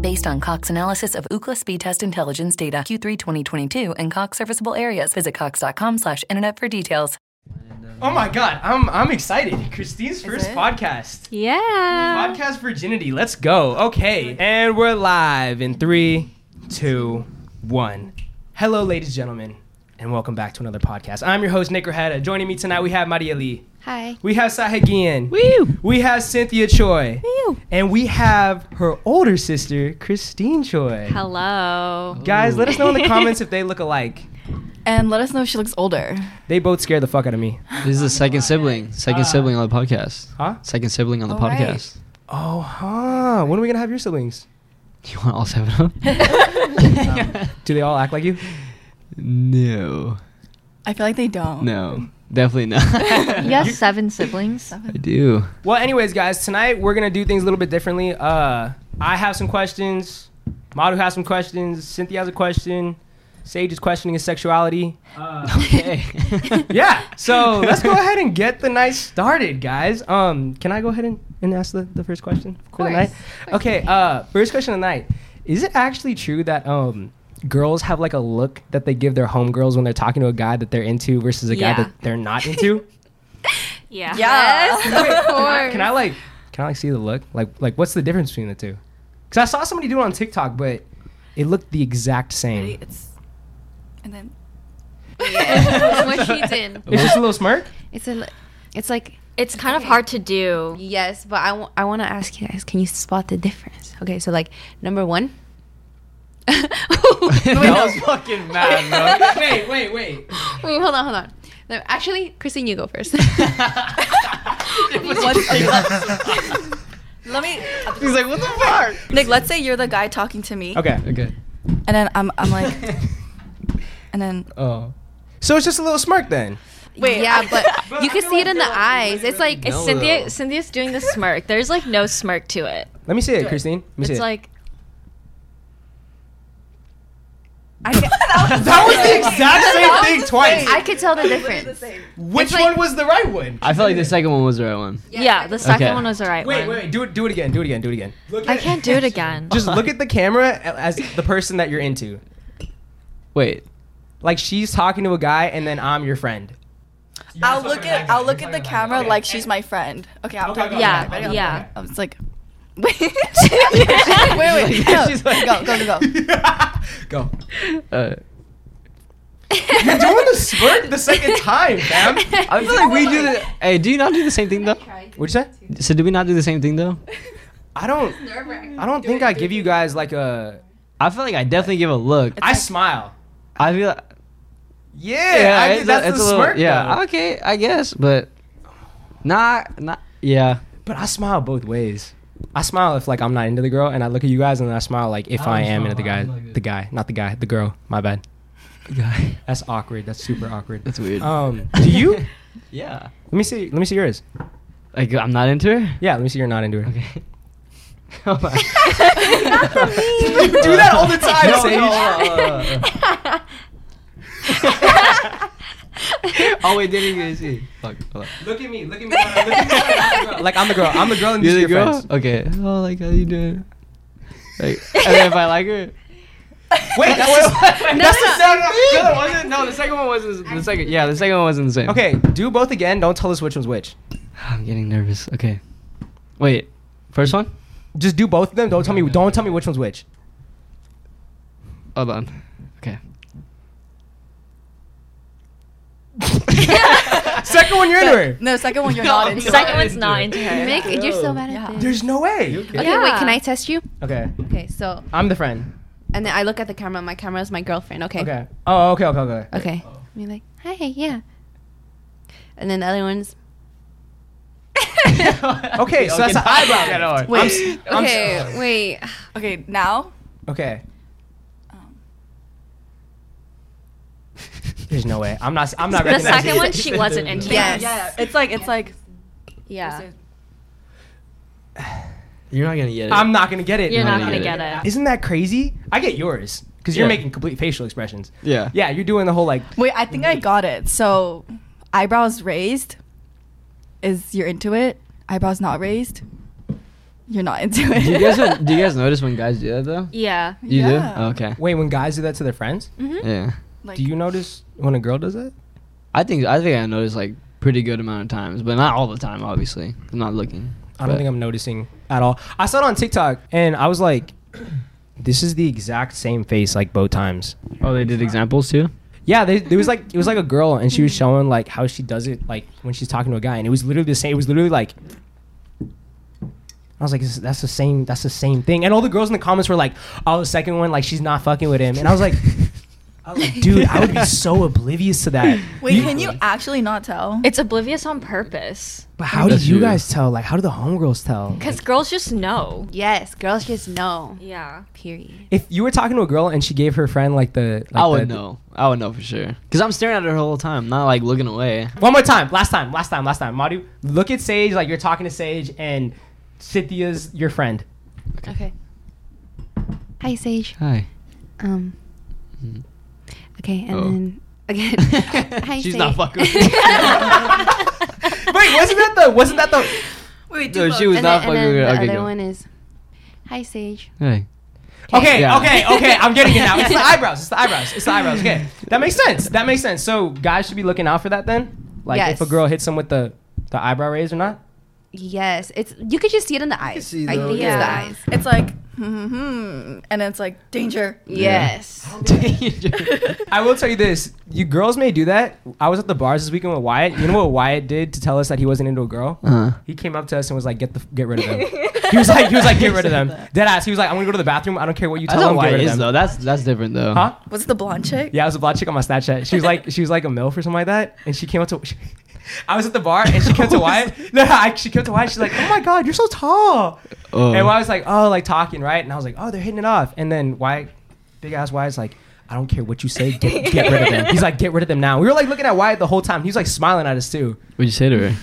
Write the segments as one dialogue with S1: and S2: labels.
S1: Based on Cox analysis of Ookla speed test intelligence data Q3 2022 and Cox serviceable areas, visit cox.com/internet slash internet for details.
S2: Oh my god, I'm I'm excited. Christine's first podcast.
S3: Yeah.
S2: Podcast virginity. Let's go. Okay, and we're live in three, two, one. Hello, ladies, and gentlemen, and welcome back to another podcast. I'm your host Nick Rajada. Joining me tonight, we have Maria Lee.
S3: Hi.
S2: We have Saha Gian. We have Cynthia Choi. And we have her older sister, Christine Choi.
S3: Hello.
S2: Guys, let us know in the comments if they look alike.
S4: and let us know if she looks older.
S2: They both scare the fuck out of me.
S5: This is the second sibling.
S4: Uh,
S5: Second sibling on the podcast.
S2: Huh?
S5: Second sibling on the podcast.
S2: Oh, huh. When are we gonna have your siblings?
S5: You want all seven of them?
S2: Do they all act like you?
S5: no.
S4: I feel like they don't.
S5: No. Definitely not. I
S3: You have seven siblings.
S5: do.
S2: Well, anyways, guys, tonight we're gonna do things a little bit differently. Uh, I have some questions. Madu has some questions. Cynthia has a question. Sage is questioning his sexuality.
S5: Okay.
S2: Yeah. So let's go ahead and get the night started, guys. Um, can I go ahead and, and ask the, the first question of for the night? Okay. Uh, first question of the night. Is it actually true that um girls have like a look that they give their homegirls when they're talking to a guy that they're into versus a
S3: Yeah.
S2: guy that they're not into?
S3: Yeah.
S4: Yes.
S2: Can I like can I like see the look? Like like what's the difference between the two? Cuz I saw somebody do it on TikTok, but it looked the exact same.
S4: it's and then
S6: what she did.
S2: It's just a little smirk.
S6: It's a, li- it's like
S3: It's kind of hard to do.
S6: yes, but I want to ask you guys, can you spot the difference? Okay, so like number one. wait,
S2: That was fucking mad, bro. wait, wait, wait.
S6: hold on, hold on. No, actually, Christine, you go first.
S4: let me
S5: He's like, what the fuck?
S4: Nick. Let's say you're the guy talking to me,
S2: Okay.
S5: Okay.
S4: and then I'm I'm like, and then
S2: Oh. So it's just a little smirk then.
S4: wait,
S6: yeah,
S4: I-
S6: but, you
S2: I
S6: can
S2: feel
S6: see
S2: like
S6: it in the
S2: they're like-
S6: eyes. It's like
S3: It's
S5: No,
S3: Cynthia.
S5: though.
S3: Cynthia's doing the smirk. There's like no smirk to it.
S2: Let me see it, Christine. Let me see
S3: It's
S2: it.
S3: like
S4: I get, that
S2: that was the exact same thing twice.
S6: I could tell the difference.
S2: Which
S6: it's like-
S2: one was the right one?
S5: I feel like the second one was the right one.
S3: yeah. the second one was the right
S2: Wait,
S3: one.
S2: wait, wait. Do it do it again. Do it again. Do it again. Look
S3: I can't do it again.
S2: Just look at the camera a- as the person that you're into.
S5: Wait.
S2: Like she's talking to a guy and then I'm your friend.
S4: I'll look at I'll look at the camera like she's my friend. Okay, I'm
S2: Okay,
S4: talking.
S2: okay,
S3: Yeah,
S4: to you. Ready?
S3: yeah.
S4: I was like, wait, wait, wait, no.
S2: She's like-
S4: go, go, go, go.
S2: Go.
S5: Uh,
S2: You're doing the smirk the second time, fam.
S5: I feel like we do the. Hey, do you not do the same thing though?
S2: What'd you say?
S5: So do we not do the same thing though?
S2: I don't. I don't think I give you guys like a.
S5: I feel like I definitely give a look.
S2: I smile.
S5: I feel. Like,
S2: Yeah,
S5: yeah,
S2: I
S5: it's
S2: think
S5: a-
S2: that's
S5: it's
S2: the
S5: a little-
S2: smirk.
S5: Yeah.
S2: though.
S5: Okay. I guess, but not not. Yeah.
S2: but I smile both ways. I smile if like I'm not into the girl, and I look at you guys, and then I smile like if I,
S5: I don't
S2: am
S5: smile,
S2: into the guy,
S5: I'm like this.
S2: the guy, not the guy, the girl. My bad.
S5: Guy.
S2: That's awkward. That's super awkward.
S5: That's weird.
S2: Um, do you? let
S5: yeah.
S2: me see. Let me see yours.
S5: Like I'm not into her.
S2: Yeah, let me see. You're not into her.
S5: Okay. Oh
S2: you do that all the time,
S5: No,
S2: Sage.
S5: no, uh. oh wait, didn't even see. Fuck. Hold on.
S2: Look at me. Look at me. Look at me. like I'm the girl. I'm the girl, and these are
S5: You're
S2: your
S5: the girl?
S2: friends.
S5: Okay. Oh, like how you doing? Like, and then if I like her,
S2: Wait, that was that's the sound
S5: no, that wasn't. No, the second one wasn't. The second, yeah, the second one wasn't the same.
S2: Okay, do both again. Don't tell us which was which.
S5: I'm getting nervous. Okay, wait. First one.
S2: Just do both of them. Don't tell me. Don't tell me which one's which.
S7: Oh,
S5: Hold on. Okay.
S2: Second one, you're into her.
S4: No, second one you're not into.
S3: Second one's not into her.
S6: Nick, you're so bad at
S4: Yeah.
S6: this.
S2: There's no way.
S6: Okay, wait,
S3: Yeah.
S6: can I test you?
S2: Okay,
S6: Okay, so
S2: I'm the friend.
S6: and then I look at the camera. My camera is my girlfriend. Okay.
S2: Okay. Oh, okay, okay, okay.
S6: Okay. And you're like, hi, yeah. And then the other one's
S2: Okay, so that's an eyebrow. Get on.
S6: wait.
S2: I'm s-
S6: okay, wait.
S4: Okay, now
S2: Okay. There's no way. I'm not. I'm not.
S3: The
S2: recognizing
S3: second
S2: it.
S3: one, she wasn't into.
S6: Yes.
S4: it's like it's like
S6: Yeah.
S7: You're not gonna get it.
S2: I'm not gonna get it.
S3: You're
S7: No,
S3: not
S7: you
S3: gonna
S7: get it.
S3: get it.
S2: Isn't that crazy? I get yours because you're
S7: Yeah.
S2: making complete facial expressions.
S7: yeah.
S2: Yeah, you're doing the whole like.
S4: wait. I think I
S7: Mm-hmm.
S4: got it. So eyebrows raised is you're into it. Eyebrows not raised, you're not into it.
S7: Do you guys do you guys notice when guys do that though?
S3: Yeah.
S7: You
S4: Yeah.
S7: do? Okay.
S6: Mm-hmm.
S2: Wait, when guys do that to their friends,
S7: Yeah.
S4: Mm. Like,
S2: do you notice when a girl does that?
S7: I think I think I noticed like pretty good amount of times, but not all the time, obviously. I'm not looking.
S2: I don't
S7: But-
S2: think I'm noticing at all. I saw it on TikTok and I was like, this is the exact same face like both times.
S7: Oh, they did examples too.
S2: Yeah, they, there was like it was like a girl and she was showing like how she does it like when she's talking to a guy and it was literally the same. It was literally like I was like, this, that's the same. That's the same thing. And all the girls in the comments were like, oh, the second one, like she's not fucking with him. And I was like, I was like dude, I would be so oblivious to that.
S4: wait, can you actually not tell?
S3: It's oblivious on purpose.
S2: But how do
S7: That's
S2: you
S7: you.
S2: guys tell? Like, how do the homegirls tell?
S3: Because girls just know.
S6: Yes, girls just know.
S3: Yeah.
S6: Period.
S2: If you were talking to a girl and she gave her friend like the, like
S7: I would
S2: the-
S7: know. I would know for sure. Cause I'm staring at her the whole time, not like looking away.
S2: One more time. Last time. Last time. Last time. Madu, look at Sage like you're talking to Sage, and Cynthia's your friend.
S6: Okay. Hi, Sage.
S7: Hi.
S6: Um. Okay, and
S7: Oh.
S6: then again. Hi,
S7: She's
S6: Sage.
S7: not fucking. With me.
S2: Wait, wasn't that the? Wasn't that the?
S4: wait,
S7: no, she was
S6: And
S7: not
S6: then,
S7: fucking.
S6: and then
S7: with me.
S6: the
S7: Okay,
S6: other
S7: go.
S6: one is, hi, Sage.
S7: Hey.
S2: Okay,
S7: Yeah.
S2: okay, okay. I'm getting it now. It's the eyebrows. It's the eyebrows. It's the eyebrows. Okay, that makes sense. That makes sense. So guys should be looking out for that then. Like
S6: Yes.
S2: if a girl hits them with the the eyebrow raise or not.
S6: Yes, it's you could just see it in the eyes.
S7: see
S6: I
S7: the-
S6: think
S3: Yeah.
S6: it's the eyes.
S4: it's like hmm, hmm, and it's like danger.
S6: Yes.
S2: I will tell you this: you girls may do that. I was at the bars this weekend with Wyatt. You know what Wyatt did to tell us that he wasn't into a girl?
S7: Uh,
S2: He came up to us and was like, "Get the f- get rid of them." he was like, he was like, "Get rid of them." Dead ass. He was like, "I'm gonna go to the bathroom. I don't care what you
S7: I
S2: tell
S7: don't know why
S2: them. Get
S7: it
S2: rid of
S7: is
S2: them."
S7: though. That's that's different though.
S2: Huh?
S4: Was it the blonde chick?
S2: Yeah, I was a black chick on my Snapchat. She was like, she was like a milf or something like that, and she came up to. I was at the bar and she came to Wyatt. No, I, she came to Wyatt. She's like, "Oh my god, you're so tall!"
S7: Oh.
S2: And Wyatt was like, "Oh, like talking, right?" And I was like, "Oh, they're hitting it off." And then Wyatt, big ass Wyatt's like, "I don't care what you say, get, get rid of them." He's like, "Get rid of them now." We were like looking at Wyatt the whole time. He was like smiling at us too.
S7: What'd you say to her?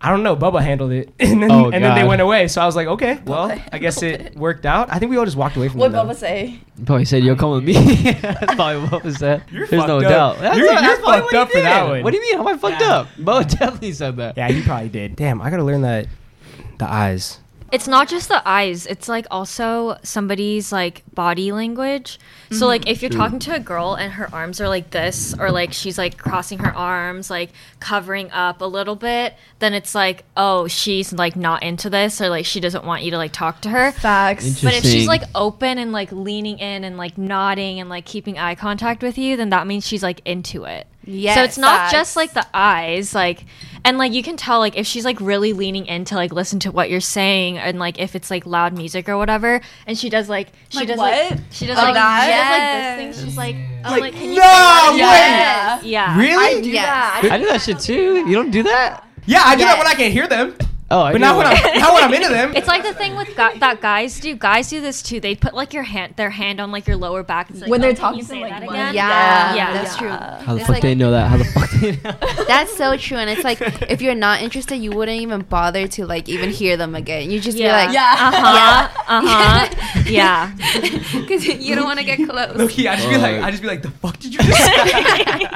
S2: I don't know. Bubba handled it, and then
S7: Oh,
S2: and then they
S7: God.
S2: went away. So I was like, "Okay, well,
S4: Bubba
S2: I guess it, worked out." I think we all just walked away from
S4: What
S2: them. though.
S4: Bubba say?
S7: You probably said you'll come with me. that's probably what was said.
S2: You're
S7: There's no
S2: fucked up.
S7: doubt. That's
S2: You're-
S7: not-
S2: you're
S7: that's probably
S2: fucked
S7: what he
S2: up for that
S7: did.
S2: one.
S7: What do you mean? Am I fucked
S2: Yeah.
S7: up? Bo definitely said that.
S2: Yeah, you probably did. Damn, I gotta learn that. The eyes.
S3: It's not just the eyes, it's like also somebody's like body language. So like if you're talking to a girl and her arms are like this or like she's like crossing her arms, like covering up a little bit, then it's like, "Oh, she's like not into this or like she doesn't want you to like talk to her."
S4: Facts.
S3: But if she's
S7: Interesting.
S3: like open and like leaning in and like nodding and like keeping eye contact with you, then that means she's like into it.
S6: Yes,
S3: So it's not
S4: facts.
S3: just like the eyes, like, and like you can tell like if she's like really leaning in to like listen to what you're saying and like if it's like loud music or whatever, and she does like she
S4: Like
S3: does
S4: what?
S3: like she does
S4: Like
S3: like,
S4: that?
S3: she does like this thing. She's like, oh,
S2: Like,
S3: like, can you
S2: no,
S3: say that?
S4: wait.
S3: yeah,
S2: Really?
S4: I do
S6: Yes.
S4: that.
S7: I do that shit too. You don't do that?
S2: Yeah, I do that
S6: Yes.
S2: when I can't hear them.
S7: Oh, I do
S2: But now when
S7: that.
S2: I'm now when I'm into them,
S3: It's like the thing with gu- that guys do. Guys do this too. They put like your hand, their hand on like your lower back. It's like,
S4: When
S3: oh,
S4: they're
S3: can
S4: talking
S3: you
S4: to
S3: say
S4: like
S3: that
S4: one-
S3: again?
S6: Yeah,
S3: Yeah.
S6: that's true.
S7: How the
S6: It's
S7: fuck
S6: like-
S7: they know that? How the fuck they know?
S6: That's so true. And it's like if you're not interested, you wouldn't even bother to like even hear them again. You just
S3: Yeah.
S6: be like,
S4: Yeah.
S2: Uh-huh,
S3: Uh huh. Uh huh. Yeah.
S6: because you don't want to get close.
S2: Loki, I just be like,
S7: Fuck.
S2: I just be like, the fuck did you just? say?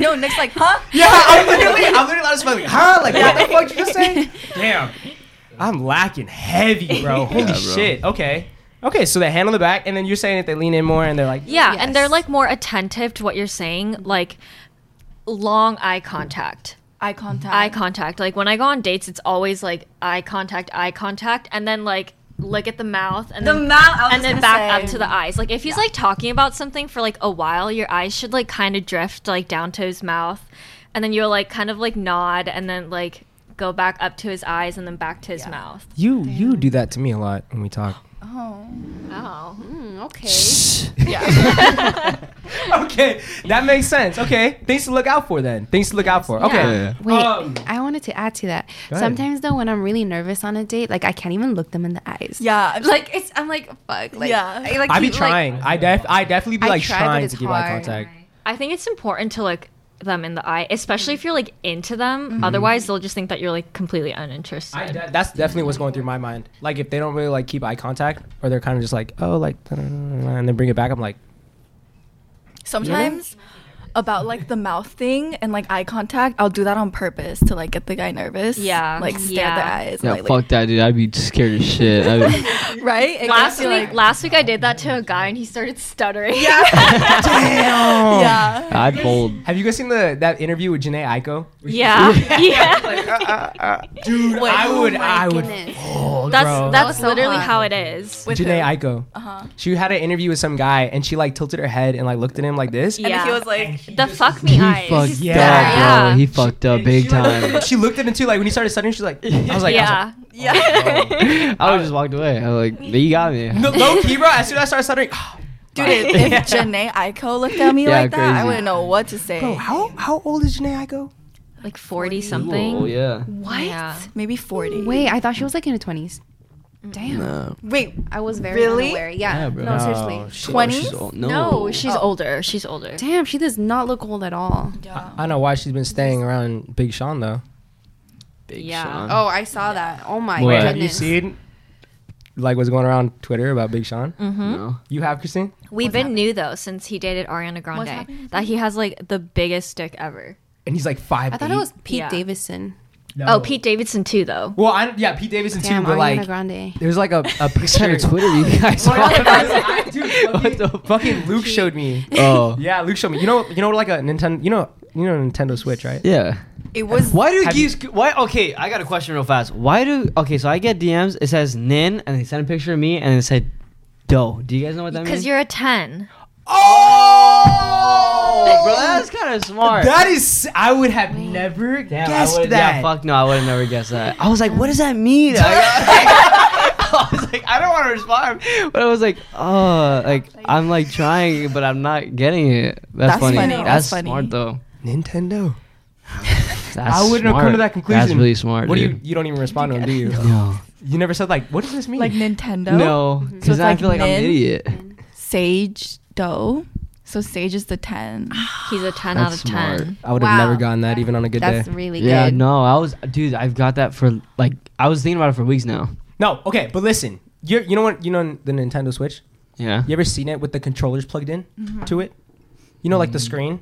S4: No, Nick's like, huh?
S2: yeah, I'm literally, I'm literally loud as fuck, like, huh? Like, what the fuck did you just say? Damn, I'm lacking heavy, bro. Holy
S7: Yeah, bro.
S2: shit. Okay, okay. So they hand on the back, and then you're saying that they lean in more, and they're like,
S3: Yeah, and they're
S6: Yes.
S3: like more attentive to what you're saying, like long eye contact.
S4: Eye contact.
S3: Eye contact. Like when I go on dates, it's always like eye contact, eye contact, and then like look at the mouth and
S4: The
S3: then
S4: mouth. I was
S3: and then
S4: gonna
S3: back
S4: say.
S3: up to the eyes. Like if he's like talking about something for like a while, your eyes should like kind of drift like down to his mouth and then you'll like kind of like nod and then like go back up to his eyes and then back to his mouth.
S2: You you do that to me a lot when we talk.
S4: Oh.
S3: Oh.
S6: Mm, okay.
S2: okay, that makes sense. Okay, things to look out for then. Things to look out for. Okay.
S5: Yeah.
S6: Wait,
S2: Um,
S6: I wanted to add to that.
S2: Go ahead.
S6: Sometimes though, when I'm really nervous on a date, like I can't even look them in the eyes.
S4: Yeah. I'm
S6: Like it's, I'm like, fuck. Like,
S4: Yeah.
S6: I, like,
S2: I be
S6: keep, like-
S2: trying. I def I definitely be
S6: I
S2: like
S6: try, but
S2: trying
S6: it's
S2: to keep eye
S6: hard.
S2: contact.
S3: I think it's important to look them in the eye, especially
S4: Mm.
S3: if you're like into them.
S4: Mm-hmm.
S3: Otherwise, they'll just think that you're like completely uninterested.
S2: I de- that's definitely what's going through my mind. Like if they don't really like keep eye contact, or they're kind of just like, oh, like, and then bring it back. I'm like,
S4: sometimes about like the mouth thing and like eye contact, I'll do that on purpose to like get the guy nervous.
S3: Yeah.
S4: Like stare
S3: Yeah.
S4: at their eyes.
S5: Yeah,
S4: like,
S5: fuck that, dude. I'd be scared as shit. I'd be-
S4: Right? It
S3: last
S4: gets you,
S3: week,
S4: like- Oh,
S3: last week I did that to a guy and he started stuttering.
S2: damn.
S4: yeah.
S5: I'd fold.
S2: Have you guys seen the that interview with Janae Aiko?
S3: yeah, yeah.
S4: uh,
S2: Dude, I would, I would.
S6: Oh goodness.
S2: Oh,
S3: That's
S2: bro.
S3: that's
S6: so
S3: literally
S6: hot.
S3: how it is.
S4: With
S2: Janae
S4: who?
S2: Aiko. Uh-huh. She had an interview with some guy, and she like tilted her head and like looked at him like this.
S4: And
S3: Yeah.
S4: he was like,
S3: the fuck
S5: He
S3: me eyes.
S5: fucked
S2: Yeah.
S5: up, bro.
S3: Yeah.
S5: He fucked up big time.
S2: she looked at him too. Like when he started stuttering, she's like, I was like, I was
S3: yeah.
S4: yeah.
S5: I would just walked away. I was like, you got me.
S2: like, no, low key, bro. As soon as I started stuttering,
S4: Dude, if, if Janae Aiko looked at me
S5: Yeah,
S4: like that, I
S5: crazy.
S4: wouldn't know what to say.
S2: bro, how how old is Janae Aiko?
S3: Like 40 something.
S5: Oh yeah.
S3: What? Yeah.
S4: Maybe 40.
S6: Wait, I thought she was like in her twenties. Damn.
S7: Oh,
S4: Wait.
S6: I was very
S4: Really?
S6: unaware. Yeah.
S5: Yeah, bro.
S6: No,
S2: Oh,
S6: seriously.
S4: Twenty?
S5: no.
S3: No, she's older. She's older.
S6: Damn, she does not look old at all.
S4: Yeah.
S2: I don't know why she's been staying around Big Sean though.
S5: Big
S3: Yeah.
S5: Sean.
S6: Oh, I saw that. Oh my
S5: Wait,
S2: Have you
S6: goodness.
S2: seen like what's going around Twitter about Big Sean?
S6: Mm.
S5: No.
S2: You have Christine?
S3: We've been new though since he dated Ariana Grande. That he has like the biggest dick ever.
S2: And he's like five.
S6: I thought it was Pete
S3: Yeah.
S6: Davidson.
S3: Oh, Pete Davidson too though.
S2: Well, I, yeah, Pete Davidson
S6: Damn,
S2: too, but
S6: Ariana
S2: like
S6: Grande.
S2: there's like a, a picture.
S5: Kind of Twitter you guys.
S2: Dude,
S5: What the
S2: fucking Luke showed me.
S5: oh.
S2: Yeah, Luke showed me. You know, you know, like a Nintendo. You know, you know, Nintendo Switch, right?
S5: Yeah.
S4: It was.
S5: Why do
S2: Have you-
S5: geese? Why? Okay, I got a question real fast. Why do? Okay, so I get DMs. It says Nin, and they send a picture of me, and it said Doe. Do you guys know what that means?
S3: Because you're a 10.
S2: Oh,
S5: bro, that's kind of smart.
S2: That is, I would have never
S5: Damn, I
S2: guessed
S5: would've-
S2: that.
S5: Yeah, fuck no, I would have never guessed that. I was like, what does that mean? I, I was like, I don't want to respond, but I was like, oh, like I'm like trying, but I'm not getting it. That's,
S4: That's
S5: funny.
S4: funny,
S5: That's,
S4: that's funny.
S5: smart though.
S2: Nintendo.
S5: That's
S2: I wouldn't have come
S5: smart.
S2: to that conclusion.
S5: That's really smart.
S2: What do you?
S5: dude.
S2: You don't even respond to him, do you?
S5: No,
S2: You never said like, what does this mean?
S4: Like Nintendo?
S5: no, because
S4: So it's
S5: I
S4: like
S5: feel like I'm an
S4: Nin?
S5: idiot.
S4: Sage Doe. So Sage is the 10.
S3: He's a 10 out
S5: That's
S3: of
S5: smart.
S3: 10.
S2: I would have
S6: Wow.
S2: never gotten that even on a good
S6: That's
S2: day.
S6: really
S5: Yeah,
S6: good.
S5: no, I was, dude. I've got that for like I was thinking about it for weeks now.
S2: no, okay, but listen, you you know what? You know the Nintendo Switch.
S5: Yeah.
S2: You ever seen it with the controllers plugged in to it? You know, like the screen.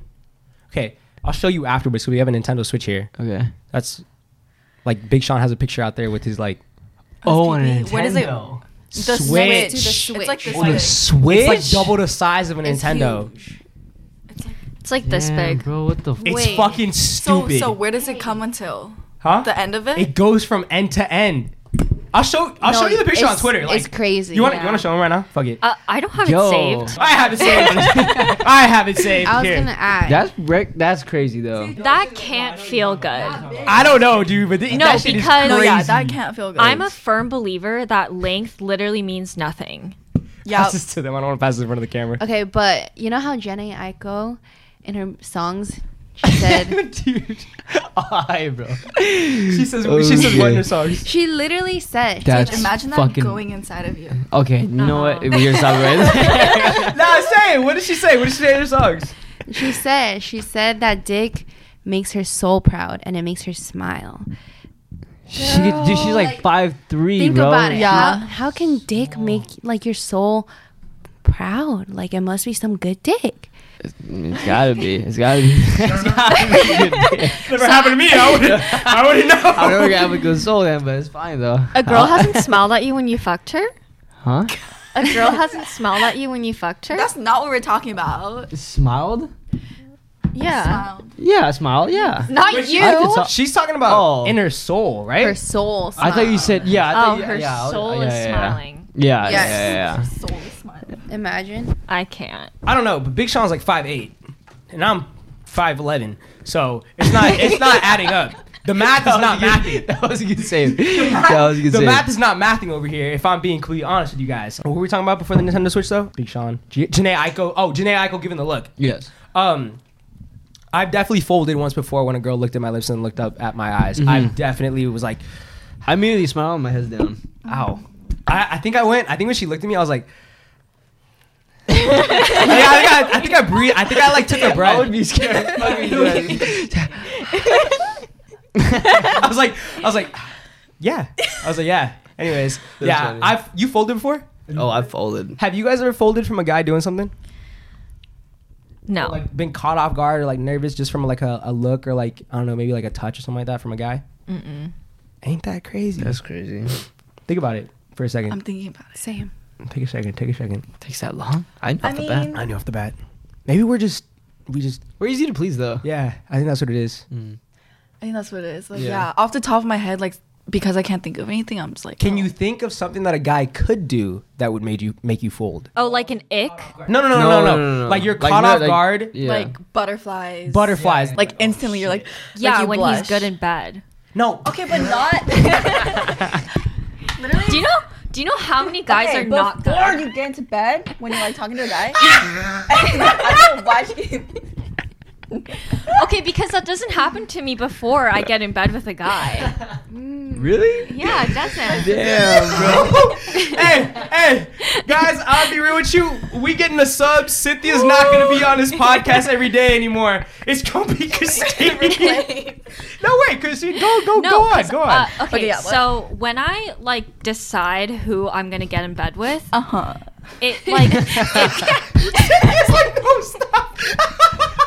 S2: Okay, I'll show you afterwards. So we have a Nintendo Switch here.
S5: Okay.
S2: That's like Big Sean has a picture out there with his like
S5: Oh, and
S4: STD. What is it?
S5: Nintendo.
S4: The
S2: Switch.
S6: To the switch.
S4: It's like this
S5: Oh, the
S4: big.
S5: Switch.
S2: It's like double the size of a
S6: It's
S2: Nintendo.
S6: huge.
S3: It's like this
S5: Damn,
S3: big.
S5: bro. What the? F-
S2: It's
S6: Wait.
S2: fucking
S4: So,
S2: stupid.
S4: so where does it come until?
S2: huh?
S4: The end of it?
S2: It goes from end to end. I'll show I'll
S6: No,
S2: show you the picture on
S6: it's-
S2: Twitter. Like,
S6: it's crazy,
S2: You want to
S6: yeah.
S2: you want to show him right now? Fuck it.
S3: Uh, I don't have
S5: Yo.
S3: it saved.
S2: I have it saved. I have it saved
S6: I was
S2: here.
S6: gonna add.
S5: that's rec- That's crazy though.
S3: That can't feel good.
S2: I don't know, dude, but th-
S3: No,
S2: that shit is
S3: because-
S4: no, yeah,
S2: crazy.
S4: that can't feel good.
S3: I'm a firm believer that length literally means nothing.
S4: yeah.
S2: Pass this to them. I don't want to pass this in front of the camera.
S6: Okay, but you know how Jenny Aiko in her songs she said
S2: dude,
S5: Hi, bro.
S2: she says she says
S5: Okay.
S2: what in her songs.
S6: she literally said
S5: That's
S4: Imagine that
S5: fucking.
S4: going inside of you.
S5: okay, you know what? We're gonna stop right there.
S2: Nah, say it. What did she say? What did she say in her songs?
S6: she said she said that dick makes her soul proud and it makes her smile.
S5: she, could- dude, she's like
S6: Like,
S5: five three,
S6: Think
S5: bro.
S6: about it.
S4: Yeah.
S6: How, how can dick make like your soul proud? Like it must be some good dick.
S5: It's gotta be. It's gotta be. it's gotta be.
S2: Never happened to me. I would I wouldn't
S5: I
S2: know.
S5: don't think I have a good soul then, but it's fine though.
S3: A girl hasn't smiled at you when you fucked her?
S5: Huh?
S3: A girl hasn't smiled at you when you fucked her?
S4: That's not what we're talking about. Um,
S5: Smiled?
S3: yeah.
S5: Yeah, I smiled. Yeah.
S3: Not
S5: I could
S3: you.
S5: talk-
S2: She's talking about
S5: Oh.
S2: inner soul, right?
S6: Her soul.
S5: I thought you said yeah. I thought
S3: Oh,
S5: you-
S3: her
S5: yeah, I was-
S3: soul
S5: yeah,
S3: is
S5: yeah, yeah.
S3: smiling.
S5: Yeah,
S4: Yes.
S5: yeah, yeah, yeah.
S4: Soul smile.
S6: Imagine.
S3: I can't.
S2: I don't know, but Big Sean's like five eight, and I'm five eleven, so it's not it's not adding up. The math is not mathing.
S7: That was a good save. That was a good
S2: The
S7: save.
S2: math is not mathing over here. If I'm being completely honest with you guys, what were we talking about before the Nintendo Switch though? Big Sean, G- Janae Aiko. Oh, Janae Aiko giving the look.
S7: yes.
S2: Um, I've definitely folded once before when a girl looked at my lips and looked up at my eyes.
S7: Mm-hmm.
S2: I definitely was like,
S7: I immediately smiled and my head's down.
S2: ow. I, I think I went. I think when she looked at me, I was like. yeah, I think I, I think I breathed. I think I like took a breath. I would be scared. I was like, I was like, yeah. I was like, yeah. Anyways, yeah.
S7: funny.
S2: I've you folded before?
S7: Oh, I folded.
S2: Have you guys ever folded from a guy doing something?
S3: No.
S2: Like been caught off guard or like nervous just from like a, a look or like I don't know maybe like a touch or something like that from a guy? Mm-mm. Ain't that crazy?
S7: crazy.
S2: Think about it for a second.
S4: I'm thinking about it. Same.
S2: take a second. Take a second.
S7: Takes that long? I know
S4: I
S7: off the bat.
S4: mean,
S2: I knew off the bat. Maybe we're just we just
S7: We're easy to please though.
S2: yeah. I think that's what it is.
S4: I think that's what it is. Like,
S7: Yeah.
S4: yeah. off the top of my head, like because I can't think of anything, I'm just like,
S2: Can
S4: oh.
S2: you think of something that a guy could do that would make you make you fold?
S3: Oh, like an ick?
S2: No, no, no, no, no, no. Like you're caught
S7: no,
S2: off
S7: like-
S2: guard.
S7: Yeah.
S4: like butterflies?
S2: Butterflies. Like
S4: Like instantly, you're like,
S3: Yeah,
S4: like you
S3: when
S4: blush.
S3: he's good in bed.
S2: no.
S4: Okay, but not. Literally,
S3: Do you know? Do you know how many guys
S8: Okay,
S3: are not good?
S8: Before you get into bed, when you're like talking to a guy, I don't know why she
S3: Okay, because that doesn't happen to me before I get in bed with a guy.
S7: Really?
S3: Yeah, it doesn't.
S7: Damn, bro.
S2: hey, hey, guys, I'll be real with you. We getting a sub. Cynthia's not gonna be on this podcast every day anymore. It's gonna be Christine. no, wait, Christine, go, go,
S3: No,
S2: go on,
S3: 'cause,
S2: go on.
S3: uh, okay,
S8: Okay, yeah, what?
S3: so when I like decide who I'm gonna get in bed with,
S4: Uh
S8: Uh-huh.
S4: huh.
S3: it like
S2: it's like no stop.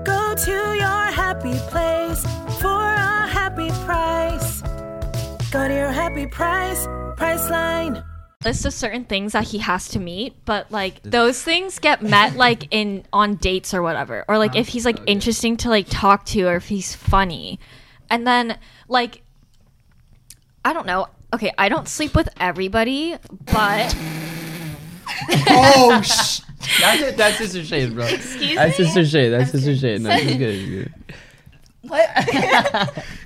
S9: Go to your happy place for a happy price. Go to your happy price, Priceline.
S3: list of certain things that he has to meet, but like those things get met like in on dates or whatever, or like if he's like interesting to like talk to, or if he's funny, and then like I don't know. Okay, I don't sleep with everybody, but
S2: Oh, sh-
S7: That's it. That's sister shade, bro.
S6: Excuse
S7: That's sister shade. That's sister shade. No, it's good. It's good.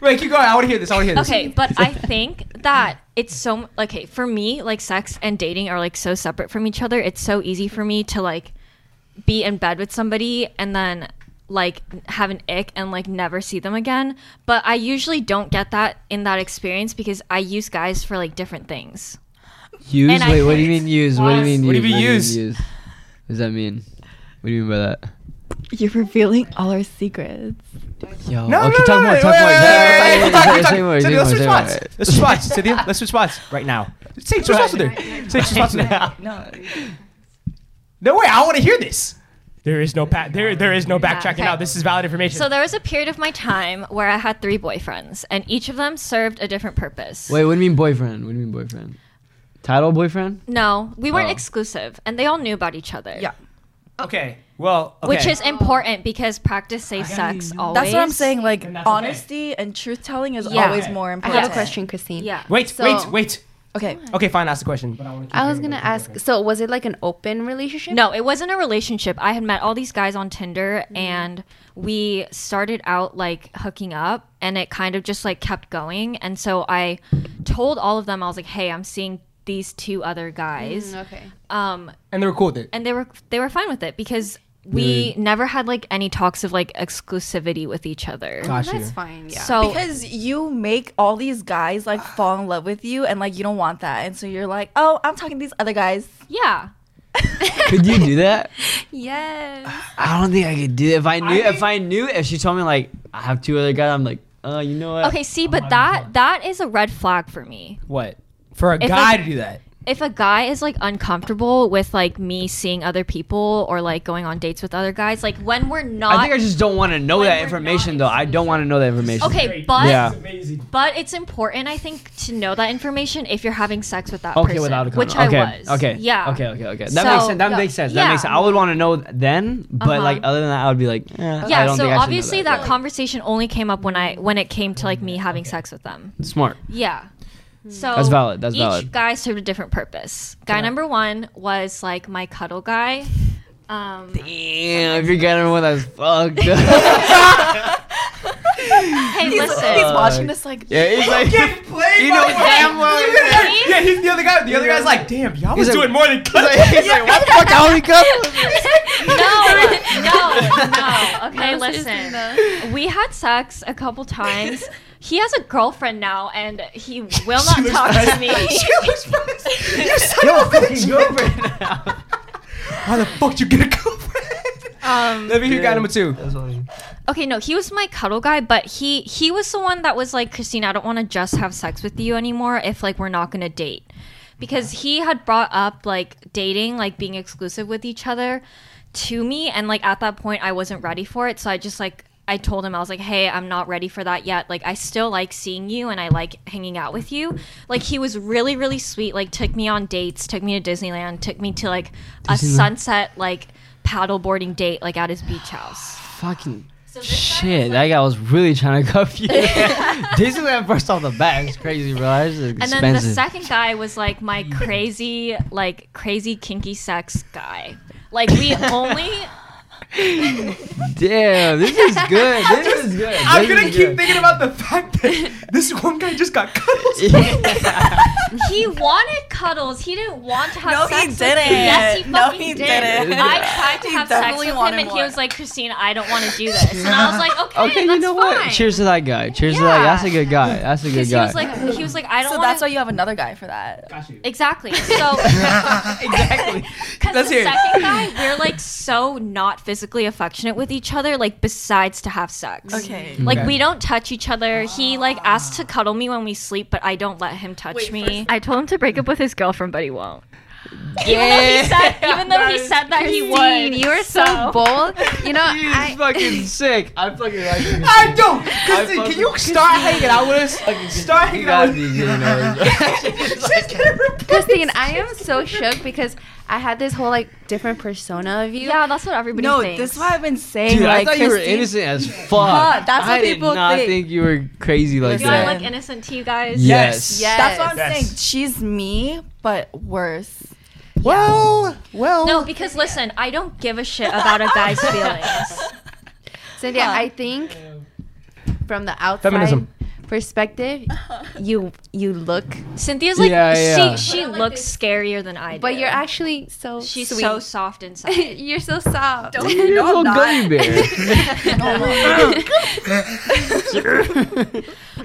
S2: wait, keep going. I want to hear this. I want to hear this.
S3: okay, but I think that it's so like okay, for me, like sex and dating are like so separate from each other. It's so easy for me to like be in bed with somebody and then like have an ick and like never see them again. But I usually don't get that in that experience because I use guys for like different things.
S7: Use?
S3: And I
S7: Wait, what do you
S3: hate
S7: mean use? What do you mean use?
S2: What do you mean use?
S7: What does that mean? What do you mean by that?
S4: You're revealing all our secrets.
S7: Yo,
S2: No,
S7: okay,
S2: Oh, no,
S7: talk
S2: no,
S7: more,
S2: wait,
S7: talk
S2: wait,
S7: more.
S2: wait, wait, wait, wait, wait,
S7: Say
S2: wait,
S7: more,
S2: wait,
S7: say
S2: Cynthia,
S7: more,
S2: Let's switch
S7: say
S2: spots.
S7: more.
S2: Let's switch spots. Cynthia, Let's switch spots right now. Say switch spots with her. Say switch spots with her.
S8: No.
S2: No way. I want to hear this. There is no pa- there there is no backtracking
S3: okay.
S2: out. This is valid information.
S3: So there was a period of my time where I had three boyfriends and each of them served a different purpose.
S7: Wait, what do you mean boyfriend? What do you mean boyfriend? Title boyfriend?
S3: No, we weren't
S7: Oh.
S3: exclusive and they all knew about each other.
S4: Yeah.
S2: okay. Well, okay.
S3: Which is important because practice safe sex always.
S4: That's what I'm saying. Like
S2: And that's okay.
S4: honesty and truth telling is
S3: Yeah.
S4: always more
S6: I
S4: important.
S6: have a question, Christine.
S3: Yeah.
S2: Wait,
S6: So-
S2: wait, wait.
S3: Oh
S4: Okay.
S2: Okay, fine. Ask the question. But I, want
S6: I was gonna ask. So was it like an open relationship?
S3: No, it wasn't a relationship. I had met all these guys on Tinder and we started out like hooking up and it kind of just like kept going. And so I told all of them, I was like, hey, I'm seeing these two other guys.
S6: Okay.
S3: Um,
S2: and they were cool with it.
S3: and they were they were fine with it because we never had like any talks of like exclusivity with each other.
S2: Gosh,
S6: That's fine. Yeah.
S3: So
S4: Because you make all these guys like fall in love with you and like you don't want that. And so you're like, oh, I'm talking to these other guys.
S3: yeah.
S7: Could you do that?
S3: Yes.
S7: I don't think I could do it. If I knew, if I knew, if she told me like I have two other guys, I'm like, uh, you know what?
S3: Okay, see, but that that is a red flag for me.
S2: What? For a
S3: If
S2: guy
S3: I-
S2: to do that.
S3: if a guy is like uncomfortable with like me seeing other people or like going on dates with other guys, like when we're not
S5: I think I just don't want to know that information though. I don't want to know that information.
S3: Okay, but
S5: yeah.
S3: but it's important I think to know that information if you're having sex with that
S5: Okay,
S3: person,
S5: without a condom.
S3: which
S5: okay,
S3: I was.
S5: Okay.
S3: Yeah.
S5: Okay. Okay. Okay. That
S3: So-
S5: makes sense.
S3: Yeah.
S5: That
S3: Uh-huh.
S5: makes sense. That makes sense. I would want to know then, but like other than that, I would be like, eh, I
S3: Yeah,
S5: don't
S3: so
S5: think I should know
S3: obviously that, conversation only came up when I when it came to like me having sex with them.
S5: that. smart.
S3: Yeah. So
S5: That's valid, that's
S3: each
S5: valid.
S3: guy served a different purpose. Guy number one was like my cuddle guy. Um,
S5: Damn, if you're getting one that's fucked. hey,
S3: hey,
S4: He's-
S3: listen.
S4: he's watching this like
S5: Yeah, he's like,
S2: Get played
S5: you
S2: by
S5: know
S2: one.
S5: damn well. He's like,
S2: Yeah, he's the other guy. The other guy's like, damn, y'all was
S5: like-
S2: doing more than
S5: he's like, what the fuck? How we go?
S3: no, no, no. Okay, listen. We had sex a couple times. He has a girlfriend now, and he will not talk to me.
S2: You son of a bitch. How the fuck you get a girlfriend?
S3: Um,
S2: Let me hear guy number two.
S3: okay, no, he was my cuddle guy, but he he was the one that was like, Christine, I don't want to just have sex with you anymore if like we're not gonna date, because he had brought up like dating, like being exclusive with each other, to me, and like at that point I wasn't ready for it, so I just like. I told him I was like, "Hey, I'm not ready for that yet. Like I still like seeing you and I like hanging out with you." Like he was really really sweet. Like took me on dates, took me to Disneyland, took me to like a sunset like paddleboarding date like at his beach house.
S5: Fucking shit. That guy was really trying to cuff you. Disneyland first off the bat. It's crazy, bro. That's just
S3: And
S5: expensive.
S3: then the second guy was like my crazy, like crazy kinky sex guy. Like we only
S5: Damn, this is good. This is good.
S2: I'm
S5: This
S2: gonna
S5: is
S2: keep
S5: good.
S2: thinking about the fact that this one guy just got cuddles.
S3: he wanted cuddles. He didn't want to have
S10: No,
S3: sex.
S10: he
S3: with
S10: didn't.
S3: me. Yes, he
S10: No,
S3: fucking
S10: he
S3: did.
S10: didn't.
S3: I tried to
S10: He
S3: have sex
S10: definitely
S3: with him,
S10: wanted
S3: and he
S10: more.
S3: was like, "Christine, I don't want to do this." And I was like, "Okay,
S5: Okay,
S3: that's
S5: you know
S3: fine."
S5: what? Cheers to that guy. Cheers to that.
S3: Yeah.
S5: Guy. That's a good guy. That's a good
S3: Because he
S5: guy.
S3: was like, he was like, "I don't."
S4: So
S3: wanna-
S4: that's why you have another guy for that.
S3: Exactly. So
S2: exactly.
S3: Because
S2: Let's
S3: the
S2: hear it.
S3: second guy, we're like so not physically affectionate with each other, like besides to have sex.
S4: Okay.
S3: Like
S2: Okay.
S3: we don't touch each other. He like asks to cuddle me when we sleep, but I don't let him touch me. I told him to break up with his girlfriend, but he won't. Even though he said, even though he said that he
S6: Dean,
S3: would.
S6: you are so, bold. You know, I,
S5: fucking sick. I fucking like you.
S2: I don't. Christine,
S5: fucking-
S2: can you start hanging out with us? Start hanging
S5: You
S2: out
S5: gotta
S2: with
S5: be giving those.
S2: She's gonna report
S6: Christine, I am so shook because I had this whole like different persona of you.
S3: Yeah, that's what everybody
S4: No,
S3: thinks.
S4: this is what I've been saying.
S5: Dude, I
S4: like,
S5: thought you were
S4: Christine-
S5: innocent as fuck.
S4: Huh, that's what
S5: I did
S4: people
S5: not
S4: think.
S5: you were crazy like
S3: Do I
S4: Yeah.
S5: that.
S3: look innocent to you guys?
S5: yes.
S6: Yes.
S4: That's what I'm
S2: Yes.
S4: saying. She's me, but worse.
S2: Well, well.
S3: No, because listen, I don't give a shit about a guy's feelings.
S6: Cynthia, I think from the outside
S2: Feminism.
S6: perspective,
S4: Uh-huh.
S6: you you look,
S3: Cynthia's like
S5: Yeah, yeah.
S3: she she looks scarier than I do.
S6: but you're actually so
S3: she's
S6: sweet.
S3: so soft inside.
S6: you're so soft.
S5: You're a little gummy bear.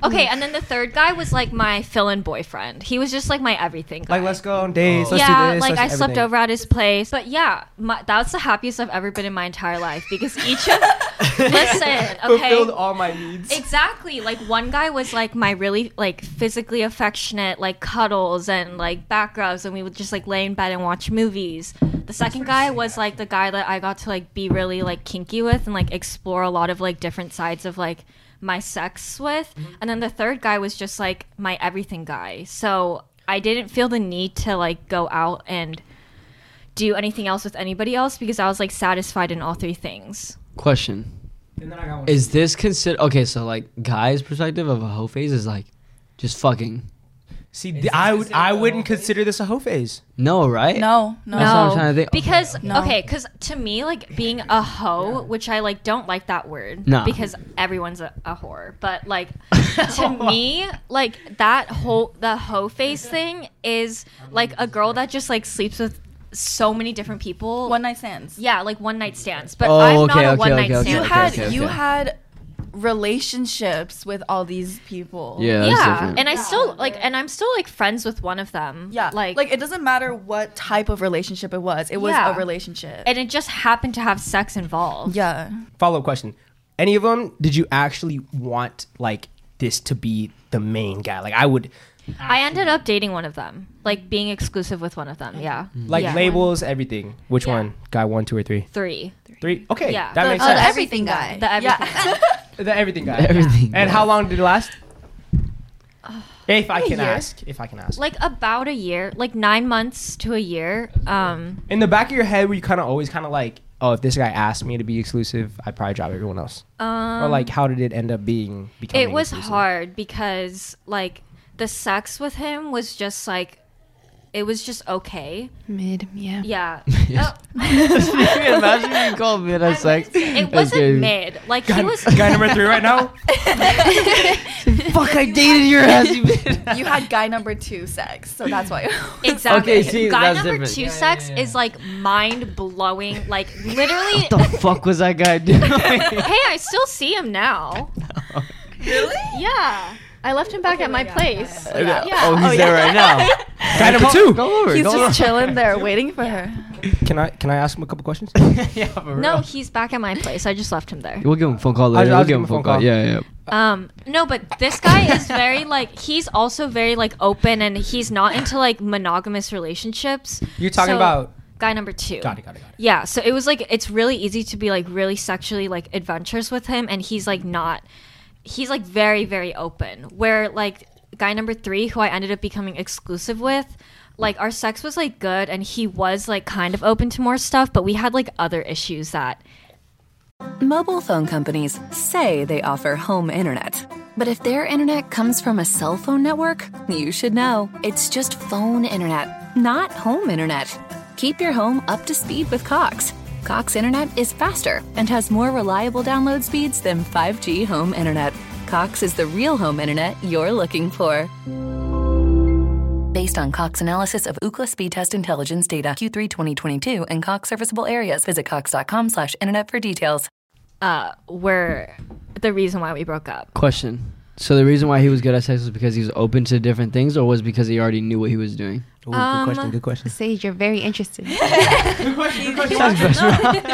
S3: Okay, and then the third guy was like my fill-in boyfriend. He was just like my everything guy.
S2: Like, let's go on dates. Let's
S3: yeah,
S2: do this.
S3: like
S2: let's
S3: I
S2: do
S3: slept
S2: everything.
S3: over at his place. But yeah, my, that's the happiest I've ever been in my entire life because each of listen,
S2: Fulfilled
S3: okay.
S2: all my needs.
S3: Exactly. Like one guy was like my really like physically affectionate, like cuddles and like back rubs, and we would just like lay in bed and watch movies. The second guy was like the guy that I got to like be really like kinky with and like explore a lot of like different sides of like my sex with. And then the third guy was just like my everything guy. So I didn't feel the need to like go out and do anything else with anybody else because I was like satisfied in all three things.
S5: Question.
S2: And then I got one.
S5: Is this considered okay? So like, guys' perspective of a hoe phase is like, just fucking
S2: See, th- I would, I wouldn't consider this a hoe phase.
S5: no, right?
S4: No, no.
S5: That's what I'm trying to think.
S3: Oh, Because
S4: No.
S3: okay, because to me, like being a hoe, which I like don't like that word,
S5: No.
S3: because everyone's a, a whore. But like to me, like that whole the hoe face thing is like a girl that just like sleeps with so many different people.
S4: One night stands.
S3: yeah, like one night stands. But
S5: Oh,
S3: I'm
S5: okay,
S3: not a
S5: okay,
S3: one night
S5: okay, okay,
S4: You
S3: stand.
S5: okay.
S4: had
S5: okay.
S4: you had relationships with all these people.
S5: Yeah. That's
S3: Yeah,
S5: different.
S3: and I still like, and I'm still like friends with one of them.
S4: Yeah.
S3: like,
S4: like it doesn't matter what type of relationship it was. It was
S3: Yeah.
S4: a relationship.
S3: and it just happened to have sex involved.
S4: yeah.
S2: Follow up question: Any of them? Did you actually want like this to be the main guy? Like, I would.
S3: I ended up dating one of them, like being exclusive with one of them. Yeah.
S4: Mm-hmm.
S2: Like
S3: Yeah.
S2: labels, everything. Which one? Guy one, two, or three?
S3: Three.
S2: Three. Okay,
S3: Yeah.
S2: that
S3: The-
S2: makes
S3: oh, the
S2: sense.
S6: Everything guy.
S3: The everything.
S2: The everything guy.
S7: Everything.
S2: And how long did it last? if I
S3: a
S2: can
S3: year.
S2: ask. If I can ask.
S3: Uh, Like about a year, like nine months to a year. Um,
S2: In the back of your head, were you kind of always kind of like, oh, if this guy asked me to be exclusive, I'd probably drop everyone else?
S3: um
S2: or like, how did it end up being? Becoming
S3: it was
S2: exclusive?
S3: hard because like the sex with him was just like it was just okay.
S6: Mid, yeah.
S3: Yeah.
S7: Yes.
S3: Oh.
S7: Imagine being called mid at sex.
S3: it wasn't mid. Like he was
S2: guy number three right now.
S7: Fuck, I dated your ass. You
S4: you had guy number two sex, so that's why.
S3: Exactly.
S7: Okay, see,
S3: guy
S7: that's
S3: number
S7: different.
S3: two
S7: Yeah,
S3: sex is like mind blowing. Like literally.
S7: what the fuck was that guy doing? Oh,
S3: hey, I still see him now. really? Yeah. I left him back at my place. Yeah.
S7: Oh, he's there right now.
S2: guy number two.
S7: Go over.
S4: He's
S7: go
S4: just chilling there, waiting for her.
S2: Can I can I ask him a couple questions?
S7: over. yeah, for
S3: No,
S7: real.
S3: he's back at my place. I just left him there.
S7: We'll give him a phone call
S2: I'll-
S7: later.
S2: I'll
S7: We'll
S2: give
S7: give him a phone call. Yeah, yeah.
S3: Um, no, but this guy is very like he's also very like open and he's not into like monogamous relationships.
S2: You're talking
S3: So-
S2: about.
S3: Guy number two.
S2: Got it. Got it. Got it.
S3: Yeah, so it was like it's really easy to be like really sexually like adventurous with him, and he's like not. He's like very very open. Where like guy number three, who I ended up becoming exclusive with, like our sex was like good, and he was like kind of open to more stuff, but we had like other issues that
S1: Mobile phone companies say they offer home internet. But if their internet comes from a cell phone network, you should know. It's just phone internet, not home internet. Keep your home up to speed with Cox. Cox internet is faster and has more reliable download speeds than 5G home internet. Cox is the real home internet you're looking for. Based on Cox analysis of Ookla speed test intelligence data Q3 2022 and Cox serviceable areas, visit cox.com/internet slash internet for details.
S3: uh were the reason why we broke up.
S7: Question. So the reason why he was good at sex was because he was open to different things, or was because he already knew what he was doing?
S2: Ooh,
S3: Um,
S2: good question. Good question.
S6: Sage, you're very interested.
S2: Good question. Good question.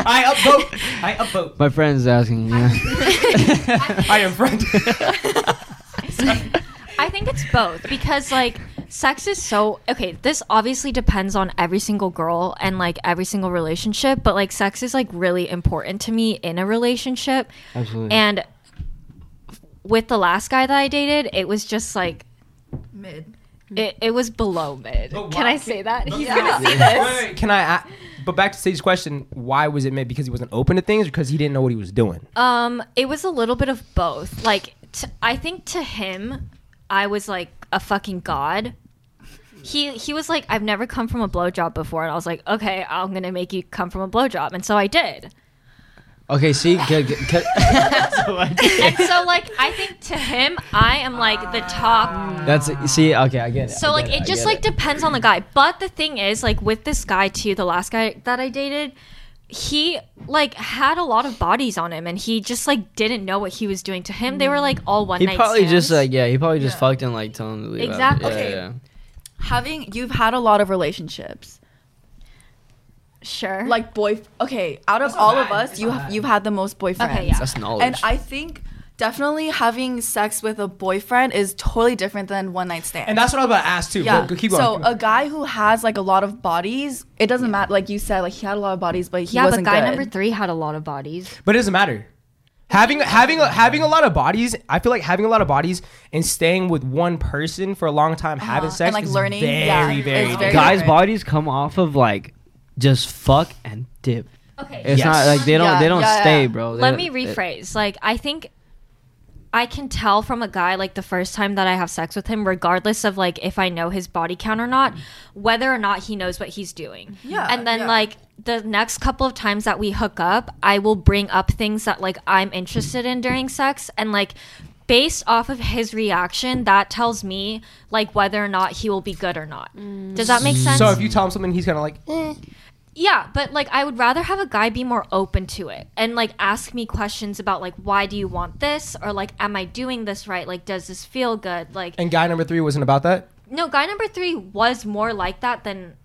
S2: I upvote. I upvote.
S7: My friend's asking. Yeah.
S2: I am friend.
S3: I think it's both because like sex is so okay, this obviously depends on every single girl and like every single relationship, but like sex is like really important to me in a relationship.
S7: Absolutely.
S3: And with the last guy that I dated, it was just like
S4: Mid.
S3: it, it was below mid. Can I say that? He's gonna see
S2: Wait, wait, wait, Can I? a- But back to Sage's question: Why was it made? Because he wasn't open to things, or because he didn't know what he was doing.
S3: Um, it was a little bit of both. Like, t- I think to him, I was like a fucking god. He he was like, I've never come from a blowjob before, and I was like, okay, I'm gonna make you come from a blowjob, and so I did.
S7: okay. See. Good, good, good.
S3: and so like, I think to him, I am like the top.
S7: That's see. Okay, I get it.
S3: So
S7: I
S3: like,
S7: get
S3: it
S7: I
S3: just
S7: get
S3: like depends on the guy. But the thing is, like with this guy too, the last guy that I dated. He like had a lot of bodies on him, and he just like didn't know what he was doing. To him, they were like all one.
S7: He
S3: night
S7: probably just
S3: stands.
S7: like yeah. He probably just fucked and like told him to leave. after.
S3: Exactly.
S7: Yeah,
S3: Okay.
S7: yeah.
S4: Having you've had a lot of relationships,
S3: Sure.
S4: like boy. Okay, out of all of us, you you've had the most boyfriends.
S3: Okay, yeah.
S7: That's knowledge.
S4: And I think definitely having sex with a boyfriend is totally different than one night stand.
S2: And that's what I was about to ask too.
S4: yeah.
S2: But keep going.
S4: So a guy who has like a lot of bodies, it doesn't matter. Like you said, like he had a lot of bodies, but he
S3: yeah, but
S4: wasn't
S3: guy
S4: good.
S3: number three had a lot of bodies.
S2: But it doesn't matter. Having having having a lot of bodies, I feel like having a lot of bodies and staying with one person for a long time, having sex,
S4: Uh-huh. And, like,
S2: is
S4: learning,
S2: very
S4: yeah,
S2: very,
S4: it's
S2: different.
S4: very-
S7: guys'
S4: different.
S7: bodies come off of like just fuck and dip.
S3: Okay.
S7: It's not like they don't
S4: Yeah,
S7: they don't
S4: yeah,
S7: stay,
S4: yeah.
S7: bro. They
S3: Let
S7: don't-
S3: me
S7: they-
S3: rephrase. Like, I think I can tell from a guy, like, the first time that I have sex with him, regardless of, like, if I know his body count or not, whether or not he knows what he's doing.
S4: Yeah,
S3: And then,
S4: yeah.
S3: like, the next couple of times that we hook up, I will bring up things that, like, I'm interested in during sex. And, like, based off of his reaction, that tells me, like, whether or not he will be good or not. Does that make sense?
S2: So if you tell him something, he's kind of like, eh.
S3: Yeah, but like I would rather have a guy be more open to it and like ask me questions about like why do you want this or like am I doing this right? Like does this feel good? Like
S2: and guy number three wasn't about that.
S3: no, guy number 3 was more like that than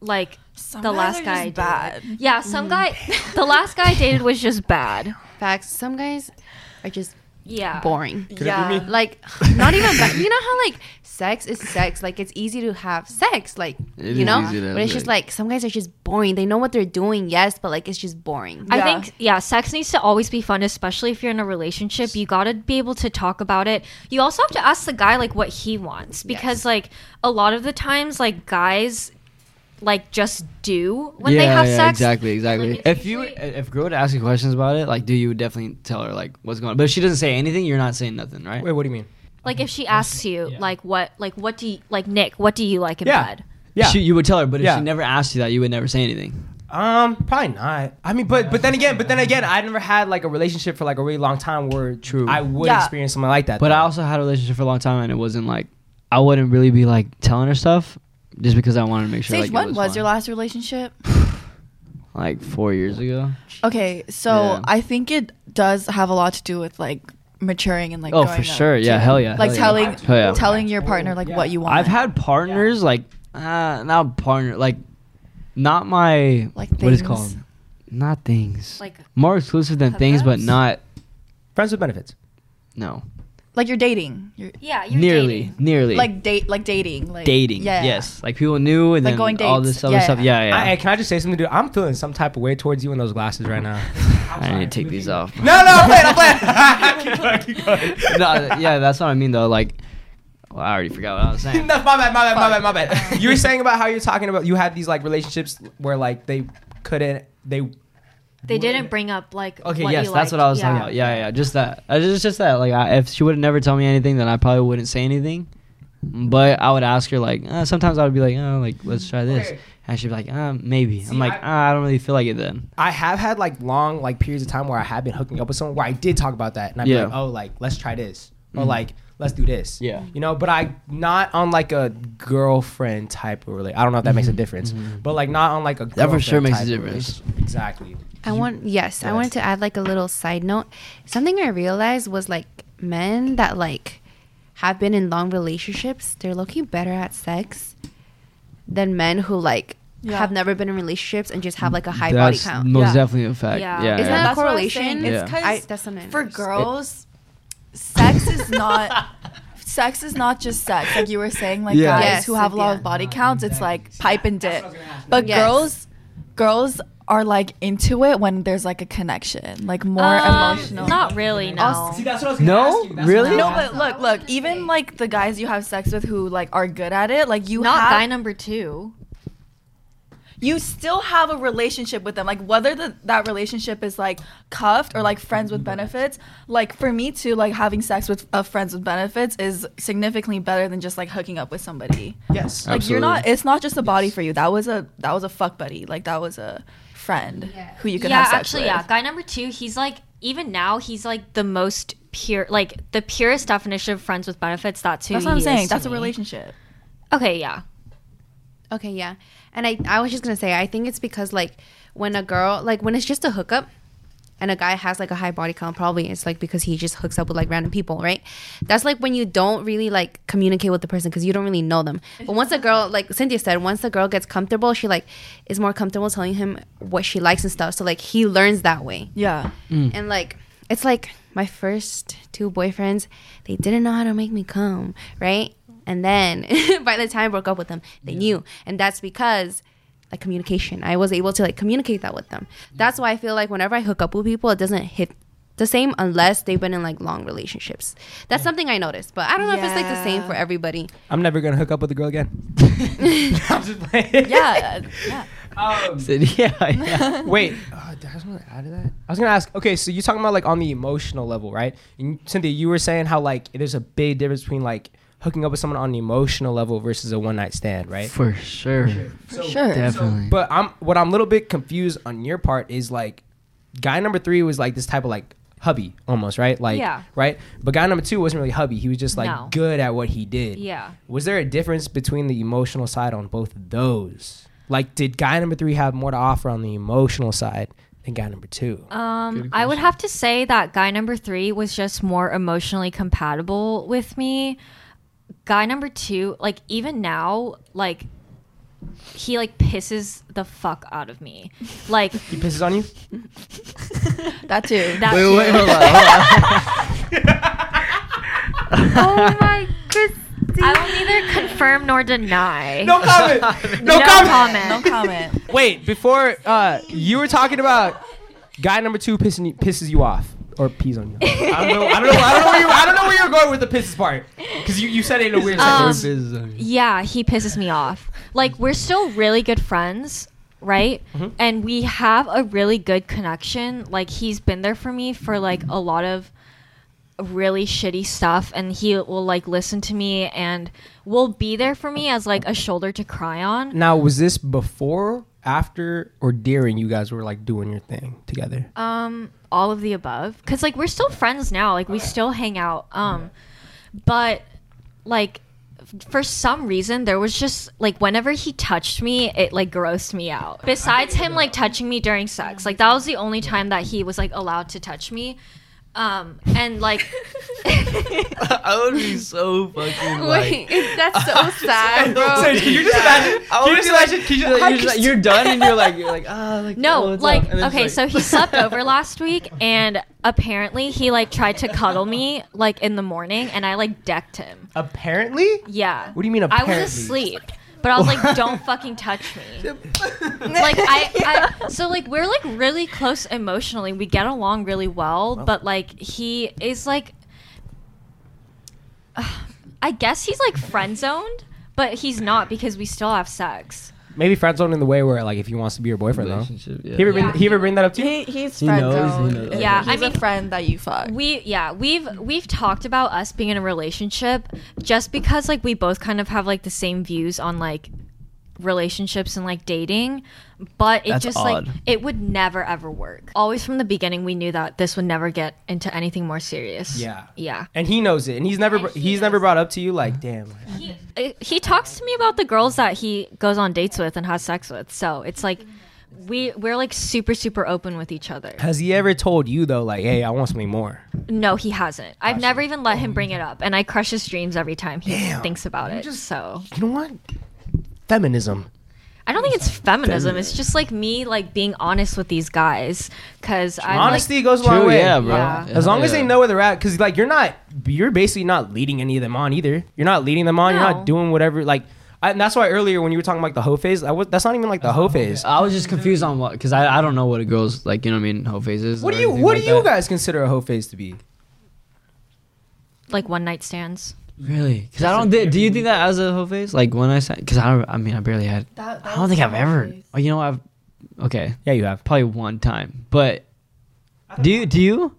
S3: like
S4: Some
S3: the
S4: guys
S3: last
S4: are
S3: guy I dated.
S4: just bad.
S3: Yeah, some guy the last guy I dated was just bad.
S6: Facts. Some guys are just
S3: Yeah.
S4: Uh,
S6: boring.
S3: Could it be Yeah. me?
S6: Like not even ba- you know how like sex is sex. Like it's easy to have sex. Like
S3: It
S6: you
S3: is
S6: know,
S3: easy to have
S6: but it's just like some guys are just boring. They know what they're doing, yes, but like it's just boring.
S3: I think yeah, sex needs to always be fun, especially if you're in a relationship. You gotta be able to talk about it. You also have to ask the guy like what he wants because like a lot of the times like guys like just do when they have sex.
S5: Exactly, exactly. if you if girl would ask you questions about it, like, do you would definitely tell her like what's going on? But if she doesn't say anything, you're not saying nothing, right?
S2: Wait, what do you mean?
S3: Like if she asks you like what like what do you like Nick, what do you like in bed?
S5: Yeah, she, you would tell her, but if
S2: Yeah.
S5: she never asked you that, you would never say anything.
S2: Um, probably not. I mean, but but then again, but then again, I never had like a relationship for like a really long time where true I would
S5: Yeah.
S2: experience something like that.
S5: But I also had a relationship for a long time, and it wasn't like I wouldn't really be like telling her stuff just because I wanted to make sure. like,
S4: Sage,
S5: it
S4: when
S5: was,
S4: was your last relationship?
S5: like four years ago.
S4: Okay, so
S5: Yeah.
S4: I think it does have a lot to do with like maturing and like.
S5: oh,
S4: growing
S5: for
S4: up,
S5: sure. Yeah,
S4: too.
S5: hell yeah.
S4: Like
S5: hell yeah.
S4: telling
S5: Hell yeah.
S4: telling your partner like what you want.
S5: I've had partners like uh, not partner like not my like what is it
S4: things.
S5: called not things
S3: like
S5: more exclusive than things, but not
S2: friends with benefits.
S5: No,
S4: like you're dating. You're,
S3: yeah,
S5: nearly, nearly
S4: Like date, like dating, like
S5: dating.
S4: Yeah.
S5: Yes, like people knew, and
S4: Like
S5: then
S4: going
S5: all
S4: dates.
S5: this other
S4: Yeah,
S5: stuff.
S4: yeah.
S5: Yeah, yeah.
S2: I, can I just say something, dude? I'm feeling some type of way towards you in those glasses right now.
S5: I, need to take these off.
S2: no, no, I'm playing. I'm playing. keep going, keep going.
S5: no, yeah, that's what I mean though. Like, well, I already forgot what I was saying.
S2: no, my bad, my bad, my bad, my bad. You were saying about how you're talking about you had these like relationships where like they couldn't they
S3: They didn't bring up like
S5: Okay,
S3: what
S5: yes,
S3: you
S5: that's
S3: liked.
S5: what I was
S3: Yeah.
S5: talking about. Yeah, yeah, just that. I just, just that. Like, I, if she would have never told me anything, then I probably wouldn't say anything. But I would ask her like uh, sometimes I would be like, oh, like let's try this, and she'd be like, uh, maybe. I'm like, ah, I don't really feel like it then.
S2: I have had like long like periods of time where I have been hooking up with someone where I did talk about that and I'd be
S5: Yeah.
S2: like, oh, like let's try this or
S5: Mhm.
S2: like let's do this.
S5: Yeah.
S2: you know, but I not on like a girlfriend type of relationship. I don't know if that makes a difference, but like not on like a
S5: Mm-hmm. That for sure
S2: girlfriend
S5: makes a
S2: type of
S5: difference.
S2: relationship. Exactly.
S6: I want yes, I
S2: Yes.
S6: wanted to add like a little side note. Something I realized was like men that like have been in long relationships, they're looking better at sex than men who like
S4: Yeah.
S6: have never been in relationships and just have like a high
S5: That's
S6: body count.
S5: most definitely a fact.
S6: Yeah.
S5: Yeah,
S6: Isn't
S5: yeah.
S6: that
S4: That's what I was
S6: correlation?
S4: saying.
S5: Yeah.
S4: It's because
S6: I- that's something I
S4: for
S6: noticed.
S4: girls, sex is not sex is not just sex. Like you were saying, like
S6: Yeah.
S4: guys
S6: Yes,
S4: who have a lot
S6: yeah.
S4: of body counts, it's like pipe and dip. But
S6: Yes.
S4: girls, girls are like into it when there's like a connection, like more
S3: Um,
S4: emotional.
S3: Not really, no.
S2: See, that's what I was
S5: No, really?
S4: No, but look, look. Even like the guys you have sex with who like are good at it, like you
S3: Not
S4: have,
S3: guy number two.
S4: you still have a relationship with them. Like whether the, that relationship is like cuffed or like friends with benefits. Like for me too, like having sex with a friends with benefits is significantly better than just like hooking up with somebody.
S2: Yes.
S4: Like you're not. It's not just a body for you. That was a that was a fuck buddy. Like that was a friend who you could
S3: yeah,
S4: have sex
S3: actually,
S4: with.
S3: yeah. Guy number two, he's like even now he's like the most pure, like the purest definition of friends with benefits. That's who.
S4: That's what
S3: he
S4: I'm
S3: is
S4: saying.
S3: to
S4: That's a
S3: me.
S4: relationship.
S3: Okay, yeah.
S6: Okay, yeah. And I, I was just gonna say, I think it's because like when a girl, like when it's just a hookup, and a guy has like a high body count, probably it's like because he just hooks up with like random people, right? That's like when you don't really like communicate with the person because you don't really know them. But once a girl, like Cynthia said, once the girl gets comfortable, she like is more comfortable telling him what she likes and stuff. So like he learns that way.
S4: Yeah.
S6: And like it's like my first two boyfriends, they didn't know how to make me come, right? And then by the time I broke up with them, they knew. And that's because like communication. I was able to like communicate that with them. That's why I feel like whenever I hook up with people, it doesn't hit the same unless they've been in like long relationships. That's something I noticed. But I don't know if it's like the same for everybody.
S2: I'm never gonna hook up with a girl again. I'm just playing.
S4: Yeah. yeah.
S2: Um,
S5: yeah, yeah.
S2: Wait, uh, did I just want to add to that. I was gonna ask. Okay, so you're talking about like on the emotional level, right? And Cynthia, you were saying how like there's a big difference between like hooking up with someone on the emotional level versus a one night stand, right?
S5: For sure.
S4: For sure.
S5: Definitely.
S2: But I'm what I'm a little bit confused on your part is like, guy number three was like this type of like hubby almost, right? Like,
S3: Yeah.
S2: right. But guy number two wasn't really hubby. He was just like
S3: No.
S2: good at what he did.
S3: Yeah.
S2: Was there a difference between the emotional side on both of those? Like, did guy number three have more to offer on the emotional side than guy number two?
S3: Um, I would have to say that guy number three was just more emotionally compatible with me. Guy number two, like even now, like he like pisses the fuck out of me. Like
S2: He pisses on you?
S4: That too.
S3: that.
S5: Wait, wait, hold on, hold on.
S6: oh my Christine.
S3: I will neither confirm nor deny.
S2: No comment. No, comment.
S4: No comment.
S2: Wait, before uh, you were talking about guy number two pissing you, pisses you off or pees on you. I don't know. I don't know. I don't know where you. I don't know where you're going with the pisses part because you, you said it in a weird
S3: Um,
S2: sentence.
S3: Yeah, he pisses me off. Like we're still really good friends, right? And we have a really good connection. Like he's been there for me for like a lot of really shitty stuff and he will like listen to me and will be there for me as like a shoulder to cry on.
S2: Now, was this before, after, or during you guys were like doing your thing together?
S3: Um, all of the above. Cause like we're still friends now. Like we still hang out. Um, but like f- for some reason there was just like whenever he touched me, it like grossed me out. Besides him like touching me during sex, like that was the only time that he was like allowed to touch me. Um, and like
S11: I would be so fucking
S6: Wait, that's so sad, bro.
S2: Sage, can you just imagine?
S11: I
S2: Can you
S11: would
S2: just
S11: be like-
S2: imagine? Can you
S7: You're,
S2: just,
S7: just like- you're done and you're like you're like ah like
S3: No,
S7: oh, it's
S3: like
S7: off," and then it's
S3: okay, so he slept over last week, and apparently he like tried to cuddle me like in the morning, and I like decked him.
S2: apparently,
S3: Yeah.
S2: What do you mean
S3: I
S2: apparently?
S3: was asleep, but I was like, "Don't fucking touch me." like I, I, so like we're like really close emotionally. We get along really well, but like he is like, I guess he's like friend zoned, but he's not because we still have sex.
S2: maybe friend zone in the way where like if he wants to be your boyfriend though.
S7: relationship, yeah.
S2: He ever bring
S3: Yeah.
S2: he ever bring that up to you?
S4: He, he's
S7: He
S4: friend
S7: knows, he
S4: zoned.
S7: knows.
S3: Yeah,
S4: he's
S3: I
S4: a
S3: mean-
S4: friend that you fuck.
S3: We yeah, we've we've talked about us being in a relationship just because like we both kind of have like the same views on like relationships and like dating, but it
S7: That's
S3: just
S7: odd.
S3: like it would never ever work. Always from the beginning we knew that this would never get into anything more serious.
S2: Yeah.
S3: Yeah.
S2: And he knows it, and he's never br-
S3: he
S2: he's
S3: knows
S2: never brought up to you like, damn. like,
S3: He, uh, he talks to me about the girls that he goes on dates with and has sex with. So, it's like we we're like super super open with each other.
S2: Has he ever told you though, like, hey, I want something more?
S3: No, he hasn't. I've never even let him bring it up, and I crush his dreams every time he thinks about it. so
S2: You know what? Feminism.
S3: I don't think it's feminism. It's just like me like being honest with these guys because I
S2: Honesty goes a
S7: like,
S2: long
S7: true
S2: way.
S7: yeah bro
S3: Yeah.
S2: As long as
S7: Yeah.
S2: they know where they're at, because like you're not, you're basically not leading any of them on either. You're not leading them on. You're
S3: No.
S2: not doing whatever. Like, I, and that's why earlier when you were talking about the hoe phase, I was, that's not even like the hoe phase.
S7: I was just confused on what because I, I don't know what a girl's like you know what I mean whole face is
S2: What
S7: or
S2: do you
S7: anything
S2: What
S7: like
S2: do you
S7: that.
S2: guys consider a hoe phase to be?
S3: like one night stands.
S7: Really? Because I don't. Thi- do you think that as a whole face? Like when I said, because I don't. I mean, I barely had.
S4: That-
S7: I
S4: that
S7: don't
S4: was
S7: think
S4: a
S7: I've
S4: whole
S7: ever.
S4: face.
S7: Oh, you know, I've. Okay,
S2: Yeah, you have.
S7: probably one time. But do you? Do you?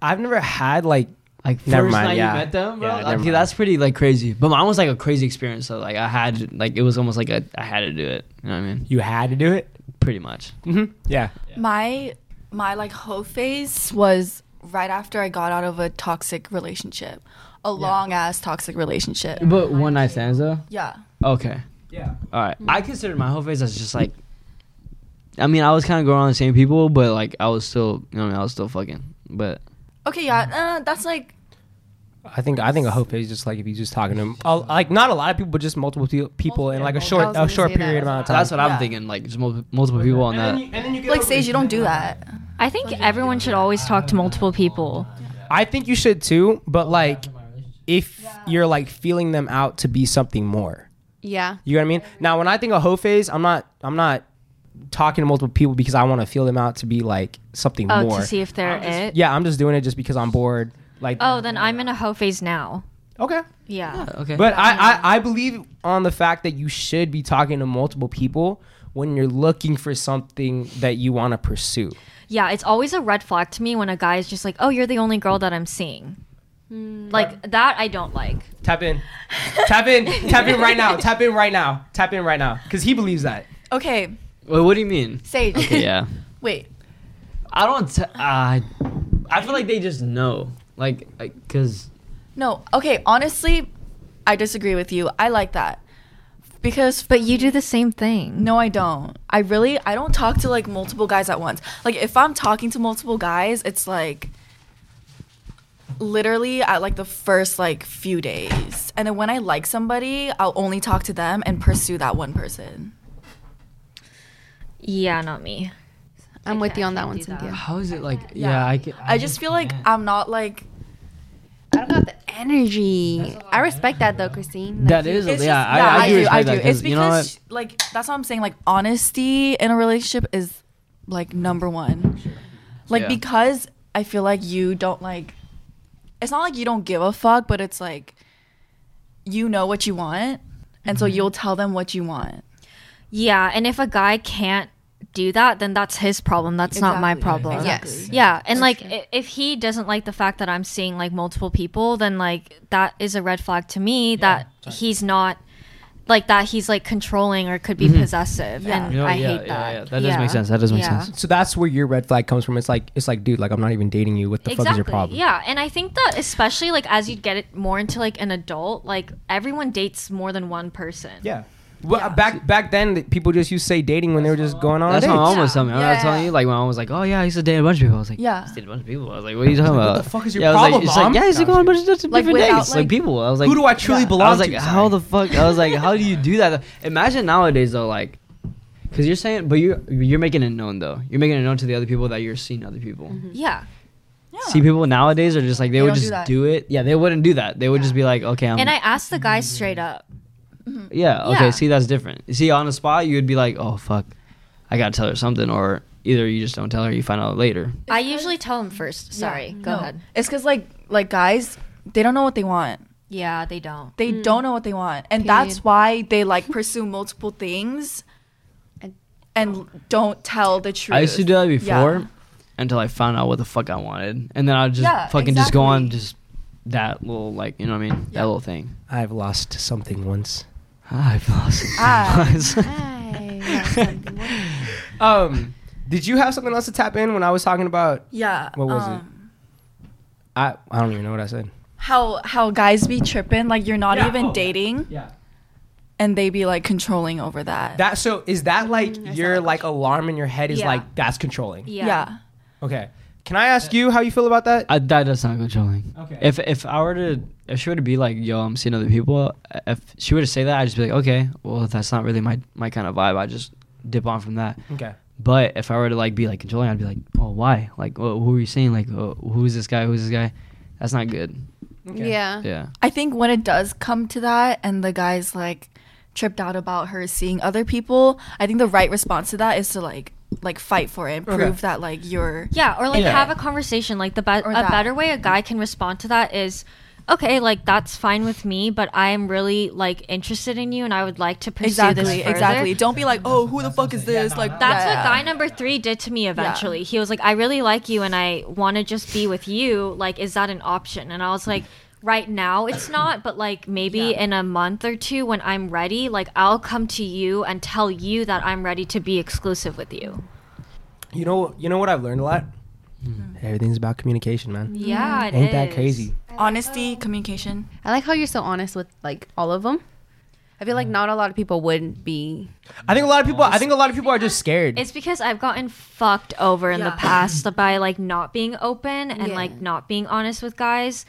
S2: I've never had like.
S7: Like first
S2: Never mind,
S7: night
S2: yeah.
S7: you met them, bro.
S2: Yeah,
S7: like,
S2: never
S7: dude,
S2: mind.
S7: that's pretty like crazy. But mine was like a crazy experience. So like I had like it was almost like a, I had to do it. You know what I mean?
S2: You had to do it.
S7: Pretty much.
S2: Mm-hmm. Yeah.
S4: my my like hoe phase was right after I got out of a toxic relationship, a long ass toxic relationship.
S7: But one night stands though.
S4: Yeah.
S7: Okay.
S2: Yeah.
S7: All right.
S4: Mm-hmm.
S7: I considered my whole phase as just like. I mean, I was kind of going around the same people, but like I was still, you know, what I, mean? I was still fucking. But
S4: Okay. Yeah. Uh, that's like
S2: I think I think a hoe phase is just like if you're just talking to a- like not a lot of people, but just multiple pe- people in like a
S6: I
S2: short
S6: was
S2: a
S6: gonna
S2: short
S6: say that
S2: period
S6: as
S2: amount of
S7: So
S2: time.
S7: that's what I'm
S4: Yeah.
S7: thinking. Like, just multiple, multiple people on that.
S4: like Sage, you don't do that.
S3: I think everyone should always talk to multiple people.
S2: I think you should too, but like if you're like feeling them out to be something more.
S6: Yeah.
S2: You know what I mean? Now when I think of hoe phase, I'm not I'm not talking to multiple people because I want to feel them out to be like something
S3: Oh,
S2: more.
S3: to see if they're it.
S2: yeah, I'm just doing it just because I'm bored. Like
S3: Oh, then I'm in a hoe phase now.
S2: okay.
S3: Yeah.
S7: Okay.
S2: But I, I I believe on the fact that you should be talking to multiple people when you're looking for something that you want to pursue.
S3: Yeah, it's always a red flag to me when a guy is just like, "Oh, you're the only girl that I'm seeing." Like that I don't like.
S2: Tap in. tap in. Tap in right now. Tap in right now. Tap in right now cuz he believes that.
S4: Okay,
S7: Wait, what do you mean?
S4: Sage.
S7: Yeah.
S4: Wait.
S7: I don't. T- I I feel like they just know. Like, like, cause
S4: No. Okay. Honestly, I disagree with you. I like that because
S3: But you do the same thing.
S4: No, I don't. I really I don't talk to like multiple guys at once. Like if I'm talking to multiple guys, it's like literally at like the first like few days. And then when I like somebody, I'll only talk to them and pursue that one person.
S3: Yeah, not me.
S6: I'm with you on that one, Cynthia.
S5: How is it like? Yeah, I can.
S4: I just feel like I'm not like
S6: I don't got the energy. I respect that though, Christine.
S5: That is a- yeah, I- I do respect that, 'cause
S4: It's because
S5: you know what?
S4: sh- like that's what I'm saying. Like honesty in a relationship is like number one. Like
S5: Yeah.
S4: because I feel like you don't like. It's not like you don't give a fuck, but it's like you know what you want,
S5: Mm-hmm.
S4: and so you'll tell them what you want.
S3: Yeah, and if a guy can't do that, then that's his problem. That's not my problem.
S4: Exactly. Yes.
S3: Yeah, and like i if he doesn't like the fact that I'm seeing like multiple people, then like that is a red flag to me that he's not like that he's like controlling or could be
S5: Mhm.
S3: possessive and
S5: You know,
S3: I
S5: yeah,
S3: hate
S5: yeah,
S3: that.
S5: yeah. That does make sense. That does make
S3: Yeah.
S5: sense.
S2: So that's where your red flag comes from. It's like it's like, dude, like I'm not even dating you. What the fuck is your problem?
S3: Yeah, and I think that especially like as you get it more into like an adult, like everyone dates more than one person.
S2: Yeah. Well, back back then, th- people just used to say dating when they were just going on.
S5: That's
S2: dates.
S5: how I almost told me. I was telling you, like, when I was like, oh, yeah, I used to date a bunch of people. I was like,
S4: Yeah.
S5: I date a bunch of people. I was like, what are you talking
S2: What
S5: about?
S2: the fuck is your
S5: yeah, I was
S2: problem,
S5: Like, it's
S2: Mom?
S5: like, yeah, I used to
S2: No,
S5: go on a bunch of different
S4: Like,
S5: different
S4: without,
S5: dates. Like,
S4: like-
S5: people. I was like,
S2: Who do I truly belong
S5: I was like,
S2: to?
S5: how the fuck? I was like, how do you do that? though? Imagine nowadays, though, like, because you're saying, but you're, you're making it known, though. You're making it known to the other people that you're seeing other people.
S2: Mm-hmm.
S3: Yeah.
S5: See, people nowadays are just like, they, would
S3: don't do
S5: just
S3: that.
S5: do, it. Yeah, they wouldn't do that. They would just be like, okay, I'm.
S3: and I asked the guy straight up.
S5: Yeah. Okay.
S3: Yeah.
S5: See, that's different. See, on the spot, you would be like, "Oh fuck, I gotta tell her something," or either you just don't tell her, you find out later.
S3: I usually tell him first. Sorry. Go
S4: No.
S3: ahead.
S4: It's because like like guys, they don't know what they want.
S3: Yeah, they don't.
S4: They don't know what they want, and that's
S3: Mm. Period.
S4: why they like pursue multiple things, and don't tell the truth.
S5: I used to do that
S4: Yeah.
S5: before until I found out what the fuck I wanted, and then I'd just
S4: Yeah,
S5: fucking just go on
S4: exactly.
S5: just that little like you know what I mean that little thing.
S2: I've lost something once.
S5: I've lost.
S4: Ah.
S2: Um, did you have something else to tap in when I was talking about?
S4: Yeah.
S2: What was
S4: um,
S2: it? I I don't even know what I said.
S4: how how guys be tripping like you're not
S2: Yeah,
S4: even
S2: oh,
S4: dating
S2: yeah.
S4: and they be like controlling over that
S2: That so is
S4: Mm,
S2: that like your like alarm in your head is
S4: Yeah.
S2: like that's controlling.
S4: yeah,
S2: Okay. Can I ask you how you feel about that?
S5: I, that that's not controlling.
S2: Okay.
S5: If if I were to if she were to be like, "Yo, I'm seeing other people," if she were to say that, I'd just be like, "Okay, well, that's not really my my kind of vibe." I just dip on from that.
S2: Okay.
S5: But if I were to like be like controlling, I'd be like, "Oh, why? Like, wh- who are you saying? Like, oh, who's this guy? Who's this guy? That's not good."
S3: Uh.
S4: yeah
S5: Yeah.
S4: i think when it does come to that and the guy's like tripped out about her seeing other people i think the right response to that is to like like fight for it and prove
S3: Okay.
S4: that like you're
S3: Yeah, or like
S4: Yeah.
S3: have a conversation. Like the be- a
S4: that.
S3: better way a guy can respond to that is, okay, like that's fine with me, but I'm really like interested in you, and I would like to pursue this
S4: exactly
S3: further.
S4: exactly don't be like oh who the fuck is this like
S3: That's
S4: yeah.
S3: what guy number three did to me eventually. He was like, I really like you and I want to just be with you. Like, is that an option? And I was like, right now it's not, but like maybe in a month or two when I'm ready, like I'll come to you and tell you that I'm ready to be exclusive with you.
S2: You know you know what I've learned a lot.
S4: Hmm.
S2: Everything's about communication, man.
S4: Mm-hmm.
S3: Yeah, it
S2: Ain't that
S3: is.
S2: crazy?
S4: honesty communication
S6: I like how you're so honest with like all of them. I feel like
S2: Mm.
S6: not a lot of people would be.
S2: I think a lot of people. I think a lot of people are just scared.
S3: It's because I've gotten fucked over in the past by like not being open and
S6: Yeah.
S3: like not being honest with guys.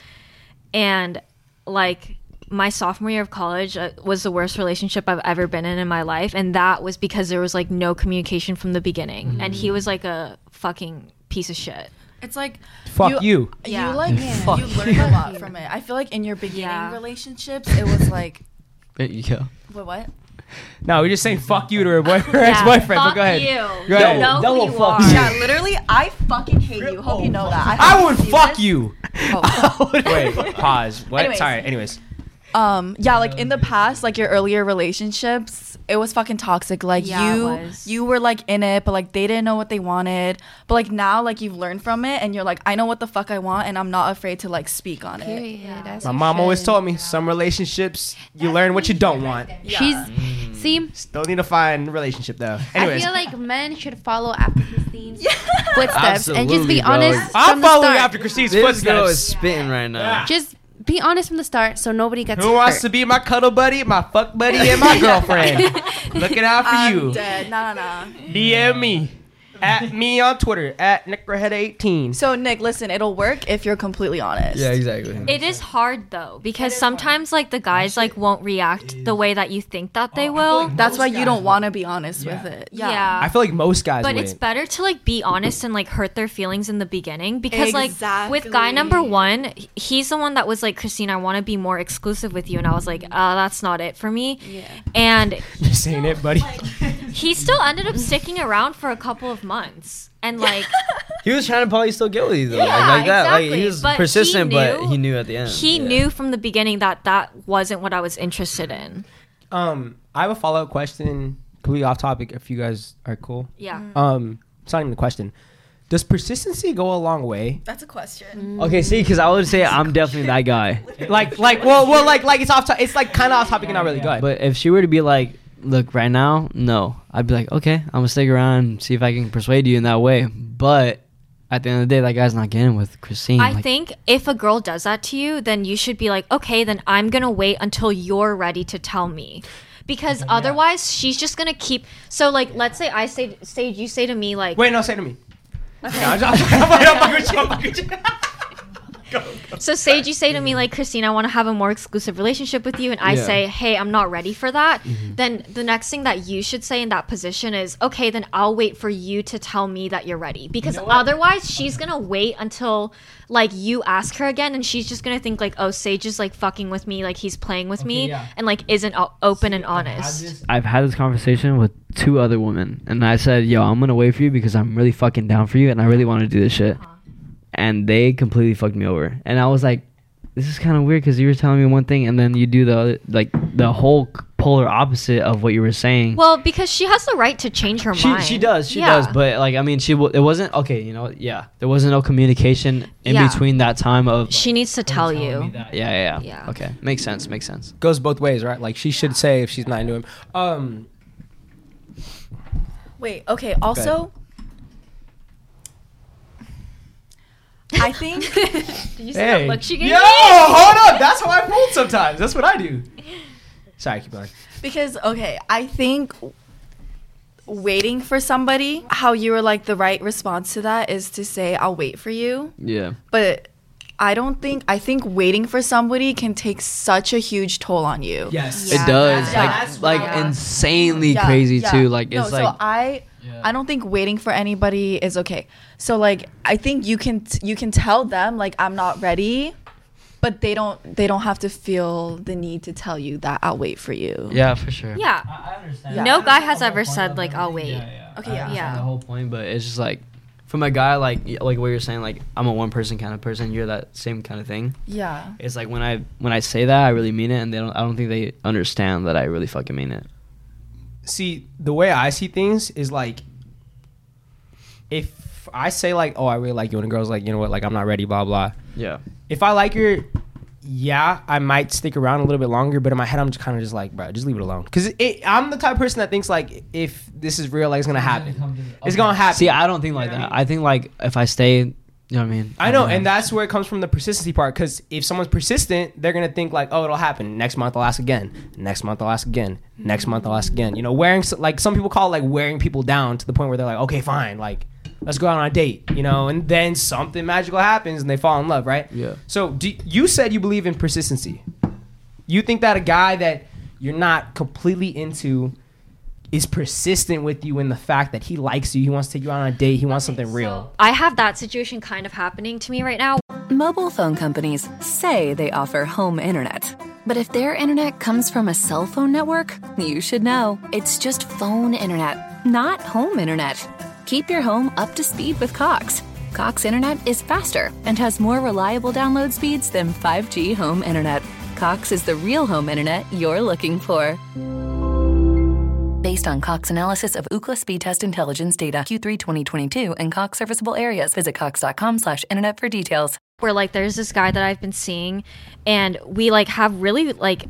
S3: And like my sophomore year of college uh, was the worst relationship I've ever been in in my life. And that was because there was like no communication from the beginning. And
S2: Mm.
S3: he was like a fucking piece of shit.
S4: it's like
S2: Fuck you.
S4: you like
S5: Fuck
S4: you learn a lot from it i feel like in your beginning relationships it was like
S5: There you go.
S4: what what
S2: No, we're just saying fuck you to her boyfriend, her
S4: Yeah,
S2: ex-boyfriend. but
S4: fuck
S2: go ahead.
S4: you.
S2: Go
S4: You
S2: ahead.
S4: know
S2: Double
S4: who you
S2: fuck
S4: are.
S2: you.
S4: Yeah, literally, I fucking hate you. Hope you know that.
S2: I
S4: hope
S2: would
S4: you- Oh.
S2: fuck you. Wait, pause. What?
S4: Anyways.
S2: Sorry. Anyways,
S4: Um, yeah, like in the past, like your earlier relationships, it was fucking toxic. Like
S3: Yeah, it
S4: you,
S3: was.
S4: you were like in it, but like they didn't know what they wanted. But like now, like you've learned from it, and you're like, I know what the fuck I want, and I'm not afraid to like speak on it.
S2: my mom always told me some relationships you learn what you don't want.
S6: She's see.
S2: Still need to find a relationship though. Mm. Anyways,
S6: I feel like men should follow after Christine's footsteps and just be
S5: Absolutely, bro.
S6: honest.
S2: I'm
S6: from the
S2: following
S6: start.
S2: after Christine's
S5: This girl
S2: footsteps.
S5: is spitting right now.
S6: Just be honest from the start, so nobody gets
S2: Who
S6: hurt.
S2: wants to be my cuddle buddy, my fuck buddy, and my girlfriend? Looking out for
S4: I'm
S2: you.
S4: dead. Nah, nah, nah.
S2: DM me. at me on Twitter at NickRehead18.
S4: So Nick, listen, it'll work if you're completely honest.
S2: Yeah, exactly.
S3: It is hard though because sometimes like the guys like won't react the way that you think that
S2: Oh,
S3: they will.
S4: That's why you don't want to be honest with it.
S3: Yeah.
S2: I feel like most guys
S3: but
S2: wouldn't.
S3: it's better to like be honest and like hurt their feelings in the beginning because like with guy number one h- he's the one that was like christine i want to be more exclusive with you and i was like uh, that's not it for me yeah. and
S2: You're saying it, buddy.
S3: he still ended up sticking around for a couple of months and like
S12: He was trying to probably still get with you though,
S3: Yeah,
S12: like, like that. Like
S3: exactly.
S12: he was
S3: But he
S12: persistent, but
S3: knew-
S12: he knew at the end.
S3: he knew from the beginning that that wasn't what i was interested in
S2: Um, I have a follow up question, completely off topic. If you guys are cool,
S3: Yeah. Mm.
S2: Um, it's not even a question. Does persistency go a long way?
S4: That's a question.
S5: Okay, see, because I would say I'm definitely that guy.
S2: Like, like, well, well, like, like it's off. To- it's like kind of off topic and not really good.
S5: But if she were to be like, look, right now, no, I'd be like, okay, I'm gonna stick around and see if I can persuade you in that way. But at the end of the day, that guy's not getting with Christine.
S3: I
S5: Like,
S3: think if a girl does that to you, then you should be like, okay, then I'm gonna wait until you're ready to tell me. Because otherwise, she's just gonna keep. So, like, let's say I say, say you say to me, like,
S2: Wait, no, say to me. No, I'm just- I'm fucking- I'm fucking with you, I'm fucking with you.
S3: So Sage, you say to me like, Christine, I want to have a more exclusive relationship with you, and I
S13: Yeah.
S3: say, Hey, I'm not ready for that.
S5: Mm-hmm.
S3: Then the next thing that you should say in that position is, Okay, then I'll wait for you to tell me that you're ready, because otherwise she's gonna wait until like you ask her again, and she's just gonna think like, Oh, Sage is like fucking with me, like he's playing with me,
S2: yeah.
S3: and like isn't o- open and honest.
S5: I've had this conversation with two other women, and I said, "Yo, I'm gonna wait for you because I'm really fucking down for you, and I really want to do this shit."
S4: Uh-huh.
S5: And they completely fucked me over, and I was like, "This is kind of weird because you were telling me one thing, and then you do the other, like the whole c- polar opposite of what you were saying."
S3: Well, because she has the right to change her
S5: she
S3: mind.
S5: she does she
S3: Yeah.
S5: does, but like I mean, she w- it wasn't okay. You know, yeah, there wasn't no communication in
S3: Yeah.
S5: between that time of.
S3: She needs to tell you.
S5: yeah, yeah, yeah. Okay, makes sense. Makes sense.
S2: Goes both ways, right? Like she should say if she's not into him. Um,
S4: Wait, okay, also I think
S3: Did you
S2: hey, yo, hold up. That's how I fold sometimes. That's what I do. Sorry, keep going.
S4: Because okay, I think waiting for somebody, how you were like the right response to that is to say I'll wait for you,
S5: Yeah.
S4: but I don't think I think waiting for somebody can take such a huge toll on you.
S5: Yes. It does.
S4: Yeah.
S5: Like
S4: That's
S5: like insanely crazy
S4: yeah.
S5: too. Like
S4: No,
S5: it's like
S4: so I I don't think waiting for anybody is okay. So like I think you can t- you can tell them like I'm not ready, but they don't they don't have to feel the need to tell you that I'll wait for you.
S5: Yeah, for sure.
S3: Yeah.
S4: Yeah.
S3: No guy has ever said like, I'll wait.
S4: Okay.
S3: Yeah.
S5: the whole point, but it's just like from a guy like y- like what you're saying, like I'm a one person kind of person, you're that same kind of thing.
S4: Yeah.
S5: It's like when I when I say that I really mean it and they don't I don't think they understand that I really fucking mean it.
S2: see the way I see things is like if I say like, oh, I really like you, and the girl's like, you know what, like I'm not ready, blah blah.
S5: Yeah.
S2: If I like her, yeah, I might stick around a little bit longer, but in my head, I'm just kind of just like, bro, just leave it alone, because it, I'm the type of person that thinks like, if this is real, like it's gonna happen, it's gonna happen.
S5: See, I don't think like that. I think like if I stay you know what I mean?
S2: I know, and that's where it comes from the persistency part. Because if someone's persistent, they're gonna think like, "Oh, it'll happen next month. I'll ask again. Next month, I'll ask again. Next month, I'll ask again." You know, wearing s- like some people call it, like wearing people down to the point where they're like, "Okay, fine, like let's go out on a date," you know, and then something magical happens and they fall in love, right?
S5: Yeah.
S2: So, do, you said you believe in persistency. You think that a guy that you're not completely into is persistent with you in the fact that he likes you, he wants to take you out on a date, he wants something real.
S3: I have that situation kind of happening to me right now.
S1: Mobile phone companies say they offer home internet.
S14: But if their internet
S1: Comes from a cell phone network? You should know. It's just phone internet, not home internet. Keep your home up to speed with Cox. Cox internet is faster and has more reliable download speeds than 5G home internet. Cox is the real home internet you're looking for. Based on Cox analysis of Ookla speed test intelligence data Q3 2022 and Cox serviceable areas, visit cox.com/internet slash internet for details.
S3: where like there's this guy that I've been seeing and we like have really like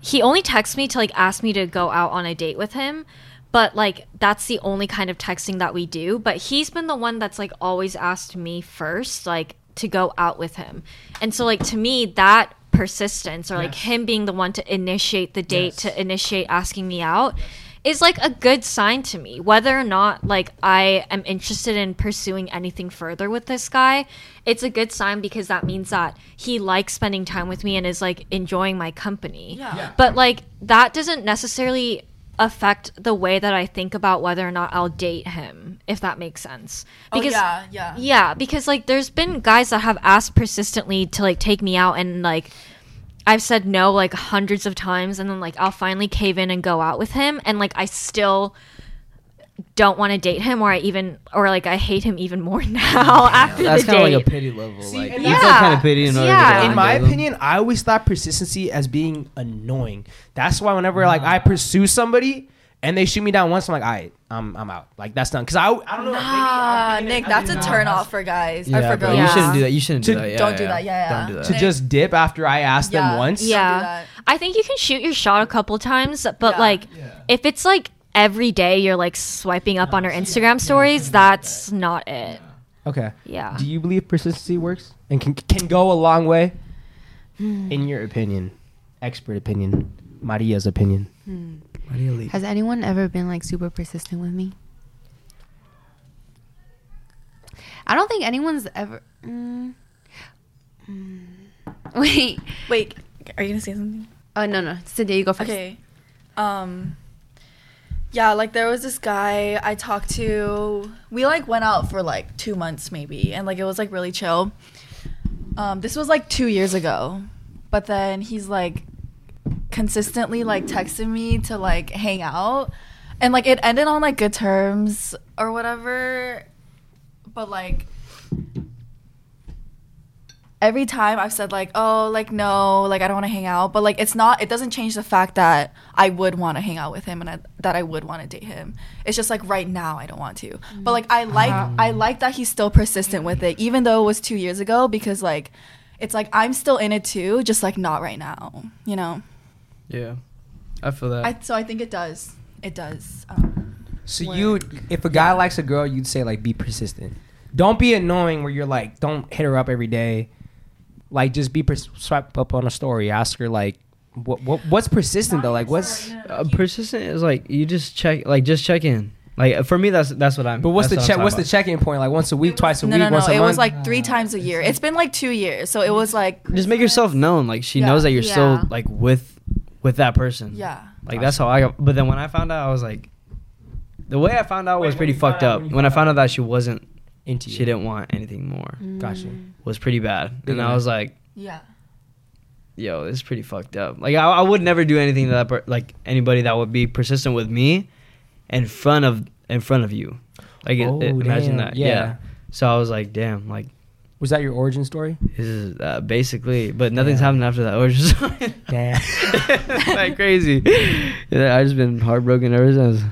S3: he only texts me to like ask me to go out on a date with him but like that's the only kind of texting that we do but he's been the one that's like always asked me first like to go out with him and so like to me that persistence or like him being the one to initiate the date to initiate asking me out is like a good sign to me. Whether or not like I am interested in pursuing anything further with this guy, it's a good sign because that means that he likes spending time with me and is like enjoying my company.
S15: Yeah. Yeah.
S3: But like that doesn't necessarily affect the way that I think about whether or not I'll date him, if that makes sense.
S4: Oh, yeah, yeah.
S3: Yeah, because like there's been guys that have asked persistently to like take me out and like I've said no like hundreds of times and then like I'll finally cave in and go out with him and like I still don't want to date him or I even or like I hate him even more now after
S5: That's
S3: the
S5: kind of
S3: date.
S5: like a pity level. like,
S3: and
S5: you feel
S3: that's-
S5: kind of pity in order to get
S3: Yeah.
S5: on
S15: In my
S5: with them.
S15: opinion, I always thought persistency as being annoying. That's why whenever like I pursue somebody and they shoot me down once, I'm like, all right, I'm I'm out. Like that's done. Cause I I don't know.
S4: Nah, Ah, Nick, that's a turn off for guys. I
S5: Yeah,
S4: for
S5: bro,
S4: girls.
S5: you shouldn't do that. You shouldn't do that. Yeah,
S4: don't
S5: yeah.
S4: do that. Yeah, yeah.
S5: Don't do
S15: To
S5: that.
S15: just dip after I asked
S4: Yeah,
S15: them once.
S3: Yeah. I think you can shoot your shot a couple times, but like if it's like every day you're like swiping up on her Instagram stories, that's not it.
S2: Okay.
S3: Yeah.
S2: Do you believe persistency works and can can go a long way?
S4: Hmm.
S2: In your opinion, expert opinion, Maria's opinion.
S6: Hmm.
S2: Maria Lee.
S6: Has anyone ever been like super persistent with me? I don't think anyone's ever. Mm, mm. Wait.
S4: Wait. Are you gonna say something?
S6: Oh no no, Cynthia, you go first.
S4: Okay. Um yeah, like there was this guy I talked to. We like went out for like 2 months maybe and like it was like really chill. Um this was like 2 years ago. But then he's like consistently like texting me to like hang out and like it ended on like good terms or whatever. But like every time I've said like, oh, like no, like I don't want to hang out, but like it's not. It doesn't change the fact that I would want to hang out with him and I, that I would want to date him. It's just like right now I don't want to. But like I like I like that he's still persistent with it, even though it was two years ago, because like it's like I'm still in it too, just like not right now, you know.
S5: Yeah, I feel that.
S4: I, so I think it does. It does. Um,
S2: So
S4: work.
S2: you, if a guy likes a girl, you'd say like be persistent. Don't be annoying where you're like, don't hit her up every day. Like just be pers- swipe up on a story. Ask her like, what, what what's persistent though? Like what's
S5: uh, persistent is like you just check, like just check in. Like uh, for me, that's that's what I'm.
S2: but what's the
S5: that's what I'm
S2: check? What's
S5: talking
S2: the check-in point? Like once a week, twice a
S4: no,
S2: week,
S4: no, no.
S2: once a
S4: It
S2: month.
S4: was like three times a year. It's been like two years, so it was like
S5: about. Just make yourself known. Like she
S4: Yeah.
S5: knows that you're
S4: Yeah.
S5: still like with, with that person.
S4: yeah.
S5: Like that's how I. got But then when I found out, I was like, the way I found out was pretty fucked up. When I found out that she wasn't into, she didn't want anything more.
S4: Mm.
S2: Gotcha.
S5: Was pretty bad,
S2: Big
S5: and I
S2: enough.
S5: was like,
S4: Yeah.
S5: yo, this is pretty fucked up. Like I, I would never do anything to that per- like anybody that would be persistent with me in front of in front of you. Like it-
S2: Oh,
S5: it-
S2: damn,
S5: imagine that.
S2: yeah.
S5: Yeah. So I was like, damn, like
S2: was that your origin story?
S5: this is uh, basically, but nothing's happened after that. Or just
S2: damn,
S5: like crazy. Yeah, I just been heartbroken ever since.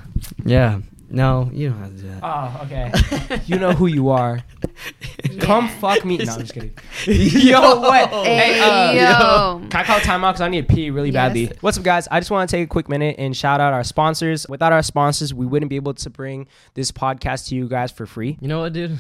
S5: Yeah. No, you don't have to do that.
S2: Oh, okay. you know who you are. Come fuck me. No, I'm just kidding.
S5: Yo.
S2: yo, what?
S5: Hey,
S6: yo.
S2: Can I call timeout because I need to pee really badly? What's up, guys? I just want to take a quick minute and shout out our sponsors. Without our sponsors, we wouldn't be able to bring this podcast to you guys for free.
S5: You know what, dude?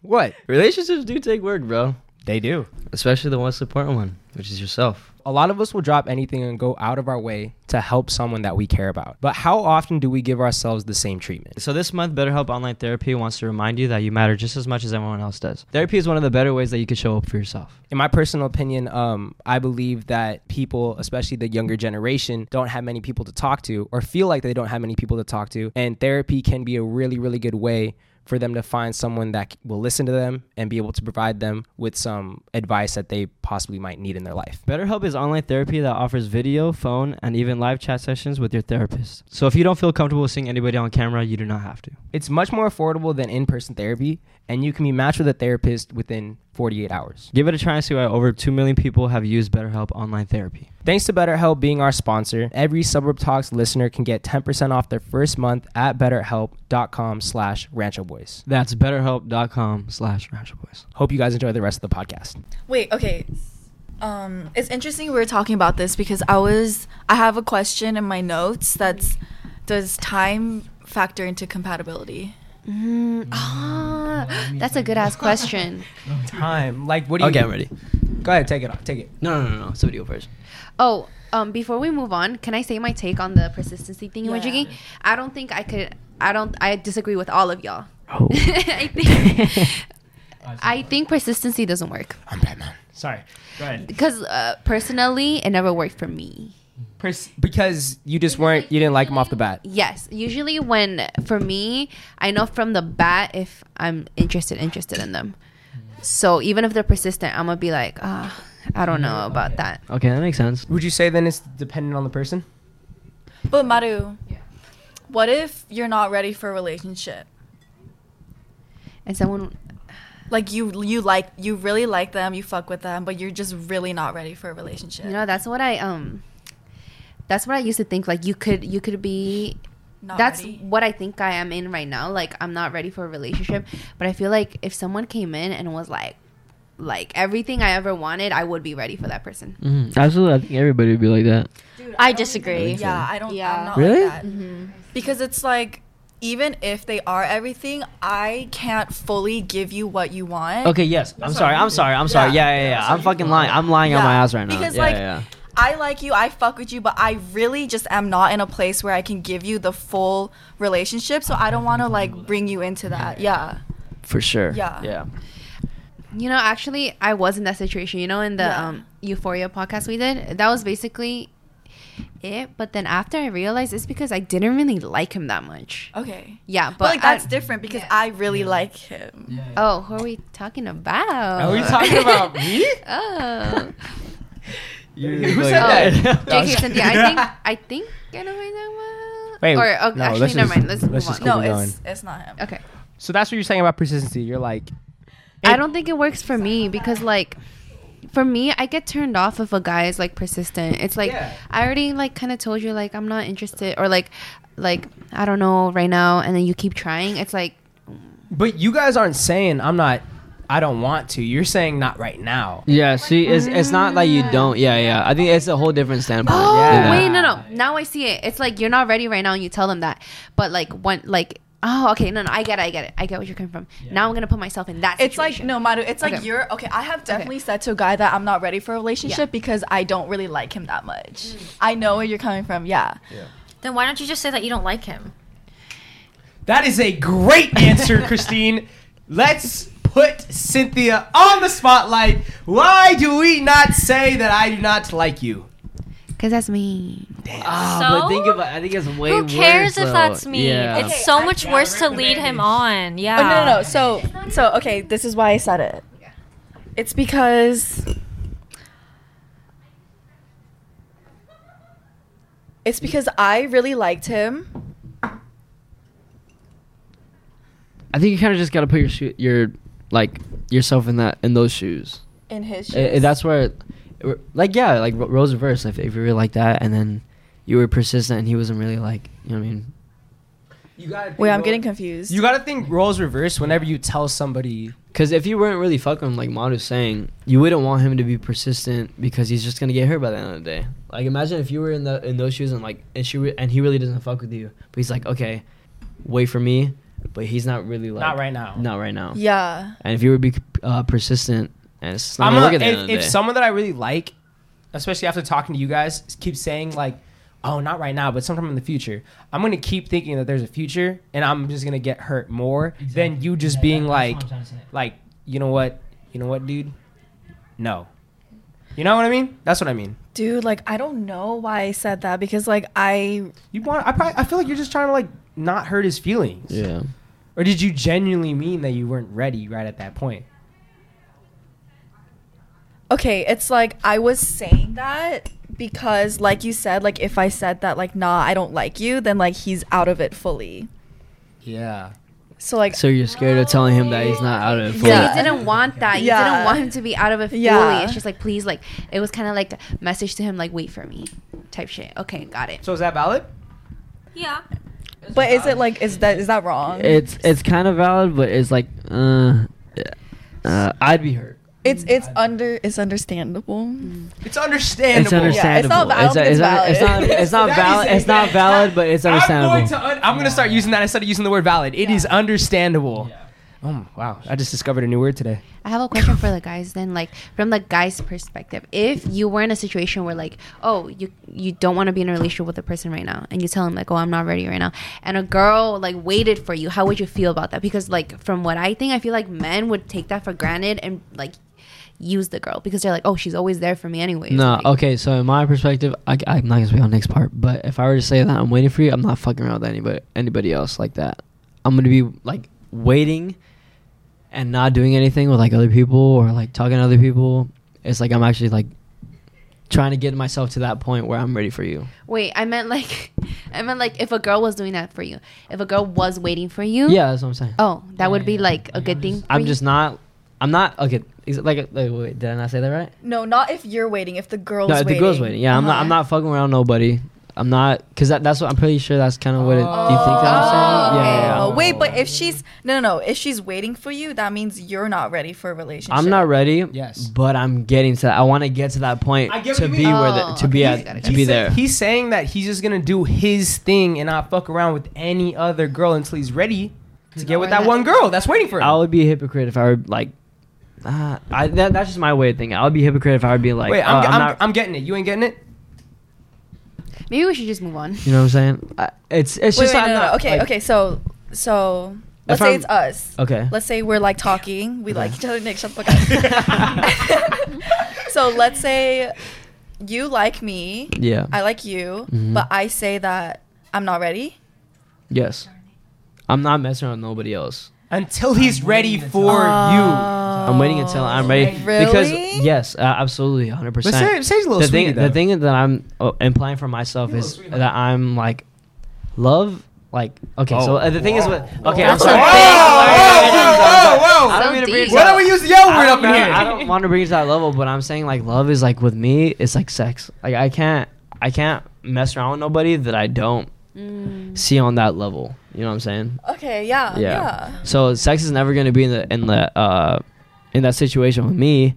S2: What?
S5: Relationships do take work, bro.
S2: They do.
S5: Especially the most important one, which is yourself.
S2: A lot of us will drop anything and go out of our way to help someone that we care about. But how often do we give ourselves the same treatment?
S5: So this month, BetterHelp Online Therapy wants to remind you that you matter just as much as everyone else does. Therapy is one of the better ways that you can show up for yourself.
S2: In my personal opinion, um, I believe that people, especially the younger generation, don't have many people to talk to or feel like they don't have many people to talk to. And therapy can be a really, really good way for them to find someone that c- will listen to them and be able to provide them with some advice that they possibly might need in their life.
S5: BetterHelp is online therapy that offers video, phone, and even live chat sessions with your therapist. So if you don't feel comfortable seeing anybody on camera, you do not have to.
S2: It's much more affordable than in person therapy, and you can be matched with a therapist within 48 hours.
S5: Give it a try and see why over 2 million people have used BetterHelp Online Therapy.
S2: Thanks to BetterHelp being our sponsor, every Suburb Talks listener can get 10% off their first month at betterhelp.com slash Rancho Boys.
S5: That's betterhelp.com slash Rancho Boys.
S2: Hope you guys enjoy the rest of the podcast.
S4: Wait, okay. Um, it's interesting we were talking about this because I was I have a question in my notes that's does time factor into compatibility?
S6: Mm, ah, that's a good ass question.
S2: Time. Like, what
S5: do you- Okay, I'm ready.
S2: Go ahead, take it off. Take it.
S5: No, no, no, no. Somebody go first.
S6: Oh, um, before we move on, can I say my take on the persistency thing you were drinking? I don't think I could. I don't. I disagree with all of y'all.
S5: Oh.
S6: I think. I think persistency doesn't work
S2: Sorry. Go ahead.
S6: because uh, personally, it never worked for me.
S2: Pers- because you just weren't, you didn't like him off the bat.
S6: Yes, usually when for me, I know from the bat if I'm interested, interested in them. So even if they're persistent, I'm gonna be like, ah, I don't know about that.
S5: Okay, that makes sense.
S2: Would you say then it's dependent on the person?
S4: But Maru, what if you're not ready for a relationship?
S6: And someone
S4: like you, you like you really like them, you fuck with them, but you're just really not ready for a relationship.
S6: You know, that's what I um that's what I used to think like you could you could be
S4: Not
S6: that's
S4: ready.
S6: what I think I am in right now. Like I'm not ready for a relationship, but I feel like if someone came in and was like like everything I ever wanted, I would be ready for that person.
S4: Mm.
S7: Mhm, Absolutely, I think everybody would be like that.
S3: I disagree.
S4: Yeah, I don't. I'm not
S7: Really?
S4: like that.
S6: Mm-hmm.
S4: Because it's like, even if they are everything, I can't fully give you what you want.
S5: Okay, yes. I'm sorry. I'm sorry. I'm sorry. Yeah, yeah, yeah. I'm fucking lying. I'm lying on
S4: Yeah,
S5: my ass right now.
S4: because,
S5: yeah,
S4: like,
S5: yeah, yeah.
S4: I like you, I fuck with you, but I really just am not in a place where I can give you the full relationship. So I don't want to like bring you into that. Yeah.
S5: For sure.
S4: Yeah.
S5: Yeah.
S6: You know, actually, I was in that situation. You know, in the
S4: Yeah.
S6: um, Euphoria podcast we did, that was basically it. But then after I realized it's because I didn't really like him that much.
S4: Okay.
S6: Yeah, but,
S4: Oh. But, like
S6: I-
S4: that's different because I really like him.
S6: oh, who are we talking about?
S4: Are we talking
S2: about me?
S6: oh,
S2: Who
S6: oh,
S2: said that?
S6: JK Cynthia. I think I think I know my name.
S2: Wait,
S6: or okay,
S2: no,
S6: actually,
S2: let's
S6: never
S2: just-
S6: mind. Let's,
S2: let's just
S6: move on.
S2: keep No, it it's-
S4: It's not him.
S6: Okay.
S2: So that's what you're saying about persistency. You're like,
S6: I don't think it works for me because like for me I get turned off if a guy is like persistent. It's like I already like kind of told you like I'm not interested or like like I don't know right now and then you keep trying. It's like
S2: but you guys aren't saying I'm not, I don't want to. You're saying not right now.
S5: Yeah, see, it's it's not like you don't. Yeah, yeah. I think it's a whole different standpoint.
S6: Oh
S5: yeah.
S6: wait, no, no. Now I see it. It's like you're not ready right now, and you tell them that. But like one, like oh, okay, no, no. I get, it, I get it. I get what you're coming from. Now I'm gonna put myself in that.
S4: It's like
S6: situation.
S4: no, Madu. It's like
S6: Okay.
S4: you're okay. I have definitely said to a guy that I'm not ready for a relationship because I don't really like him that much. I know where you're coming from. Yeah.
S3: Then why don't you just say that you don't like him?
S2: That is a great answer, Christine. Let's put Cynthia on the spotlight. Why do we not say that I do not like you?
S6: because that's me.
S5: Ah, but think about. I think it's way.
S3: Who cares
S5: worse,
S3: if
S5: though.
S3: that's me?
S5: Yeah.
S3: It's so much worse to lead him on. Yeah.
S4: Oh, no, no, no. So, so okay, this is why I said it. It's because it's because I really liked him.
S5: I think you kind of just gotta put your shoe, your like yourself in that in those shoes.
S4: In his
S5: I- I-
S4: shoes.
S5: Eh, that's where, like yeah, like ro- roles reverse. If if you were like that, and then you were persistent, and he wasn't really like you know what I mean.
S2: You gotta
S4: Wait, I'm getting confused.
S2: You gotta think roles reverse whenever you tell somebody.
S5: Because if you weren't really fucking like Madu's saying, you wouldn't want him to be persistent because he's just gonna get hurt by the end of the day. Like imagine if you were in the in those shoes and like and she re- and he really doesn't fuck with you, but he's like okay, wait for me, but he's not really like
S2: Not right now.
S5: not right now.
S4: Yeah.
S5: And if you were be uh, persistent, and it's just not
S2: I'm
S5: gonna
S2: gonna,
S5: work at the end of
S2: if,
S5: the
S2: if
S5: day.
S2: someone that I really like, especially after talking to you guys, keeps saying like, "Oh, not right now, but sometime in the future," I'm gonna keep thinking that there's a future, and I'm just gonna get hurt more than you just being like, like, you know what, you know what, dude, no, you know what I mean? That's what I mean.
S4: Dude, like I don't know why I said that because like I
S2: You want? I probably I feel like you're just trying to like not hurt his feelings.
S5: Yeah.
S2: Or did you genuinely mean that you weren't ready right at that point?
S4: okay, it's like I was saying that because like you said, like if I said that like nah, I don't like you, then like he's out of it fully.
S2: Yeah.
S4: So like
S5: so you're scared of telling him that he's not out of it. fully.
S6: So you didn't want that. You
S4: Yeah.
S6: didn't want him to be out of it fully.
S4: Yeah.
S6: It's just like please, like it was kind of like a message to him, like wait for me, type shit. Okay, got it.
S2: So is that valid?
S3: Yeah.
S4: But is it like is that is that wrong?
S5: It's it's kind of valid, but it's like uh, uh I'd be hurt.
S4: It's it's under it's understandable.
S2: It's understandable.
S5: It's understandable.
S4: Yeah, it's not
S5: It's-
S4: valid.
S5: it's not- it's not valid. It's not valid, but it's
S2: I'm
S5: understandable.
S2: going to un- I'm gonna start using that instead of using the word valid. It is understandable. Oh wow! I just discovered a new word today.
S6: I have a question for the guys then, like from the guy's perspective. If you were in a situation where like, oh, you you don't want to be in a relationship with a person right now and you tell him like, oh, I'm not ready right now and a girl like waited for you, how would you feel about that? Because like from what I think, I feel like men would take that for granted and like use the girl because they're like, oh, she's always there for me anyway.
S5: No, okay. So in my perspective, I, am not gonna speak on next part. But if I were to say that I'm waiting for you, I'm not fucking around with anybody anybody else like that. I'm gonna be like waiting and not doing anything with like other people or like talking to other people. It's like I'm actually like trying to get myself to that point where I'm ready for you.
S6: Wait, I meant like, I meant like if a girl was doing that for you, if a girl was waiting for you.
S5: Yeah, that's what I'm saying.
S6: Oh, that would be like a good thing. for
S5: I'm
S6: you?
S5: just not. I'm not okay. Is it like, like wait, did I not say that right?
S4: No, not if you're waiting. If the girl's
S5: no,
S4: waiting.
S5: the girl's waiting. Yeah, I'm not. I'm not fucking around nobody. I'm not because that, that's what I'm pretty sure that's kind of what it, you think that I'm saying. Yeah, yeah, yeah.
S4: Oh, wait, but if she's no, no, no. If she's waiting for you, that means you're not ready for a relationship.
S5: I'm not ready. Yes, but I'm getting to. that. I want to get to that point
S15: I get
S5: to
S15: what you
S5: be
S15: mean.
S5: where the, to
S4: Oh.
S5: be at to be there.
S15: He's saying that he's just gonna do his thing and not fuck around with any other girl until he's ready to get with that one girl that's waiting for him.
S5: I would be a hypocrite if I were like. Uh, I, that, that's just my way of thinking. I would be a hypocrite if I would be like,
S15: Wait, I'm,
S5: oh,
S15: ge-
S5: I'm
S15: I'm,
S5: not
S15: I'm getting it. You ain't getting it.
S6: Maybe we should just move on.
S5: You know what I'm saying? I, it's it's
S4: wait,
S5: just
S4: wait,
S5: I'm
S4: no, no,
S5: not,
S4: no. Okay,
S5: like-
S4: okay. So, so let's
S5: If
S4: say
S5: I'm-
S4: it's us.
S5: Okay.
S4: Let's say we're like talking. We like each other. Nick, shut the fuck up. so let's say you like me.
S5: Yeah.
S4: I like you,
S5: Mhm.
S4: but I say that I'm not ready.
S5: Yes, I'm not messing around with nobody else.
S15: Until he's ready for you.
S5: I'm waiting until I'm ready because yes, uh, absolutely, hundred percent.
S15: But Sage- Sage a little
S5: the thing,
S15: sweetie,
S5: the
S15: though.
S5: thing that I'm uh, implying for myself is that I'm like love. Like okay, so uh, the thing is what okay. I'm
S15: That's
S5: sorry.
S15: a big-
S5: I'm
S15: Whoa,
S5: sorry,
S15: whoa,
S5: I don't mean to
S15: whoa,
S5: bring it
S15: whoa. Why
S5: to-
S15: don't we use the L
S5: I
S15: word
S5: don't
S15: up in
S5: know,
S15: here?
S5: I don't want to bring it to that level, but I'm saying like love is like with me, it's like sex. Like I can't, I can't mess around with nobody that I don't see on that level. You know what I'm saying?
S4: Okay. Yeah. Uh, Yeah.
S5: So sex is never gonna be in the in the uh, in that situation with me.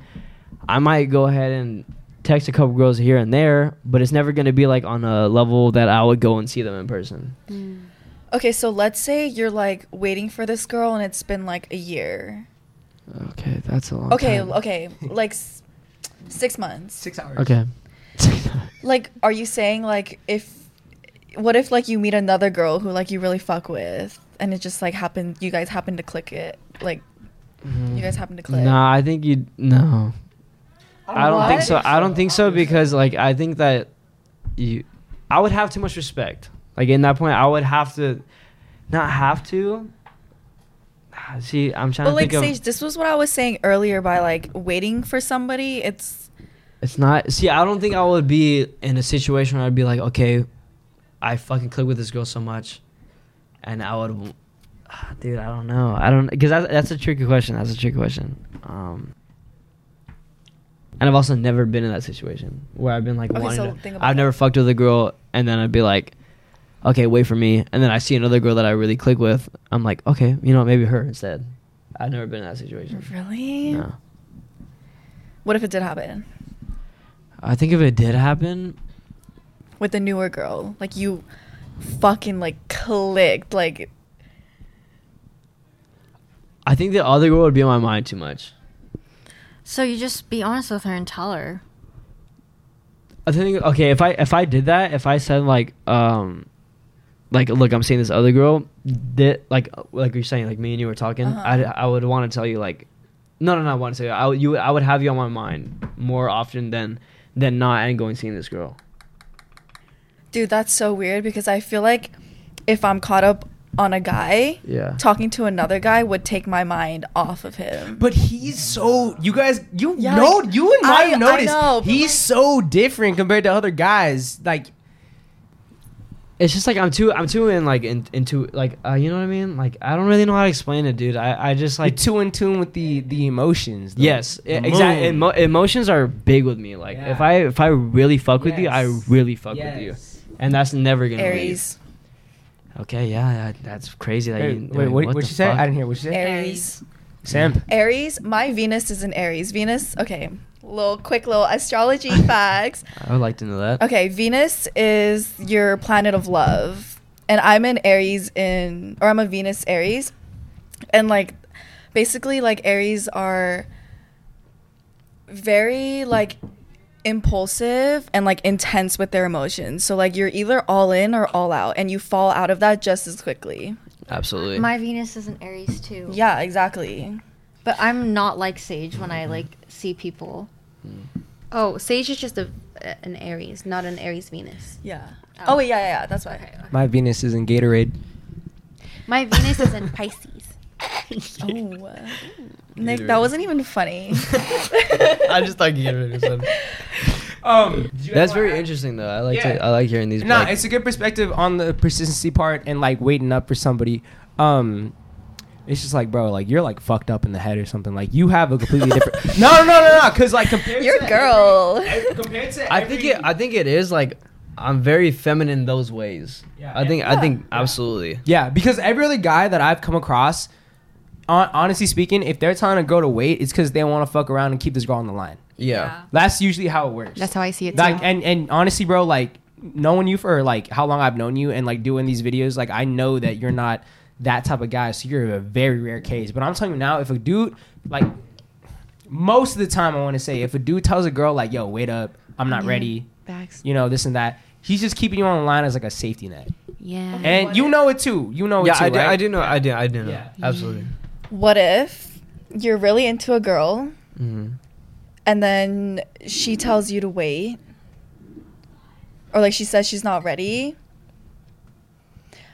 S5: I might go ahead and text a couple girls here and there, but it's never gonna be like on a level that I would go and see them in person.
S4: Okay. So let's say you're like waiting for this girl, and it's been like a year.
S5: Okay, that's a long
S4: Okay.
S5: time.
S4: Okay. Like s- six months. Six hours.
S5: Okay.
S4: Like, are you saying like if what if like you meet another girl who like you really fuck with, and it just like happened, you guys happen to click it, like you guys happen to click.
S5: Nah, I think you no. I don't think
S4: What?
S5: so. I don't think so because like I think that you, I would have too much respect. Like in that point, I would have to, not have to. See, I'm trying
S4: But
S5: to
S4: like
S5: think
S4: Sage,
S5: of.
S4: this was what I was saying earlier by like waiting for somebody. It's
S5: It's not. See, I don't think I would be in a situation where I'd be like, okay, I fucking click with this girl so much, and I would. Ah, Dude, I don't know. I don't because that's, that's a tricky question. That's a tricky question. Um, and I've also never been in that situation where I've been like,
S4: Okay,
S5: wanting
S4: so
S5: to-
S4: think about
S5: I've never fucked with a girl, and then I'd be like, okay, wait for me, and then I see another girl that I really click with. I'm like, okay, you know, maybe her instead. I've never been in that situation.
S4: really.
S5: No.
S4: What if it did happen
S5: I think if it did happen,
S4: with the newer girl? Like you fucking like clicked. Like
S5: I think the other girl would be on my mind too much.
S3: So you just be honest with her and tell her.
S5: I think okay, if I if I did that, if I said like um like look, I'm seeing this other girl that like like you're saying like me and you were talking,
S11: Uh-huh.
S5: I I would want to tell you like no no no, I want to tell you I would- you would- I would have you on my mind more often than than not and going seeing this girl.
S4: Dude, that's so weird because I feel like if I'm caught up on a guy,
S5: Yeah.
S4: talking to another guy would take my mind off of him.
S15: But he's so you guys you
S4: Yeah,
S15: know
S4: like,
S15: you and
S4: I-
S15: I,
S4: I
S15: have noticed
S4: know, but,
S15: he's so different compared to other guys. Like
S5: It's just like I'm too I'm too in like in, into like uh, you know what I mean? Like I don't really know how to explain it, dude. I I just like
S15: too in tune with the the emotions. the-
S5: Yes, e,
S15: the
S5: exactly.
S15: mood.
S5: Emo- emotions are big with me. Like if I if I really fuck with you, I really fuck with you, and that's never gonna leave.
S4: Aries.
S5: Okay, yeah, that, that's crazy. That
S15: Hey,
S5: you,
S15: wait, what- what'd
S5: the
S15: you say? I
S5: fuck?
S15: didn't hear. What'd you say?
S4: Aries.
S15: Sam.
S4: Aries, my Venus is an Aries. Venus, okay. Little quick little astrology facts.
S5: I would like to know that.
S4: Okay, Venus is your planet of love. And I'm an Aries in or I'm a Venus Aries. And like basically like Aries are very like impulsive and like intense with their emotions. So like you're either all in or all out and you fall out of that just as quickly.
S5: Absolutely.
S3: My Venus is an Aries too.
S4: Yeah, exactly.
S3: But I'm not like Sage when I like see people.
S6: Oh, Sage is just a, an Aries, not an Aries Venus.
S4: Yeah. Oh, wait, yeah, yeah, yeah, that's why.
S16: My Venus is in Gatorade.
S6: My Venus is in Pisces.
S4: oh. uh, Nick, that wasn't even funny.
S5: I'm just like getting rid of
S2: Um,
S5: That's very interesting though. I like
S2: Yeah.
S5: to, I like hearing these.
S2: No,
S5: like-
S2: it's a good perspective on the persistency part and like waiting up for somebody. Um, it's just like, bro, like you're like fucked up in the head or something. Like you have a completely different. No, no, no, no, no. Because like compared
S4: You're
S2: to
S4: a girl.
S2: every- compared to
S5: I think it. I think it is like I'm very feminine those ways. Yeah. I think. I think absolutely.
S2: Yeah, because every other guy that I've come across, on, honestly speaking, if they're trying to go to weight, it's because they want to fuck around and keep this girl on the line.
S5: Yeah.
S2: That's usually how it works.
S6: That's how I see it.
S2: like eh.
S6: too.
S2: and and honestly bro like knowing you for like how long i've known you and like doing these videos like i know that you're not that type of guy so you're a very rare case but i'm telling you now if a dude like most of the time i want to say if a dude tells a girl like yo wait up i'm not
S6: Yeah.
S2: ready
S6: Mm-hmm. Facts.
S2: you know this and that he's just keeping you on the line as like a safety net
S6: Yeah.
S2: and you know it too you know
S5: yeah,
S2: it too
S5: I do.
S2: right?
S5: I do know. I do. I do know. Absolutely.
S4: What if you're really into a girl
S5: hmm
S4: and then she tells you to wait or like she says she's not ready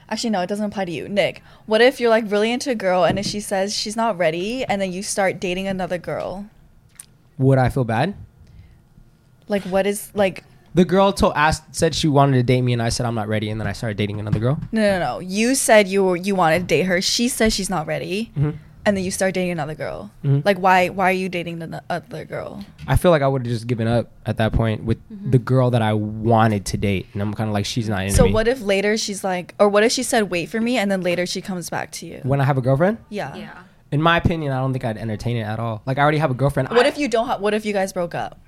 S4: actually no it doesn't apply to you nick what if you're like really into a girl and then she says she's not ready and then you start dating another girl
S2: would i feel bad
S4: like what is like
S2: the girl told asked said she wanted to date me and i said i'm not ready and then i started dating another girl
S4: no no no you said you were you wanted to date her she says she's not ready
S2: Mhm.
S4: and then you start dating another girl
S2: Mhm.
S4: like why why are you dating the other girl
S2: I feel like I would have just given up at that point with the girl that I wanted to date, and I'm kind of like, she's not into
S4: so
S2: me.
S4: what if later she's like or what if she said wait for me and then later she comes back to you
S2: when I have a girlfriend?
S4: yeah
S2: In my opinion, I don't think I'd entertain it at all. Like I already have a girlfriend.
S4: what
S2: I-
S4: if you don't have what if you guys broke up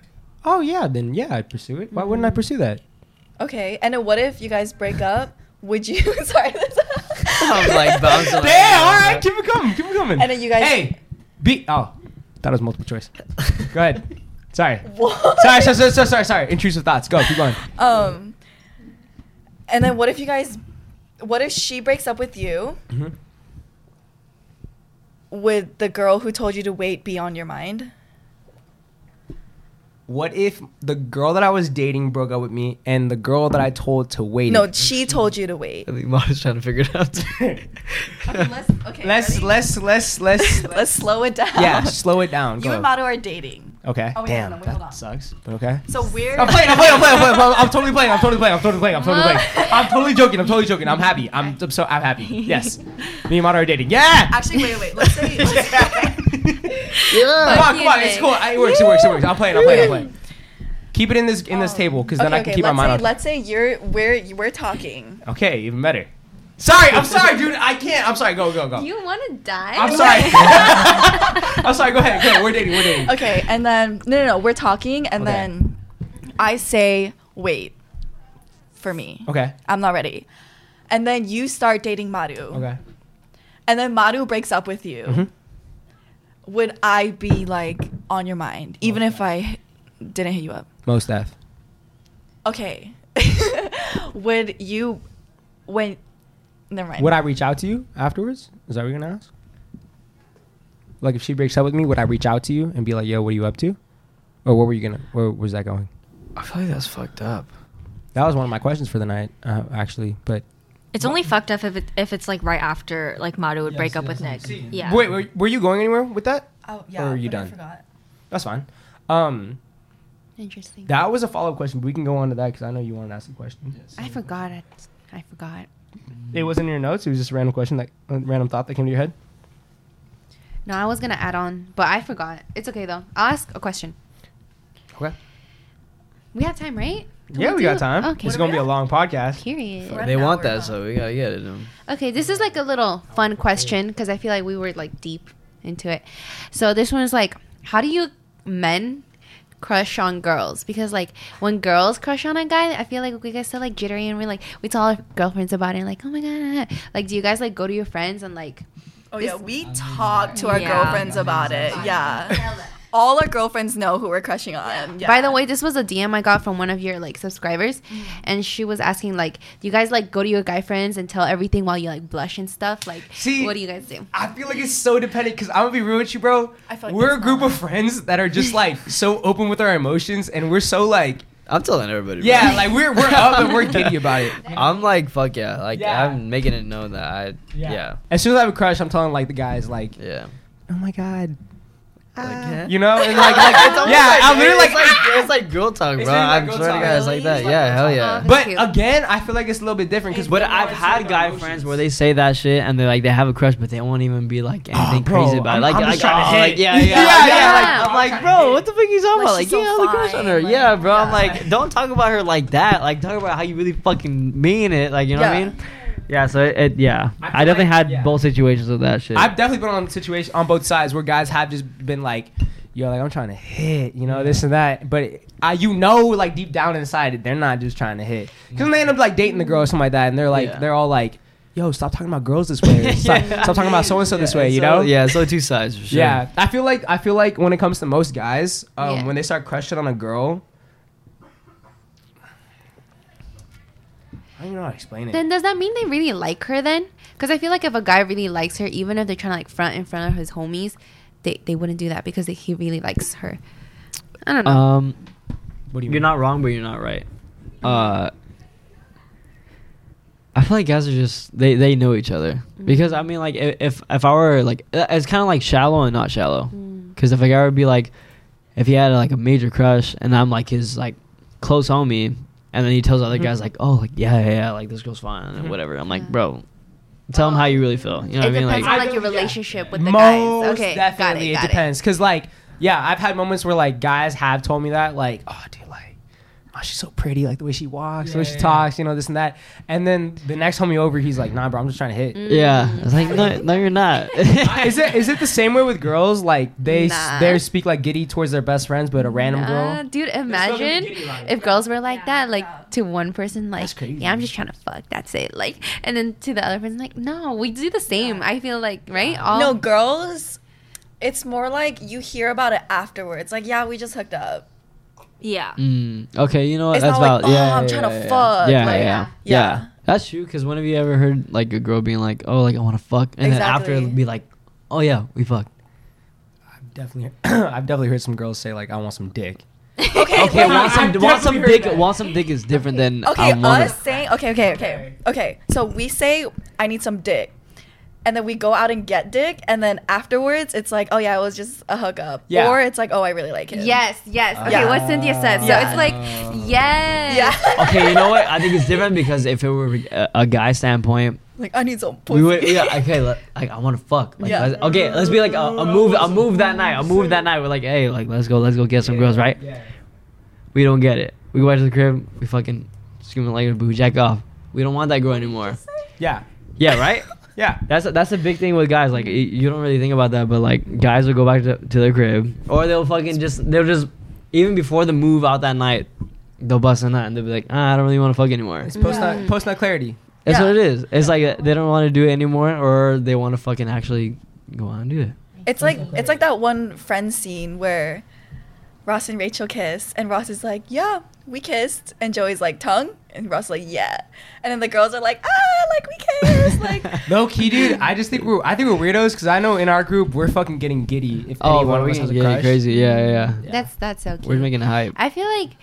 S2: Oh yeah, then yeah, I'd pursue it. Why wouldn't I pursue that?
S4: Okay, and then what if you guys break up? Would you? sorry. this-
S5: I'm like bouncing. like,
S2: Damn! All right, keep it coming, keep it coming.
S4: And then you guys-
S2: Hey, be oh, that was multiple choice. Go ahead. Sorry. Sorry, sorry, sorry, sorry, sorry, sorry. Intrusive thoughts. Go, keep going.
S4: Um. And then what if you guys? What if she breaks up with you?
S2: Mhm.
S4: Would the girl who told you to wait be on your mind?
S2: What if the girl that I was dating broke up with me, and the girl that I told to wait?
S4: No, she told you to wait.
S5: I think Mara's trying to figure it out.
S4: Let's okay.
S2: Let's let's let's let's
S4: let's slow it down.
S2: yeah, slow it down.
S4: You
S2: Go.
S4: and Mado are dating.
S2: Okay.
S4: Oh, wait,
S2: Damn,
S4: no, wait,
S2: that
S4: hold on.
S2: sucks. But okay.
S4: So we're.
S2: I'm playing. I'm playing. I'm playing. I'm, playing, I'm totally playing. I'm totally playing. I'm totally playing. I'm totally playing. I'm totally joking. I'm totally joking. I'm happy. I'm, I'm so I'm happy. Yes. Me and Mata are dating. Yeah.
S4: Actually, wait, wait. Let's say. Let's
S2: Come on, come on. It's cool. I- It works. It works. It works. I'm playing. I'm playing. I'm playing. Keep it in this in this table because then I can keep my
S4: let's
S2: mind
S4: say,
S2: on.
S4: let's say you're we're we're talking.
S2: Okay, even better. Sorry, I'm sorry, dude. I can't. I'm sorry. Go, go, go.
S6: you want to die?
S2: I'm sorry. I'm sorry. Go ahead. Go. We're dating. We're dating.
S4: Okay, and then no, no, no, we're talking, and
S2: Okay.
S4: then I say, "Wait, for me,
S2: Okay.
S4: I'm not ready." And then you start dating Maru,
S2: Okay.
S4: and then Maru breaks up with you.
S2: Mhm. Mm-hmm.
S4: Would I be like on your mind, even if I didn't hit you up?
S2: Most F.
S4: Okay. Would you, when, never mind.
S2: Would I reach out to you afterwards? Is that what you're gonna ask? Like if she breaks up with me, would I reach out to you and be like, "Yo, what are you up to?" Or what were you gonna? Where was that going?
S5: I feel like that's fucked up.
S2: That was one of my questions for the night, uh, actually. But
S3: It's only fucked up if it, if it's like right after like Madu would break up with Nick. Yeah.
S2: wait, were, were you going anywhere with that?
S4: Oh
S2: yeah, Or are you but I done? That's fine. Um,
S6: Interesting.
S2: that was a follow up question. But we can go on to that because I know you want to ask a question.
S6: I forgot. I, I forgot.
S2: It wasn't in your notes. It was just a random question, that a random thought that came to your head.
S6: No, I was gonna add on, but I forgot. It's okay though. I'll ask a question.
S2: Okay.
S6: We have time, right? Can
S2: yeah, we
S6: do-
S2: got time.
S6: Okay.
S2: It's gonna be a long podcast.
S6: Period.
S5: They want that, so we gotta get it. um,
S6: Okay, this is like a little fun question because I feel like we were like deep into it. So this one is like, how do you men crush on girls? Because like when girls crush on a guy, I feel like we guys still like ah, jittery and we're like we tell our girlfriends about it. Like, oh my god, like do you guys like go to your friends and like
S4: Oh
S8: This-
S4: yeah, we talk to our
S6: Yeah.
S4: girlfriends about it. Yeah, all our girlfriends know who we're crushing on. Yeah.
S6: By the way, this was a DM I got from one of your like subscribers, and she was asking like, "Do you guys like go to your guy friends and tell everything while you like blush and stuff? Like,
S2: See,
S6: what do you guys do?"
S2: I feel like it's so dependent because I'm gonna be real with you, bro.
S6: I feel like
S2: we're a group of friends that are just like so open with our emotions, and we're so like.
S5: I'm telling everybody.
S2: Yeah,
S5: bro.
S2: like we're we're up and we're giddy about it.
S5: I'm like, fuck yeah. Like,
S2: Yeah.
S5: I'm making it known that I, yeah.
S2: As soon as I have a crush, I'm telling like the guys like,
S5: yeah,
S2: oh my god,
S5: yeah.
S2: you know, and like, like
S5: It's almost
S2: yeah,
S5: like-
S2: I'm literally
S5: it's
S2: like,
S5: like, it's like girl talk, bro.
S2: It's really like
S5: I'm
S2: girl
S5: swear to
S2: talk.
S5: God, it's like that. Yeah, hell yeah.
S2: but again, I feel like it's a little bit different because
S5: But I've had guy friends where they say that shit and they're like they have a crush, but they won't even be like anything
S2: Ah, bro,
S5: crazy
S2: I'm-
S5: about it. Like,
S2: I'm just
S5: like,
S2: trying to
S5: oh,
S2: hit.
S5: like, yeah,
S2: Yeah,
S5: yeah, yeah.
S2: yeah,
S5: like,
S2: yeah.
S5: I'm like, bro, what the fuck you talking about? Like,
S2: she's so
S5: yeah, I have a crush on her. Yeah, bro. I'm like, don't talk about her like that. Like, talk about how you really fucking mean it. Like, you know what
S2: Yeah.
S5: I mean? Yeah. So it, it yeah.
S2: I
S5: I,
S2: feel
S5: definitely
S2: like-
S5: had
S2: yeah.
S5: both situations of that shit.
S2: I've definitely been on situation on both sides where guys have just been like, yo, like I'm trying to hit, you know, this and that. But I, you know, like deep down inside, that they're not just trying to hit. Because they end up like dating the girl or something like that, and they're like, they're all like, yo, stop talking about girls this way. Stop, stop talking about so and so this way, you
S5: so-
S2: know?
S5: Yeah. So two sides. For sure.
S2: Yeah, I feel like I feel like when it comes to most guys, um,
S5: Yeah.
S2: when they start crushing on a girl, I don't even know how to explain it.
S6: Then does that mean they really like her then? Because I feel like if a guy really likes her, even if they're trying to like front in front of his homies, they they wouldn't do that because they, he really likes her. I don't know.
S5: Um,
S2: what do
S5: you are not wrong, but you're not right. Uh, I feel like guys are just they they know each other because I mean like i- if if I were like uh, it's kind of like shallow and not shallow because if a guy would be like if he had like a major crush and I'm like his like close homie and then he tells other guys like oh like yeah yeah, yeah like this girl's fine and whatever I'm like bro tell him how you really feel you know what I
S6: it
S5: mean
S6: depends
S5: like
S6: on like your relationship with the
S2: Most
S6: guys. Okay,
S2: definitely,
S6: got it. Got
S2: depends. Cause like, yeah, I've had moments where like guys have told me that, like, oh, dude, like, oh, she's so pretty, like the way she walks, the way she talks, you know, this and that. And then the next homie over, he's like, nah, bro, I'm just trying to hit.
S6: Mm.
S5: yeah it's like no no you're not
S2: is it is it the same way with girls? Like they s-
S6: Nah.
S2: they speak like giddy towards their best friends, but a random
S6: Uh,
S2: girl.
S6: dude, imagine if girls were like that, like to one person, like, yeah, I'm just trying to fuck, that's it. Like, and then to the other person, like, no, we do the same. I feel like, right? All
S4: no girls, it's more like you hear about it afterwards. Like yeah, we just hooked up.
S3: Yeah.
S5: Mm, okay, you know what?
S4: It's
S5: That's
S4: not like,
S5: valid.
S4: "Oh,
S5: yeah,
S4: I'm
S5: yeah,
S4: trying to
S5: yeah, yeah.
S4: fuck,"
S5: Yeah, yeah,
S4: like, yeah.
S5: yeah,
S4: Yeah.
S5: That's true. Because when have you ever heard like a girl being like, "Oh, like I want to fuck," and then after
S2: Exactly.
S5: it'd be like, "Oh yeah, we fucked."
S2: Definitely, I've definitely heard some girls say like, I want some dick.
S4: Okay,
S5: Okay,
S4: wait,
S5: want some,
S4: I've
S5: want some
S4: definitely
S5: dick. Want some dick is different than I
S4: Okay,
S5: want.
S4: us saying okay, okay, okay, okay. So we say I need some dick, and then we go out and get dick, and then afterwards it's like, oh yeah, it was just a hookup,
S6: Yeah.
S4: or it's like, oh I really like him.
S6: Yes, yes. Okay, what Cynthia said. So it's like, yes.
S4: Yeah.
S5: okay, you know what? I think it's different because if it were a, a guy standpoint,
S4: like I need some
S5: we
S4: pussy.
S5: would. Yeah, okay, let, like I want to fuck. Like,
S4: Yeah.
S5: let's- okay, let's be like a, a move. A move that night. A move that night. We're like, hey, like let's go, let's go get some girls, right? We don't get it. We go back to the crib. We fucking screaming like a boo, jack off. We don't want that girl anymore.
S2: Yeah.
S5: Yeah, right?
S2: Yeah.
S5: That's a, that's a big thing with guys. Like y- you don't really think about that, but like guys will go back to, to their crib, or they'll fucking just they'll just even before the move out that night, they'll bust a nut and they'll be like, ah, I don't really want to fuck anymore.
S2: It's post not post not clarity.
S5: That's what it is. It's like uh, they don't want to do it anymore, or they want to fucking actually go out and do it.
S4: It's like it's like that one friend scene where Ross and Rachel kiss, and Ross is like, "Yeah, we kissed," and Joey's like, "Tongue," and Ross is like, "Yeah," and then the girls are like, "Ah, like we kissed." Like
S2: No key, dude. I just think we're I think we're weirdos because I know in our group we're fucking getting giddy if
S5: Oh,
S2: any one
S5: wow,
S2: of
S5: we
S2: us
S5: can
S2: has a
S5: get
S2: crush.
S5: crazy. Yeah, yeah, yeah.
S6: That's that's so cute.
S5: We're making hype.
S6: I feel like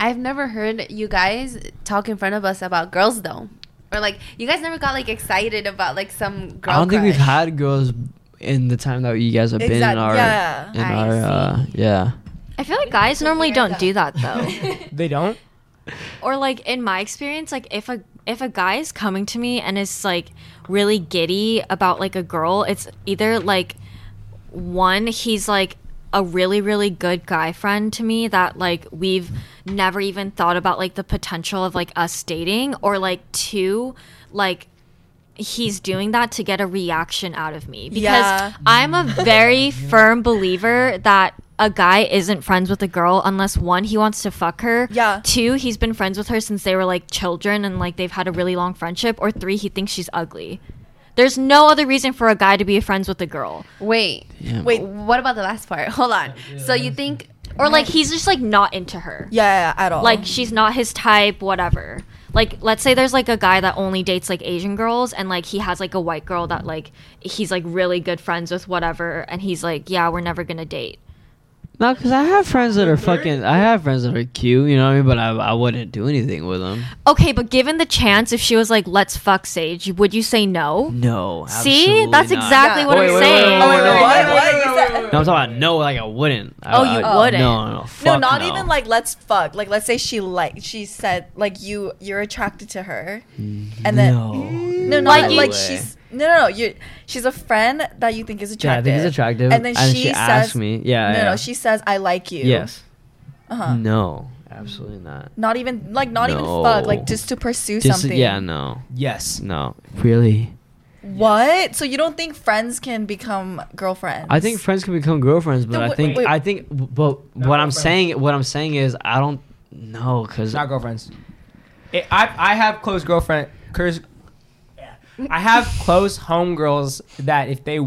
S6: I've never heard you guys talk in front of us about girls though. Or like you guys never got like excited about like some girl.
S5: I don't think we've
S6: crush.
S5: had girls in the time that you guys have been in
S6: Exact-
S5: our
S6: yeah.
S5: in
S6: I
S5: our uh, yeah.
S3: I feel like guys normally don't do that though.
S2: They don't.
S3: or like in my experience like if a if a guy is coming to me and is like really giddy about like a girl it's either like one he's like a really really good guy friend to me that like we've never even thought about like the potential of like us dating or like two like he's doing that to get a reaction out of me because
S4: Yeah.
S3: I'm a very firm believer that a guy isn't friends with a girl unless one he wants to fuck her yeah two he's been friends with her since they were like children and like they've had a really long friendship or three he thinks she's ugly There's no other reason for a guy to be friends with a girl.
S6: Wait.
S3: Wait,
S6: what about the last part? Hold on. So you think
S3: or like he's just like not into her.
S4: Yeah, at all.
S3: Like she's not his type, whatever. Like let's say there's like a guy that only dates like Asian girls and like he has like a white girl that like he's like really good friends with whatever and he's like, "Yeah, we're never going to date."
S5: No, because I have friends that are fucking. I have friends that are cute, you know what I mean. But I, I wouldn't do anything with them.
S3: Okay, but given the chance if she was like, "Let's fuck Sage," would you say no?
S5: No.
S3: See? That's
S5: not.
S3: exactly what I'm
S5: Wait, wait, wait,
S3: saying.
S5: wait, wait, wait, wait, wait,
S4: What? You said-
S5: No, I'm talking about no. Like I wouldn't. I-
S4: Oh, you
S5: I-
S4: wouldn't.
S5: No, no, no.
S4: no,
S5: fuck
S4: not
S5: no.
S4: even like let's fuck. Like let's say she like she said like you you're attracted to her, and then
S5: No.
S4: no,
S5: Like
S4: no, like,
S5: you-
S4: like she's no, no, no. You she's a friend that you think
S5: Yeah, I
S4: is attractive.
S5: think it's attractive.
S4: And then she, says,
S5: asked me. Yeah.
S4: no,
S5: yeah.
S4: no, she says I like you.
S5: Yes.
S4: Uh huh.
S5: No, absolutely not.
S4: Not even like not even fuck.
S5: No.
S4: Like just to pursue
S5: Just-
S4: something.
S5: Yeah. No.
S2: Yes.
S5: No. Really.
S4: What? So you don't think friends can become girlfriends?
S5: I think friends can become girlfriends, but
S4: No,
S5: I
S4: wait,
S5: think
S4: wait.
S5: I think. But what I'm saying, what I'm saying is, I don't know because
S2: Not girlfriends. I I I have close girlfriend. Curs, I have close homegirls that if they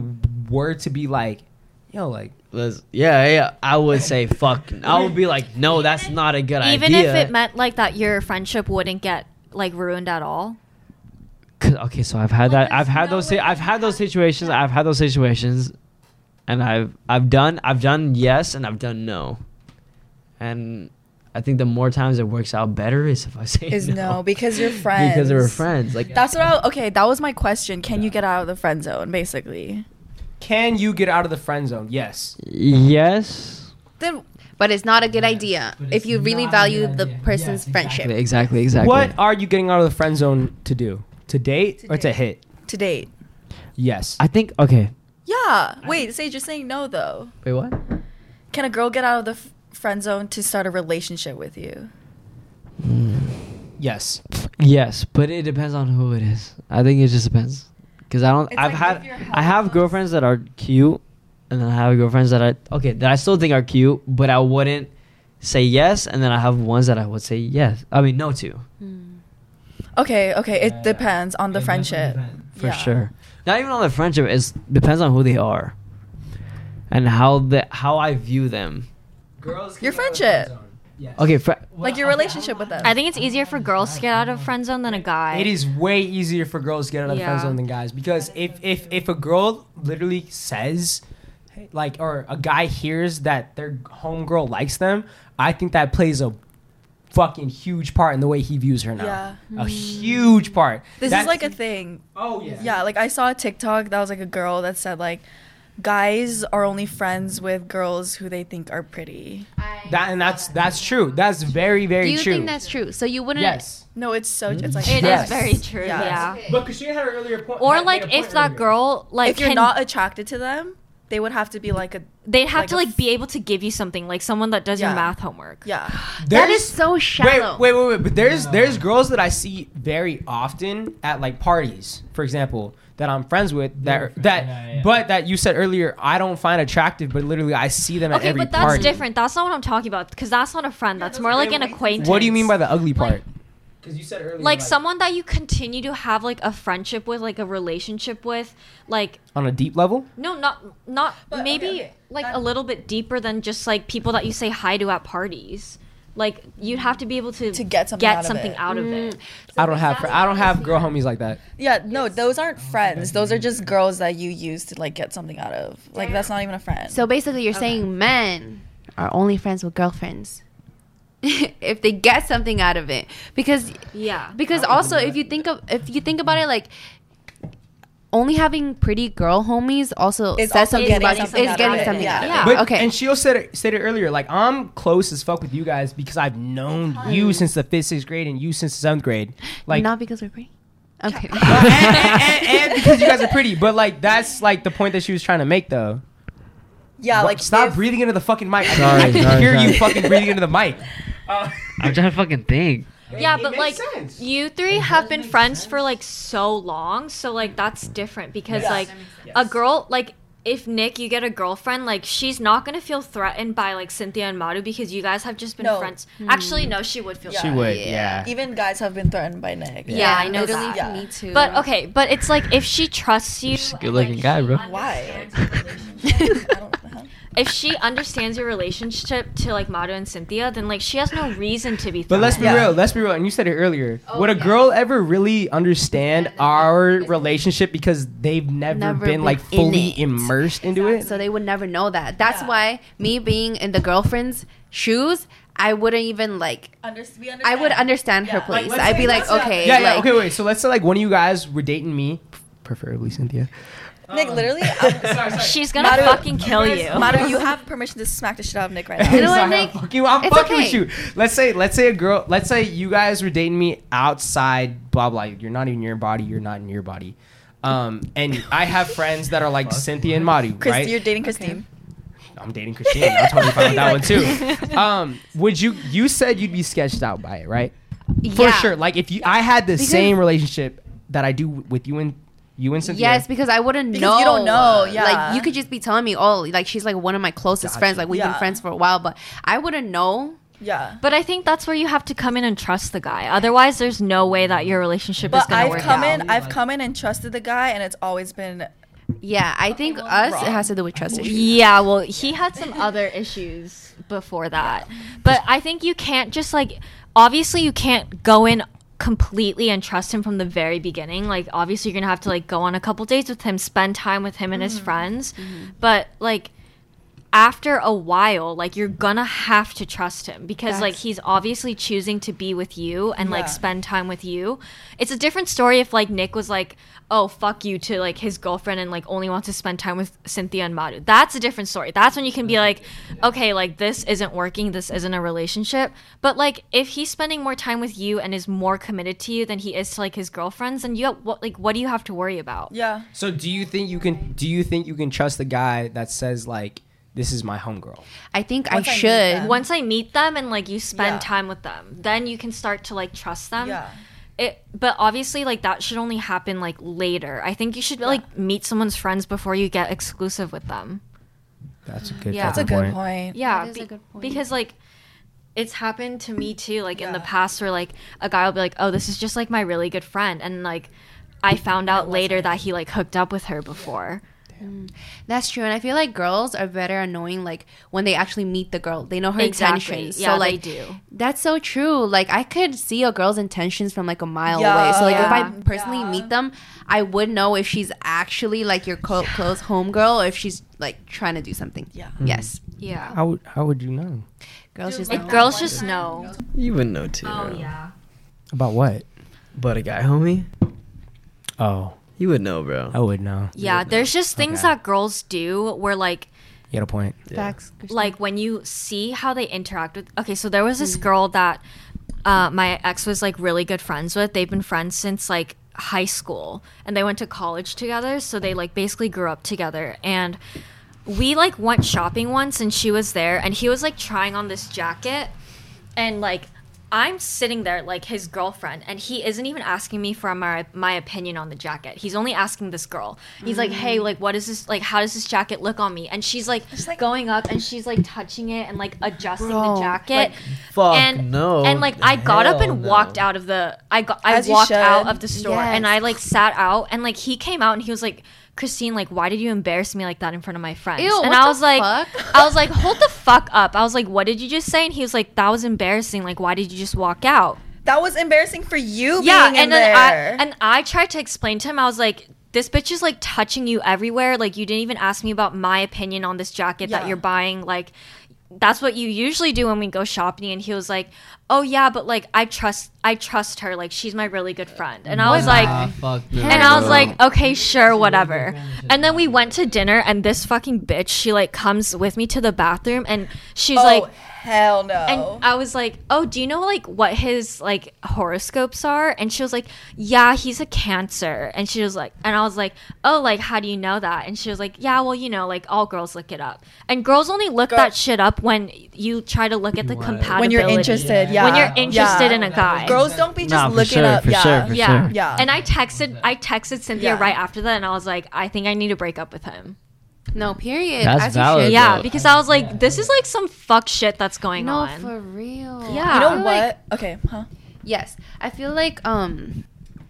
S2: were to be like, yo, like,
S5: Let's, yeah, yeah, I would say fuck. I would be like, no, that's not a good
S3: Even
S5: idea.
S3: if it meant like that your friendship wouldn't get like ruined at all.
S5: 'Cause- okay, so I've had that. I've had those. si- I've had those situations. I've had those situations, and I've I've done I've done yes and I've done no, and I think the more times it works out better is if I say
S4: is no. because you're friends.
S5: because we're friends. Like
S4: That's what I okay. That was my question. Can you get out of the friend zone? Basically,
S2: can you get out of the friend zone? Yes.
S5: yes,
S6: then but it's not a good idea if you really value the person's friendship.
S5: exactly, exactly.
S2: What are you getting out of the friend zone to do? To date or to hit?
S4: to date.
S2: Yes.
S5: I think okay.
S4: Yeah. Wait, Sage, you're saying no though.
S5: Wait, what?
S4: Can a girl get out of the f- friend zone to start a relationship with you?
S2: Yes.
S5: Yes, but it depends on who it is. I think it just depends. Cause I don't.
S4: It's
S5: I've
S4: like if you're
S5: had. I have girlfriends that are cute, and then I have girlfriends that I okay that I still think are cute, but I wouldn't say yes, and then I have ones that I would say yes. I mean no to
S4: Okay, okay. It depends on the friendship.
S5: for sure. Not even on the friendship. It depends on who they are, and how the how I view them.
S4: Your friendship,
S5: Okay, fr-
S4: like your relationship with them.
S3: I think it's easier for girls to get out of friend zone than a guy.
S2: It is way easier for girls to get out of the friend
S3: Yeah.
S2: zone than guys because if if if a girl literally says hey, like or a guy hears that their homegirl likes them, I think that plays a fucking huge part in the way he views her now.
S4: Yeah.
S2: A huge part.
S4: This
S2: That-
S4: is like a thing.
S2: Oh yeah.
S4: Yeah, like I saw a TikTok that was like a girl that said like guys are only friends with girls who they think are pretty.
S2: that and that's that's true. That's very very
S6: Do you
S2: true.
S6: think that's true? So you wouldn't
S2: yes.
S4: No, it's so it's like
S3: It is
S2: Yes.
S3: very true.
S4: Yes.
S3: Yeah.
S2: But Christina had an earlier point.
S3: Or like if that girl like
S4: if you're
S3: can-
S4: not attracted to them, they would have to be like a
S3: they'd have
S4: like
S3: to
S4: a
S3: like be able to give you something like someone that does
S4: Yeah.
S3: your math homework.
S4: yeah.
S6: That is so shallow.
S2: Wait, wait, wait, wait. But there's there's girls that I see very often at like parties, for example, that I'm friends with that that but that you said earlier I don't find attractive, but literally I see them at
S3: Okay,
S2: every
S3: but that's
S2: party.
S3: different. That's not what I'm talking about because that's not a friend. that's more like an acquaintance.
S2: What do you mean by the ugly part? Because you said earlier,
S3: like, someone that you continue to have like a friendship with, like a relationship with, like
S2: on a deep level.
S3: no, not not maybe like a little bit deeper than just like people that you say hi to at parties. Like you'd have to be able to,
S4: To get something out of
S3: something
S4: it.
S3: out of it.
S2: I don't have I don't have girl homies like that.
S4: Yeah, no, those aren't friends. Those are just girls that you use to like get something out of. Like that's not even a friend.
S6: So basically, you're saying men are only friends with girlfriends if they get something out of it, because
S3: Yeah.
S6: because also if you think of if you think about it, like only having pretty girl homies also
S4: It's
S6: says
S4: also
S6: something
S4: getting
S6: about you.
S4: something
S6: Is
S4: out
S6: getting
S4: of it,
S6: something
S4: yeah.
S6: out of it.
S3: Ah,
S4: Yeah.
S2: But,
S6: okay.
S2: And she also said it, said it earlier. Like I'm close as fuck with you guys because I've known you since the fifth, sixth grade, and you since the seventh grade. Like
S6: not because we're pretty. Okay.
S2: and, and because you guys are pretty. But like that's like the point that she was trying to make though.
S4: yeah,
S6: Uh,
S2: Bro,
S4: like
S2: stop
S4: if-
S2: breathing into the fucking mic. I can-
S5: Sorry,
S2: I can
S5: sorry,
S2: hear you
S5: sorry.
S2: fucking breathing into the mic.
S5: I'm trying to fucking think.
S3: Yeah, but like you three have been friends for like so long, so like that's different because like a girl like if Nick, you get a girlfriend, like she's not gonna feel threatened by like Cynthia and Madu because you guys have just been
S4: No.
S3: friends.
S4: Hmm.
S3: Actually, no, she would feel.
S4: Yeah.
S3: threatened.
S4: Even guys have been threatened by Nick.
S3: Yeah, I know
S4: Literally,
S3: that.
S4: yeah.
S6: Me too.
S3: But okay, but it's like if she trusts you,
S7: Good looking guy, bro.
S4: Why?
S3: if she understands your relationship to like Madu and Cynthia, then like she has no reason to be.
S2: But let's be
S3: threatened.
S2: real. Let's be real. And you said it earlier.
S6: Oh,
S2: Would a girl ever really understand our relationship because they've never,
S6: Never
S2: been,
S6: been
S2: like
S6: in
S2: fully
S6: it.
S2: immersed into it?
S6: So they would never know that. That's why me being in the girlfriend's shoes, I wouldn't even like. I would understand her place. I'd be like, okay,
S2: Yeah, yeah.
S6: like,
S2: Okay, wait. So let's say like one of you guys were dating me, preferably Cynthia.
S4: Nick, literally, I'm-
S3: She's gonna
S4: Madu-
S3: fucking kill you.
S4: Madu, Oh. you have permission to smack the shit out of Nick right now.
S2: It's like, I'm fucking- I'm
S4: It's
S2: fucking
S4: okay.
S2: with you. Let's say, let's say a girl. Let's say you guys were dating me outside. Blah blah. You're not in your body. You're not in your body. Um, and I have friends that are like Cynthia and Madu,
S4: Christy,
S2: right?
S4: you're dating Christine.
S2: I'm dating Christine. I'm totally fine with that one too. Um, would you? You said you'd be sketched out by it, right? For
S6: Yeah.
S2: sure. Like if you, I had the
S6: Because-
S2: same relationship that I do with you and you and Cynthia.
S6: Yes, because I wouldn't
S4: Because
S6: know.
S4: you don't know, yeah.
S6: Like you could just be telling me, oh, like she's like one of my closest friends. Like we've
S4: Yeah.
S6: been friends for a while, but I wouldn't know.
S4: Yeah.
S3: But I think that's where you have to come in and trust the guy. Otherwise, there's no way that your relationship is
S4: But
S3: gonna
S4: I've
S3: work
S4: come
S3: out.
S4: in, I've come in and trusted the guy, and it's always been.
S6: Yeah, I think us it has to do with trust issues.
S3: Yeah, well, he had some other issues before that. But I think you can't just like obviously you can't go in completely and trust him from the very beginning. Like obviously you're going to have to like go on a couple dates with him, spend time with him and his friends. But like after a while, like you're gonna have to trust him because like
S6: That's-
S3: he's obviously choosing to be with you and like
S6: Yeah.
S3: spend time with you. It's a different story if like Nick was like, "Oh fuck you" to like his girlfriend and like only wants to spend time with Cynthia and Madu. That's a different story. That's when you can be like, "Okay, like this isn't working. This isn't a relationship." But like if he's spending more time with you and is more committed to you than he is to like his girlfriends, then you have, what like what do you have to worry about?
S4: Yeah.
S2: So do you think you can? Do you think you can trust the guy that says like, "This is my homegirl"?
S6: I think
S3: Once
S6: I
S3: I meet
S6: should.
S3: Once I meet them and like you spend
S6: Um, Yeah.
S3: time with them, then you can start to like trust them.
S4: Yeah.
S3: It, but obviously, like that should only happen like later. I think you should like meet someone's friends before you get exclusive with them.
S2: That's a good.
S3: Yeah. That's a
S2: fucking
S3: good
S2: point.
S3: Yeah,
S6: That is
S3: be-
S6: a good point.
S3: because like it's happened to me too. Like in the past, where like a guy will be like, "Oh, this is just like my really good friend," and like I found out later that he like hooked up with her before.
S6: Mm. That's true, and I feel like girls are better at knowing like when they actually meet the girl, they know her
S3: Exactly.
S6: intentions.
S3: Yeah,
S6: so
S3: they
S6: like,
S3: do.
S6: that's so true. Like I could see a girl's intentions from like a mile
S4: Yeah.
S6: away. So like if
S3: Yeah.
S6: I personally meet them, I would know if she's actually like your co- close home girl, or if she's like trying to do something. Yeah. Yes.
S3: Yeah.
S2: How would how would you know
S6: Girls just
S3: Like
S6: know.
S3: girls just know.
S5: You would know too.
S3: Oh yeah.
S2: about what?
S5: But a guy, homie,
S2: Oh,
S5: you would know, bro.
S2: I would know.
S3: Yeah, there's just things
S2: Okay.
S3: that girls do where like
S2: You got a point.
S6: Facts.
S3: like when you see how they interact with okay so there was this girl that uh, my ex was like really good friends with they've been friends since like high school and they went to college together so they like basically grew up together and we like went shopping once and she was there and he was like trying on this jacket and like I'm sitting there like his girlfriend, and he isn't even asking me for my my opinion on the jacket. He's only asking this girl. He's like, "Hey, like, what is this? Like, how does this jacket look on me?" And she's like, going up and she's like touching it and like adjusting
S6: Bro,
S3: the jacket.
S6: like,
S5: fuck
S3: and,
S5: no,
S3: And like,
S5: the
S3: I got up
S5: hell
S3: and
S5: no.
S3: walked out of the. I got I
S4: As you
S3: walked out
S4: should.
S3: of the store
S6: Yes.
S3: and I like sat out and like he came out and he was like. Christine, like, why did you embarrass me like that in front of my friends?
S6: Ew,
S3: and
S6: what
S3: I
S6: the
S3: was like,
S6: fuck?
S3: I was like, hold the fuck up. I was like, what did you just say? And he was like, that was embarrassing. Like, why did you just walk out?
S4: That was embarrassing for you being
S3: and
S4: in
S3: then
S4: there.
S3: I and I tried to explain to him. I was like, this bitch is like touching you everywhere. Like, you didn't even ask me about my opinion on this jacket that
S4: Yeah.
S3: you're buying. Like, that's what you usually do when we go shopping. And he was like, oh yeah, but like, I trust, I trust her. Like, she's my really good friend. And I was like,
S5: fuck
S3: and I was like, okay, sure, whatever. And then we went to dinner, and this fucking bitch, she like comes with me to the bathroom, and she's
S4: oh,
S3: like,
S4: hell no.
S3: and I was like, oh, do you know like what his like horoscopes are? And she was like, yeah, he's a Cancer. And she was like, and I was like, oh, like how do you know that? And she was like, yeah, well, you know, like all girls look it up, and girls only look that shit up when you try to look at the compatibility
S4: when you're interested, yeah.
S3: when you're interested in a guy.
S4: Girls don't be just
S5: Nah, for
S4: looking
S5: sure,
S4: up.
S5: for
S4: yeah.
S5: sure, for
S3: Yeah.
S5: sure.
S4: Yeah.
S3: And I texted I texted Cynthia
S4: Yeah.
S3: right after that and I was like, I think I need to break up with him.
S6: No, period.
S5: That's
S6: As you
S5: valid,
S6: should.
S3: yeah, because I was like, this is like some fuck shit that's going
S6: no,
S3: on.
S6: for real.
S3: Yeah.
S6: I
S3: You know
S6: feel
S3: what?
S4: okay, huh?
S6: Yes, I feel like um,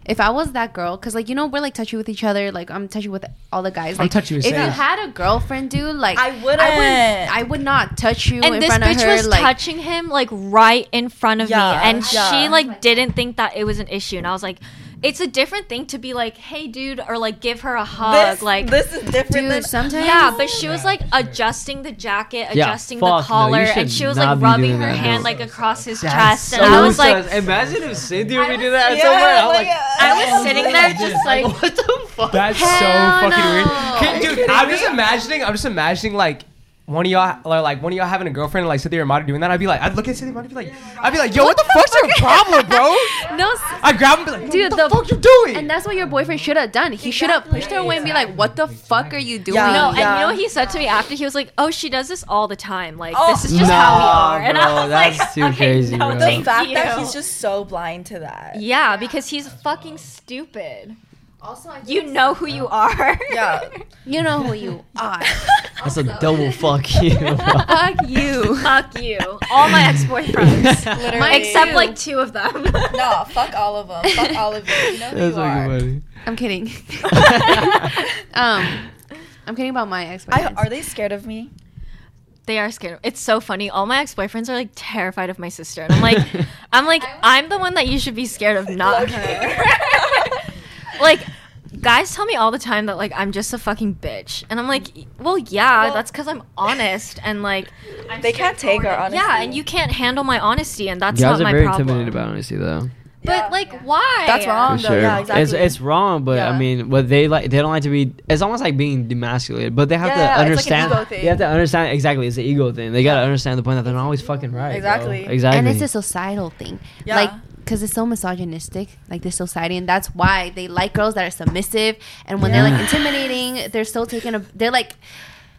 S6: if I was that girl, cause like you know we're like touchy with each other, like I'm touchy with all the guys.
S15: I'm
S6: Like,
S15: touchy with
S6: If you
S15: Sam.
S6: had a girlfriend, dude, like I
S4: wouldn't.
S6: I, would, I would not touch you in
S3: and this
S6: front
S3: bitch
S6: of her.
S3: was
S6: like
S3: touching him like right in front of
S6: Yeah,
S3: me and
S6: yeah.
S3: she like didn't think that it was an issue and i was like it's a different thing to be like hey dude or like give her a hug
S4: This-
S3: like
S4: this is different
S3: dude,
S4: than-
S3: sometimes yeah but she was like adjusting the jacket
S5: Yeah,
S3: adjusting
S5: fuck no,
S3: the
S5: you
S3: collar and
S5: should
S3: she was like
S5: not be
S3: rubbing
S5: doing
S3: her
S5: that,
S3: hand
S5: no.
S3: like across his chest and i was like
S5: imagine if Cynthia would do that
S3: yeah,
S5: somewhere. I'm like,
S3: like, i was sitting there just like
S5: what the fuck?
S2: That's so fucking weird. Can- dude, I'm just imagining. I'm just imagining like. One of y'all, or, like one of y'all having a girlfriend, and, like Cynthia Ramada doing that, I'd be like, I'd look at Cynthia Ramada, and be like, I'd be like, yo, what the fuck's your problem, bro?
S6: no.
S2: I grab him, be like, dude,
S6: Dude, the,
S2: fuck you doing?
S6: And that's what your boyfriend should have done. He should have pushed her away and be like, "What the fuck are you doing?"
S3: no, Oh, and you know what he said to me after? He was like, "Oh, she does this all the time. Like
S4: Oh,
S3: this is just how we are." And I was like,
S5: too crazy,
S3: no,
S5: bro.
S4: The fact that
S3: you.
S4: he's just so blind to that.
S3: Yeah, because he's fucking stupid.
S6: Also,
S3: you know who you are.
S4: Yeah.
S6: You know who you are.
S5: That's a double fuck you.
S6: Fuck you.
S3: Fuck you. All my ex-boyfriends, literally,
S4: My
S3: except
S4: two.
S3: like two of them.
S4: no, fuck all of them. Fuck all of you. You know who
S5: That's
S4: you are.
S5: fucking
S6: I'm kidding. um, I'm kidding about my ex.
S4: I, are they scared of me?
S3: They are scared. It's so funny. All my ex-boyfriends are like terrified of my sister, and I'm like, I'm like, I'm the one that you should be scared of, not her. like, guys tell me all the time that like I'm just a fucking bitch, and I'm like, well, yeah,
S4: Well-
S3: that's because I'm honest and like, I'm
S4: They can't take her, honestly.
S3: yeah, and you can't handle my honesty, and that's
S5: Guys
S3: not
S5: are
S3: my
S5: very
S3: problem.
S5: intimidated by honesty, though.
S3: But like, why?
S4: That's wrong,
S5: For
S4: Um, though. Yeah,
S5: sure.
S4: exactly.
S5: It's it's wrong, but I mean, what they like, they don't like to be. It's almost like being demasculated, but they have
S4: Yeah, it's like
S5: to
S4: an
S5: understand.
S4: ego thing.
S5: They have to understand exactly. It's the ego thing. They gotta understand the point that they're not always fucking right. bro.
S4: Exactly.
S5: Exactly.
S6: And it's a societal thing.
S4: Yeah.
S6: Like, because it's so misogynistic, like this society, and that's why they like girls that are submissive. And when they're like
S5: Yeah.
S6: intimidating, they're so taken. ab they're like,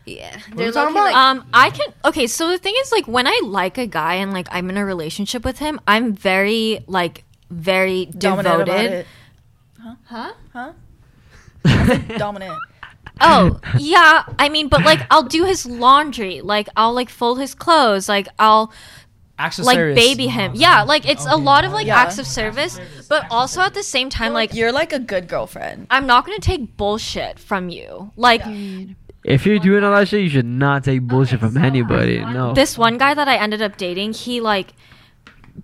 S6: yeah, they're
S2: we talking
S6: low-key, like,
S3: um, I can. Okay, so the thing is, like, when I like a guy and like I'm in a relationship with him, I'm very like very
S4: Dominant about
S3: devoted.
S4: it.
S3: Huh?
S4: Huh? I said dominant.
S3: Oh yeah, I mean, but like I'll do his laundry, like I'll like fold his clothes, like I'll
S2: Acts of
S3: like
S2: service.
S3: baby him. Yeah, like it's a lot of like
S4: Yeah.
S3: acts of service, but also at the same time, like
S4: You're like a good girlfriend.
S3: I'm not gonna take bullshit from you. Like
S5: if you're doing all that shit, you should not take bullshit from anybody. No.
S3: this one guy that I ended up dating, he like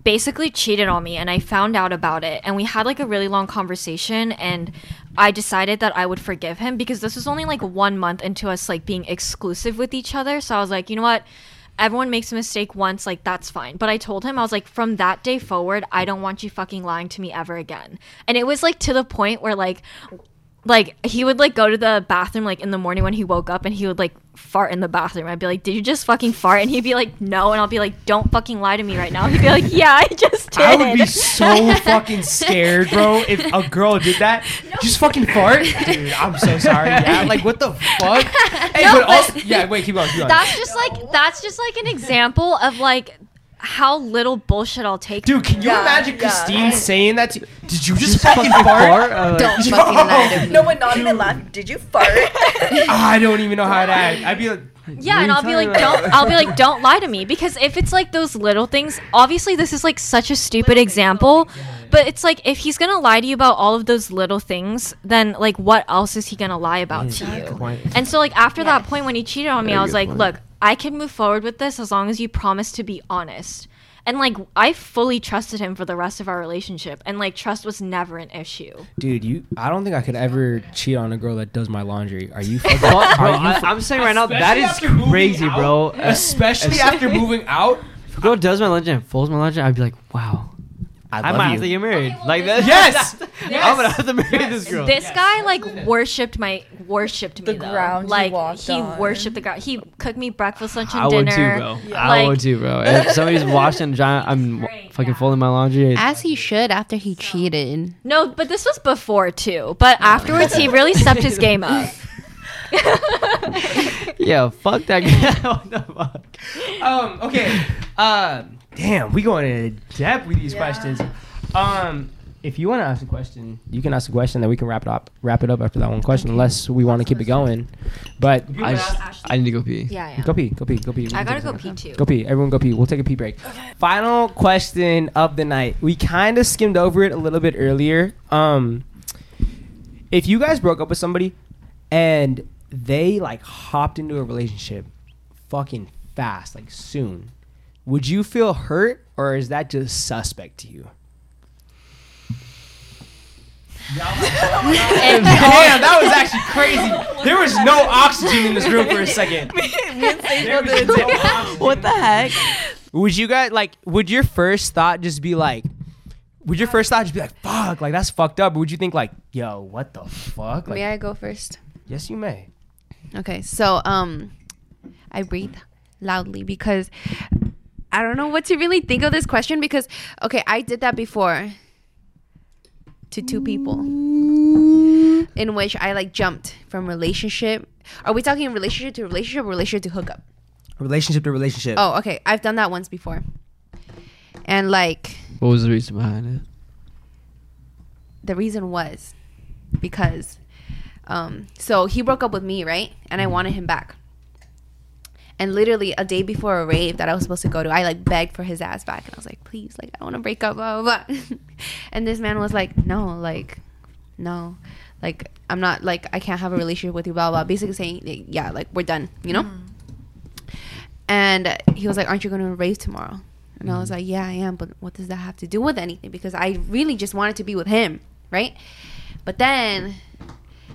S3: basically cheated on me and I found out about it and we had like a really long conversation and I decided that I would forgive him because this was only like 1 month into us like being exclusive with each other so I was like, you know what? Everyone makes a mistake once, like that's fine. But I told him I was like from that day forward, I don't want you fucking lying to me ever again. And it was like to the point where like like he would like go to the bathroom like in the morning when he woke up and he would like fart in the bathroom. I'd be like, "Did you just fucking fart?" And he'd be like, "No." And I'll be like, "Don't fucking lie to me right now." He'd be like, "Yeah, I just did."
S2: I would be so fucking scared, bro, if a girl did that. Just fucking fart, dude. I'm so sorry. Yeah, like what the fuck? Hey,
S3: No,
S2: but
S3: but-
S2: also, yeah, wait, keep going, keep going.
S3: that's just like that's just like an example of like how little bullshit I'll take.
S2: Dude, can you
S3: Yeah,
S2: imagine
S3: yeah.
S2: Christine saying that to you? Did you just fucking fart?
S15: Uh,
S6: Don't
S2: Yo,
S6: fucking lie to me.
S4: No one nodded and laughed. Did you fart?
S2: I don't even know how to act. I'd be like,
S3: Yeah, and I'll be like, don't. I'll be like, don't lie to me because if it's like those little things, obviously this is like such a stupid example, but it's like if he's gonna lie to you about all of those little things, then like what else is he gonna lie about to you? And so like after that point when he cheated on me, I was like, look, I can move forward with this as long as you promise to be honest. And like I fully trusted him for the rest of our relationship, and like trust was never an issue.
S15: dude, you. I don't think I could ever cheat on a girl that does my laundry. Are you? Fucking,
S5: Fuck, bro,
S15: are you?
S5: I, am saying right now that
S2: Especially
S5: is
S2: after moving
S5: crazy,
S2: out.
S5: bro.
S2: especially after moving out.
S5: If a girl does my lunch and folds my lunch, I'd be like, wow. I,
S15: love
S5: might
S15: you.
S5: have to get married. like that.
S2: Yes!
S5: I'm gonna have to marry this girl.
S3: This guy like worshipped my worshipped me
S4: The
S3: though.
S4: ground you
S3: like
S4: walked
S3: he
S4: on.
S3: worshipped the ground. He cooked me breakfast, lunch, and
S5: I would too,
S3: dinner.
S5: bro. I
S3: Like-
S5: would too, bro. If somebody's washing, drying, I'm fucking folding my laundry.
S6: as he should after he cheated.
S3: No, but this was before too. But afterwards, he really stepped his game up.
S5: Yeah, fuck that guy. what the fuck?
S2: Um, uh, okay. Um, damn, we going into depth with these questions. Um, if you want to ask a question, you can ask a question, then we can wrap it up. Wrap it up after that one question, unless we want to keep it going. But
S3: You
S2: I,
S3: wanna
S2: just-
S3: ask
S5: I need to go pee.
S3: Yeah, yeah.
S2: Go pee. Go pee. Go pee.
S3: I
S2: We'll
S3: gotta
S2: take a
S3: go
S2: second.
S3: pee too.
S2: Go pee. Everyone, go pee. We'll take a pee break. Final question of the night. We kind of skimmed over it a little bit earlier. Um, if you guys broke up with somebody and they like hopped into a relationship, fucking fast, like soon, would you feel hurt or is that just suspect to you? Damn, that was actually crazy. There was no oxygen in this room for a second.
S4: what the heck?
S2: Would you guys like? Would your first thought just be like? Would your first thought just be like, "Fuck, like that's fucked up"? Or would you think like, "Yo, what the fuck"? Like,
S6: May I go first?
S2: yes, you may.
S6: Okay, so um, I breathe loudly because I don't know what to really think of this question because okay, I did that before to two people in which I like jumped from relationship. Are we talking relationship to relationship or relationship to hookup?
S2: Relationship to relationship.
S6: Oh, okay. I've done that once before. And like
S5: What was the reason behind
S6: the reason was because um so he broke up with me, right? And I wanted him back. And literally a day before a rave that I was supposed to go to, I like begged for his ass back and I was like, please, like I wanna break up, blah blah blah. and this man was like, No, like, no. Like I'm not like I can't have a relationship with you, blah blah. blah. Basically saying, like, yeah, like we're done, you know? And he was like, Aren't you going to rave tomorrow? And I was like, Yeah, I am. But what does that have to do with anything? Because I really just wanted to be with him, right? But then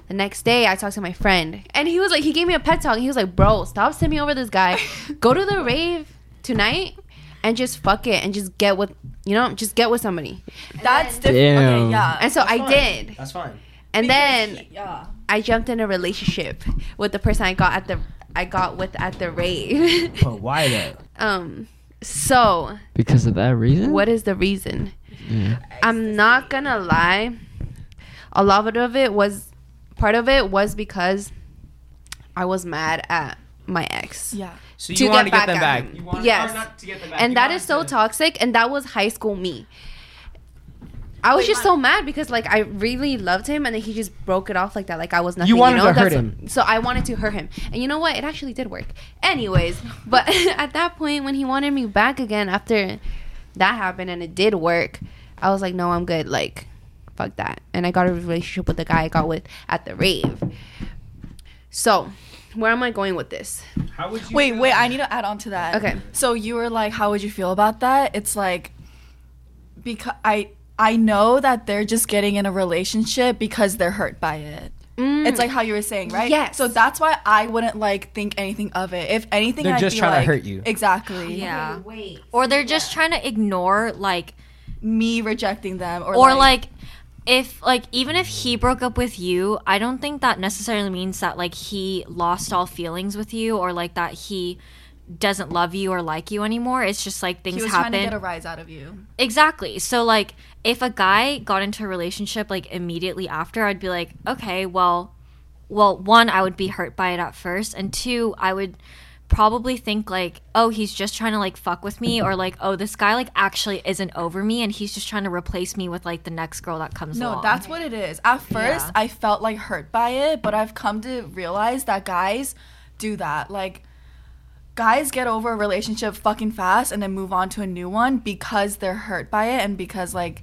S6: the next day, I talked to my friend, and he was like, He gave me a pet talk. He was like, Bro, stop sending over this guy. Go to the rave tonight and just fuck it and just get with, you know, just get with somebody.
S4: That's
S5: it? Damn.
S6: And so I did.
S2: That's fine.
S6: And then
S4: yeah.
S6: I jumped in a relationship with the person I got at the I got with at the rave.
S2: But why though?
S6: um so
S5: Because of that reason?
S6: what is the reason?
S5: Yeah.
S6: I'm not gonna lie. A lot of it was part of it was because I was mad at my ex.
S4: Yeah.
S2: So you wanted to get them back. You wanted- or
S6: yes.
S2: not to get them back,
S6: And
S2: you
S6: that
S2: wanted
S6: is so toxic. And that was high school me. I was just so mad because like I really loved him and then he just broke it off like that like I was nothing.
S2: wanted
S6: know?
S2: to hurt
S6: That's-
S2: him.
S6: So I wanted to hurt him, and you know what? It actually did work. Anyways, but at that point when he wanted me back again after that happened and it did work, I was like, no, I'm good. Like, fuck that. And I got a relationship with the guy I got with at the rave. So where am I going with this?
S2: How would
S4: Wait, wait. I need to add on to that.
S6: Okay.
S4: So you were like, how would you feel about that? It's like, because I I know that they're just getting in a relationship because they're hurt by it.
S3: Mm.
S4: It's like how you were saying, right?
S6: Yes.
S4: So that's why I wouldn't like think anything of it. If anything,
S2: They're
S4: I'd
S2: just
S4: be
S2: trying to
S4: like-
S2: hurt you.
S4: Exactly.
S3: Yeah.
S6: Wait.
S3: Or they're just trying to ignore like
S4: Me rejecting them, or,
S3: or like if like even if he broke up with you, I don't think that necessarily means that like he lost all feelings with you or like that he doesn't love you or like you anymore. It's just like
S4: he
S3: things
S4: was
S3: happen.
S4: trying to get a rise out of you.
S3: Exactly. So like if a guy got into a relationship like immediately after, I'd be like, okay, well, well, one, I would be hurt by it at first, and two, I would probably think like, oh, he's just trying to like fuck with me or like, oh, this guy like actually isn't over me and he's just trying to replace me with like the next girl that comes
S4: No,
S3: along.
S4: that's what it is. At first,
S3: Yeah.
S4: I felt like hurt by it, but I've come to realize that guys do that. Like, guys get over a relationship fucking fast and then move on to a new one because they're hurt by it and because, like,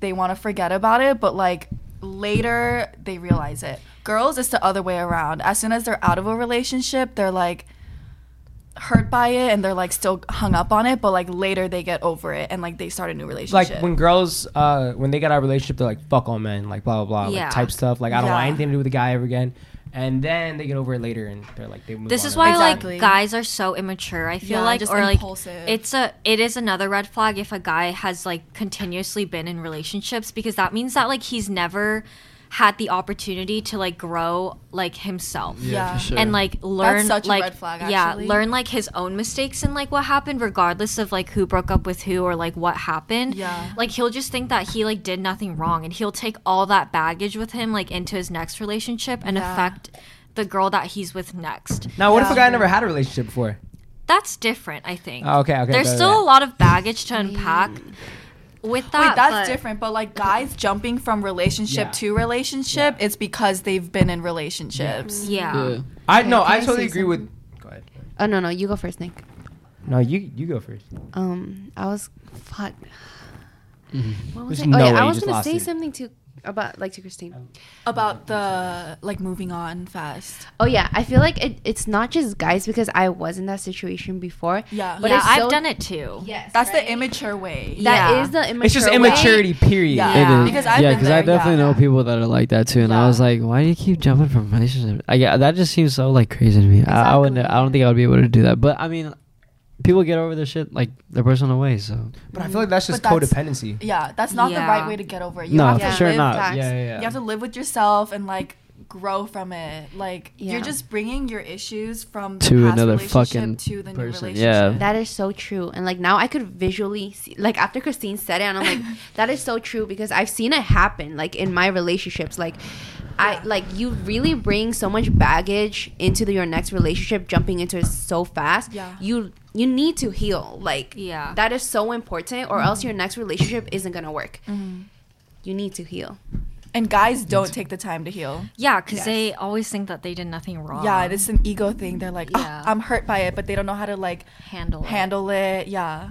S4: they want to forget about it, but, like, later they realize it. Girls, it's the other way around. As soon as they're out of a relationship, they're like, hurt by it and they're like still hung up on it but like later they get over it and like they start a new
S2: Like
S4: relationship
S2: when girls, uh, when they got out of a relationship, they're like, "Fuck all men," like blah blah blah,
S3: Yeah.
S2: like type stuff. Like I don't want
S4: Yeah.
S2: anything to do with the guy ever again. And then they get over it later, and they're like, they move
S3: this
S2: on
S3: is
S2: and-
S3: why
S4: Exactly.
S3: like guys are so immature i feel
S4: Yeah,
S3: like
S4: just
S3: or like
S4: impulsive.
S3: it's a it is another red flag if a guy has like continuously been in relationships because that means that like he's never had the opportunity to like grow like himself
S4: Yeah, for sure.
S3: and like learn
S4: such a
S3: like
S4: red flag,
S3: yeah
S4: actually.
S3: learn like his own mistakes and like what happened regardless of like who broke up with who or like what happened
S4: Yeah.
S3: like he'll just think that he like did nothing wrong and he'll take all that baggage with him like into his next relationship and
S4: Yeah.
S3: affect the girl that he's with next
S2: Now, what if
S4: Yeah.
S2: a guy never had a relationship before?
S3: that's different i think
S2: Oh, okay, okay,
S3: there's
S2: better
S3: still
S2: than
S3: a lot of baggage to unpack With
S4: Wait,
S3: that,
S4: that's
S3: but-
S4: different. But like guys jumping from relationship
S2: Yeah.
S4: to relationship, it's because they've been in relationships.
S6: Yeah. Yeah.
S2: I
S6: Okay,
S2: no,
S6: can
S2: I
S6: I
S2: totally
S6: say
S2: agree with. Go ahead.
S6: Oh no no, you go first, Nick.
S2: No, you you go first.
S6: Um, I was fuck. What was
S2: There's
S6: I?
S2: no
S6: oh yeah,
S2: way
S6: I
S2: you
S6: was
S2: just
S6: gonna
S2: lost
S6: say
S2: it.
S6: something to about like to Christine.
S4: About the like moving on fast.
S6: Oh yeah, I feel like it, it's not just guys because I was in that situation before.
S4: Yeah.
S6: but
S4: Yeah,
S6: it's
S4: I've
S6: so-
S4: done it too.
S6: Yes,
S4: That's the immature way.
S6: That is the immature.
S2: It's just
S6: way.
S2: immaturity, period.
S6: Yeah.
S5: It is.
S6: Because
S4: I've
S5: yeah,
S4: been
S5: because
S4: there,
S5: I definitely know people that are like that too, and I was like, why do you keep jumping from relationship? I get, that just seems so like crazy to me. I, I wouldn't. I don't think I would be able to do that. But I mean, people get over their shit like their personal way. So
S2: But I feel like that's
S4: But
S2: just
S4: that's-
S2: codependency.
S4: Yeah, that's not the right
S6: Yeah.
S4: way to get over it.
S5: No,
S4: have
S5: for
S4: to
S5: sure
S4: live-
S5: not. Facts. Yeah, yeah, yeah.
S4: You have to live with yourself and like grow from it. Like
S6: Yeah.
S4: you're just bringing your issues from the
S5: To
S4: past
S5: another
S4: relationship
S5: fucking
S4: to the new
S5: person,
S4: relationship.
S5: yeah.
S6: That is so true. And like now I could visually see like after Christine said it and I'm like that is so true because I've seen it happen like in my relationships like I like you really bring so much baggage into the, your next relationship jumping into it so fast.
S4: Yeah.
S6: You you need to heal. Like
S3: Yeah. Mm-hmm.
S6: that is so important or else your next relationship isn't going to work. You need to heal.
S4: And guys don't take the time to heal.
S3: Yeah, because they always think that they did nothing wrong.
S4: Yeah, it's an ego thing. They're like, "Oh,
S3: Yeah.
S4: I'm hurt by it, but they don't know how to like
S3: handle it.
S4: handle it. Yeah,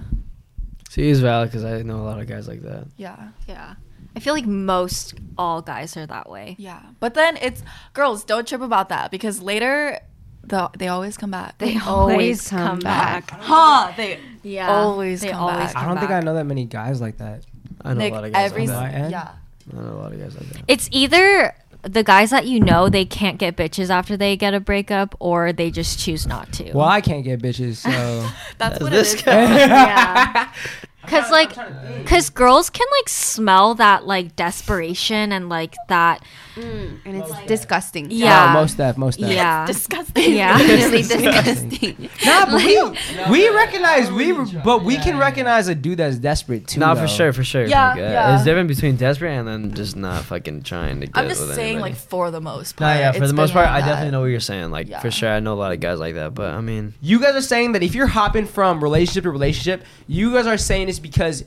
S5: see, it's valid because I know a lot of guys like that.
S4: yeah,
S3: Yeah. I feel like most all guys are that way.
S4: yeah. But then it's girls don't trip about that because later, the, they always come back.
S6: They always come back.
S4: Huh? They
S3: Yeah.
S4: always
S3: They
S4: come
S3: always
S4: back.
S3: come
S2: I don't think I know that many guys like that.
S5: I know
S4: Nick,
S5: a lot of guys
S4: every
S5: like that.
S4: s-
S2: end?
S4: yeah.
S5: I know a lot of guys like that.
S3: It's either the guys that you know they can't get bitches after they get a breakup or they just choose not to.
S2: Well, I can't get bitches, so
S4: That's what
S5: this
S4: it is.
S3: yeah. Cause like, cause girls can like smell that like desperation and like that.
S6: And it's disgusting.
S3: Mm. Yeah.
S2: Oh, most def, most def.
S3: yeah.
S4: Disgusting.
S3: yeah.
S6: Really disgusting.
S2: Nah, but we, we recognize we, but we can recognize a dude that's desperate too.
S5: Nah,
S2: though.
S5: for sure, for sure.
S4: Yeah,
S5: Like, uh,
S4: yeah.
S5: It's different between desperate and then just not fucking trying to get.
S4: I'm just
S5: with
S4: saying,
S5: anybody.
S4: like for the most
S5: No,
S4: part.
S5: yeah, for
S4: it's
S5: the most
S4: been
S5: part,
S4: like
S5: I
S4: that.
S5: definitely know what you're saying. Like,
S4: Yeah.
S5: for sure, I know a lot of guys like that, but I mean,
S2: You guys are saying that if you're hopping from relationship to relationship, you guys are saying it's because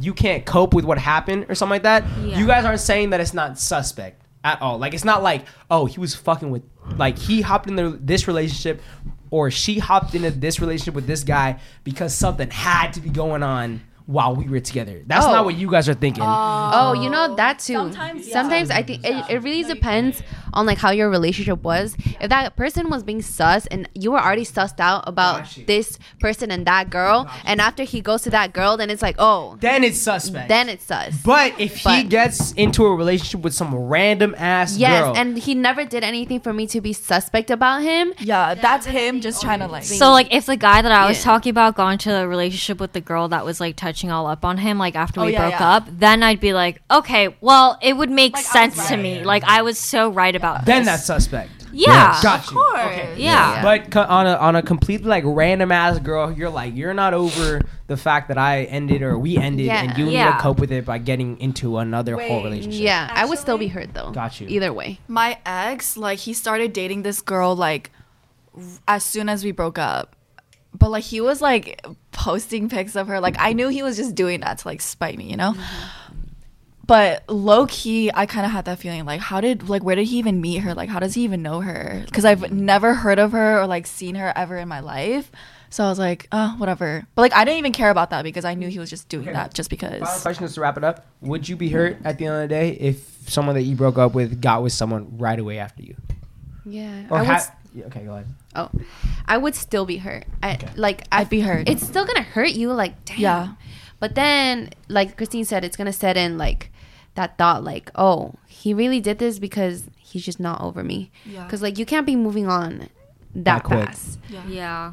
S2: you can't cope with what happened or something like that.
S3: Yeah.
S2: You guys aren't saying that it's not suspect at all. Like it's not like oh he was fucking with like he hopped into this relationship or she hopped into this relationship with this guy because something had to be going on while we were together. That's
S6: Oh.
S2: not what you guys are thinking.
S6: Oh, you know that too.
S4: Sometimes,
S6: Sometimes,
S4: yeah.
S6: I think it, it really depends on like how your relationship was. If that person was being sus and you were already sussed out about this person and that girl, and after he goes to that girl, then it's like, oh,
S2: then it's suspect.
S6: then it's sus.
S2: but if he
S6: But-
S2: gets into a relationship with some random ass
S6: yes,
S2: girl,
S6: and he never did anything for me to be suspect about him.
S4: Yeah, that's him just trying to like.
S3: So like, if the guy that I was
S6: Yeah.
S3: talking about got into a relationship with the girl that was like touching all up on him, like after
S4: Oh,
S3: we
S4: yeah,
S3: broke
S4: yeah.
S3: up, then I'd be like, okay, well, it would make
S4: Like, I was
S3: sense to
S4: right.
S3: me. Like I was so right about
S2: then
S3: this.
S2: that's suspect.
S3: yeah,
S2: Got you.
S4: course.
S2: Okay.
S3: yeah.
S2: But co- on a on a completely like random ass girl, you're like you're not over the fact that I ended or we ended,
S6: Yeah.
S2: and you need
S3: Yeah.
S2: to cope with it by getting into another whole relationship.
S6: Yeah, I would still be hurt though.
S2: Got you.
S6: Either way.
S4: my ex like he started dating this girl like r- as soon as we broke up but like he was like posting pics of her like i knew he was just doing that to like spite me you know
S5: Mm-hmm.
S4: but low key i kind of had that feeling like how did like where did he even meet her like how does he even know her because i've
S5: Mm-hmm.
S4: never heard of her or like seen her ever in my life so i was like uh whatever but like i didn't even care about that because i knew he was just doing that just
S2: Final
S4: because
S2: question is to wrap it up. Would you be hurt at the end of the day if someone that you broke up with got with someone right away after you?
S6: Yeah.
S2: Or
S6: I would
S2: ha-
S6: s-
S2: yeah, okay, go ahead.
S6: Oh, I would still be hurt. I, Like I,
S4: I'd be hurt.
S6: It's still gonna hurt you. Like damn.
S4: Yeah.
S6: But then, like Christine said, it's gonna set in like that thought, like oh, he really did this because he's just not over me.
S4: Yeah.
S6: Because like you can't be moving on that
S2: That quick.
S6: fast.
S3: yeah.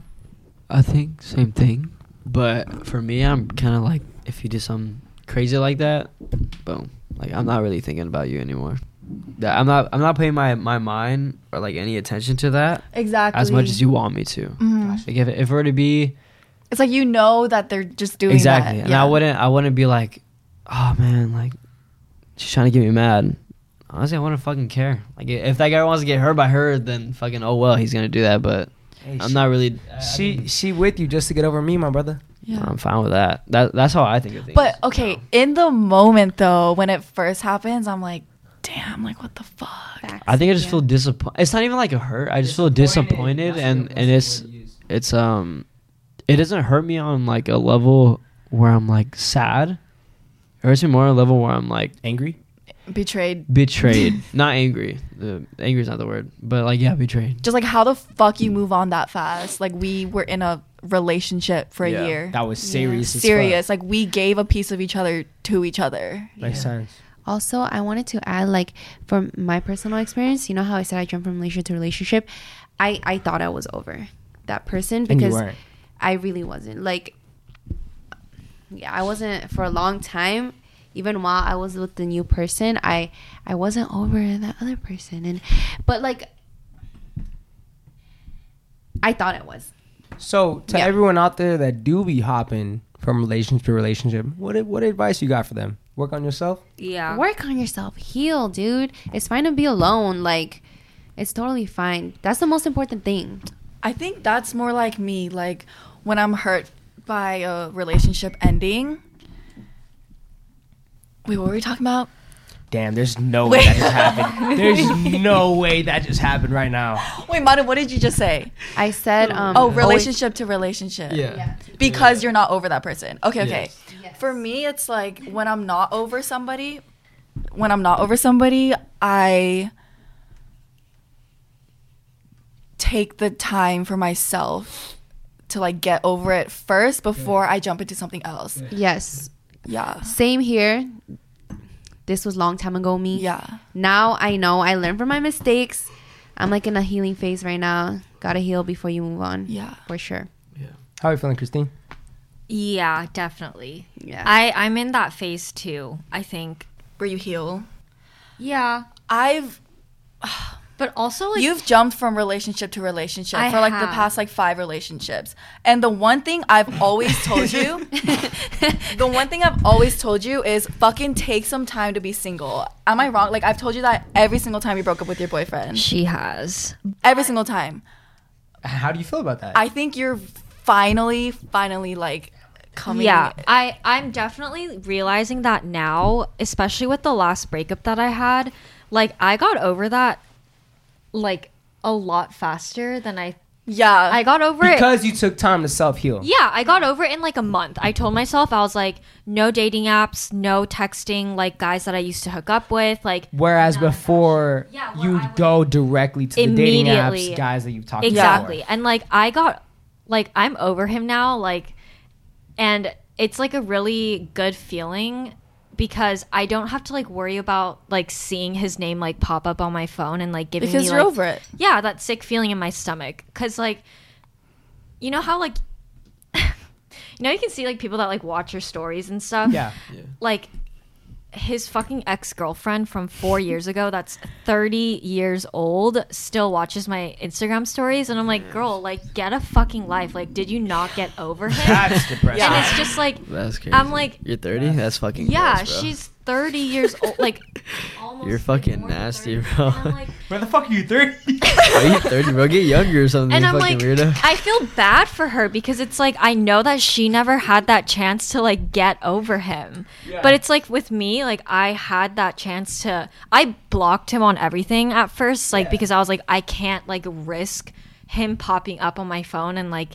S5: I think same thing, but for me, I'm kind of like if you do something crazy like that, boom, like I'm not really thinking about you anymore. That I'm not I'm not paying my my mind or like any attention to that
S4: exactly Mm-hmm.
S5: as much as you want me to. Like if if it were to be
S4: it's like you know that they're just doing
S5: exactly,
S4: that.
S5: and I wouldn't I wouldn't be like, oh man, like she's trying to get me mad. Honestly, I wouldn't fucking care. Like if that guy wants to get hurt by her, then fucking oh well, he's gonna do that. But I'm not really.
S2: She she with you just to get over me, my brother.
S4: Yeah.
S5: I'm fine with that. That that's how I think of things.
S4: But okay, in the moment though, when it first happens, I'm like, damn, like what the fuck?
S5: I think I just feel disappointed. It's not even like a hurt. I just feel disappointed, and and it's it's um, it doesn't hurt me on like a level where I'm like sad. It hurts me more on a level where I'm like
S15: angry,
S4: Betrayed.
S5: betrayed, not angry. The angry is not the word, but like yeah, betrayed.
S4: Just like how the fuck you move on that fast? Like we were in a relationship for
S15: Yeah.
S4: a year.
S15: That was serious as fuck.
S4: Serious. Like we gave a piece of each other to each other.
S15: Makes sense.
S6: Also, I wanted to add, like, from my personal experience, you know how I said I jumped from relationship to relationship. I I thought I was over that person
S15: And you
S6: because
S15: weren't.
S6: I really wasn't. Like, yeah, I wasn't for a long time. Even while I was with the new person, I I wasn't over that other person, and but like, I thought it was.
S15: So to
S6: Yeah.
S15: everyone out there that do be hopping from relationship to relationship, what a- what advice you got for them? Work on yourself.
S3: Yeah.
S6: Work on yourself. Heal, dude. It's fine to be alone. Like, it's totally fine. That's the most important thing.
S4: I think that's more like me. Like when I'm hurt by a relationship ending. Wait, what were we talking about?
S15: Damn, there's no way that just happened. There's no way that just happened right now.
S4: Wait, Manu, what did you just say?
S6: I said, um,
S4: oh,
S6: always-
S4: relationship to relationship.
S15: Yeah. Yeah.
S4: Because you're not over that person. Okay, okay.
S15: Yes.
S4: For me, it's like when I'm not over somebody, when I'm not over somebody, I take the time for myself to like get over it first before I jump into something else.
S6: Yes.
S4: Yeah.
S6: Same here. This was long time ago me.
S4: Yeah.
S6: Now I know I learned from my mistakes. I'm like in a healing phase right now. Gotta heal before you move on.
S4: Yeah.
S6: For sure.
S15: How are you feeling, Christine?
S3: Yeah, definitely.
S6: Yeah.
S3: I I'm in that phase too. I think.
S4: Where you heal.
S3: Yeah.
S4: I've
S3: But also like
S4: You've jumped from relationship to relationship
S3: I
S4: for like the
S3: have.
S4: past like five relationships. And the one thing I've always told you, the one thing I've always told you is fucking take some time to be single. Am I wrong? Like I've told you that every single time you broke up with your boyfriend.
S3: She has.
S4: Every single time.
S15: How do you feel about that?
S4: I think you're finally, finally like coming.
S3: yeah i i'm definitely realizing that now especially with the last breakup that i had like i got over that like a lot faster than i
S4: yeah
S3: i got over it
S15: because you took time to self heal.
S3: yeah, I got over it in like a month. I told myself I was like, no dating apps, no texting, like guys that I used to hook up with, like
S15: Whereas before, you go directly to the dating apps, guys that you've talked
S3: exactly.
S15: to. before.
S3: And like I got like I'm over him now, like and it's like a really good feeling because I don't have to like worry about like seeing his name like pop up on my phone and like giving
S4: Because
S3: me
S4: you're
S3: like,
S4: over it.
S3: Yeah, that sick feeling in my stomach. Cause like you know how like you know you can see like people that like watch your stories and stuff.
S15: Yeah.
S3: Like his fucking ex girlfriend from four years ago, that's 30 years old, still watches my Instagram stories. And I'm like, girl, like, get a fucking life. Like, did you not get over him?
S5: That's depressing.
S3: And it's just like,
S5: That's crazy.
S3: I'm like,
S5: you're 30. That's fucking.
S3: yeah,
S5: gross, bro.
S3: she's 30 years old. Like,
S5: You're fucking nasty, bro.
S15: Where the fuck are you 30?
S5: Are you 30, bro? Get younger or something.
S3: and
S5: you
S3: I'm
S5: fucking
S3: like,
S5: weirdo.
S3: I feel bad for her because it's like I know that she never had that chance to like get over him. But it's like with me, like I had that chance to. I blocked him on everything at first, like because I was like, I can't like risk him popping up on my phone and like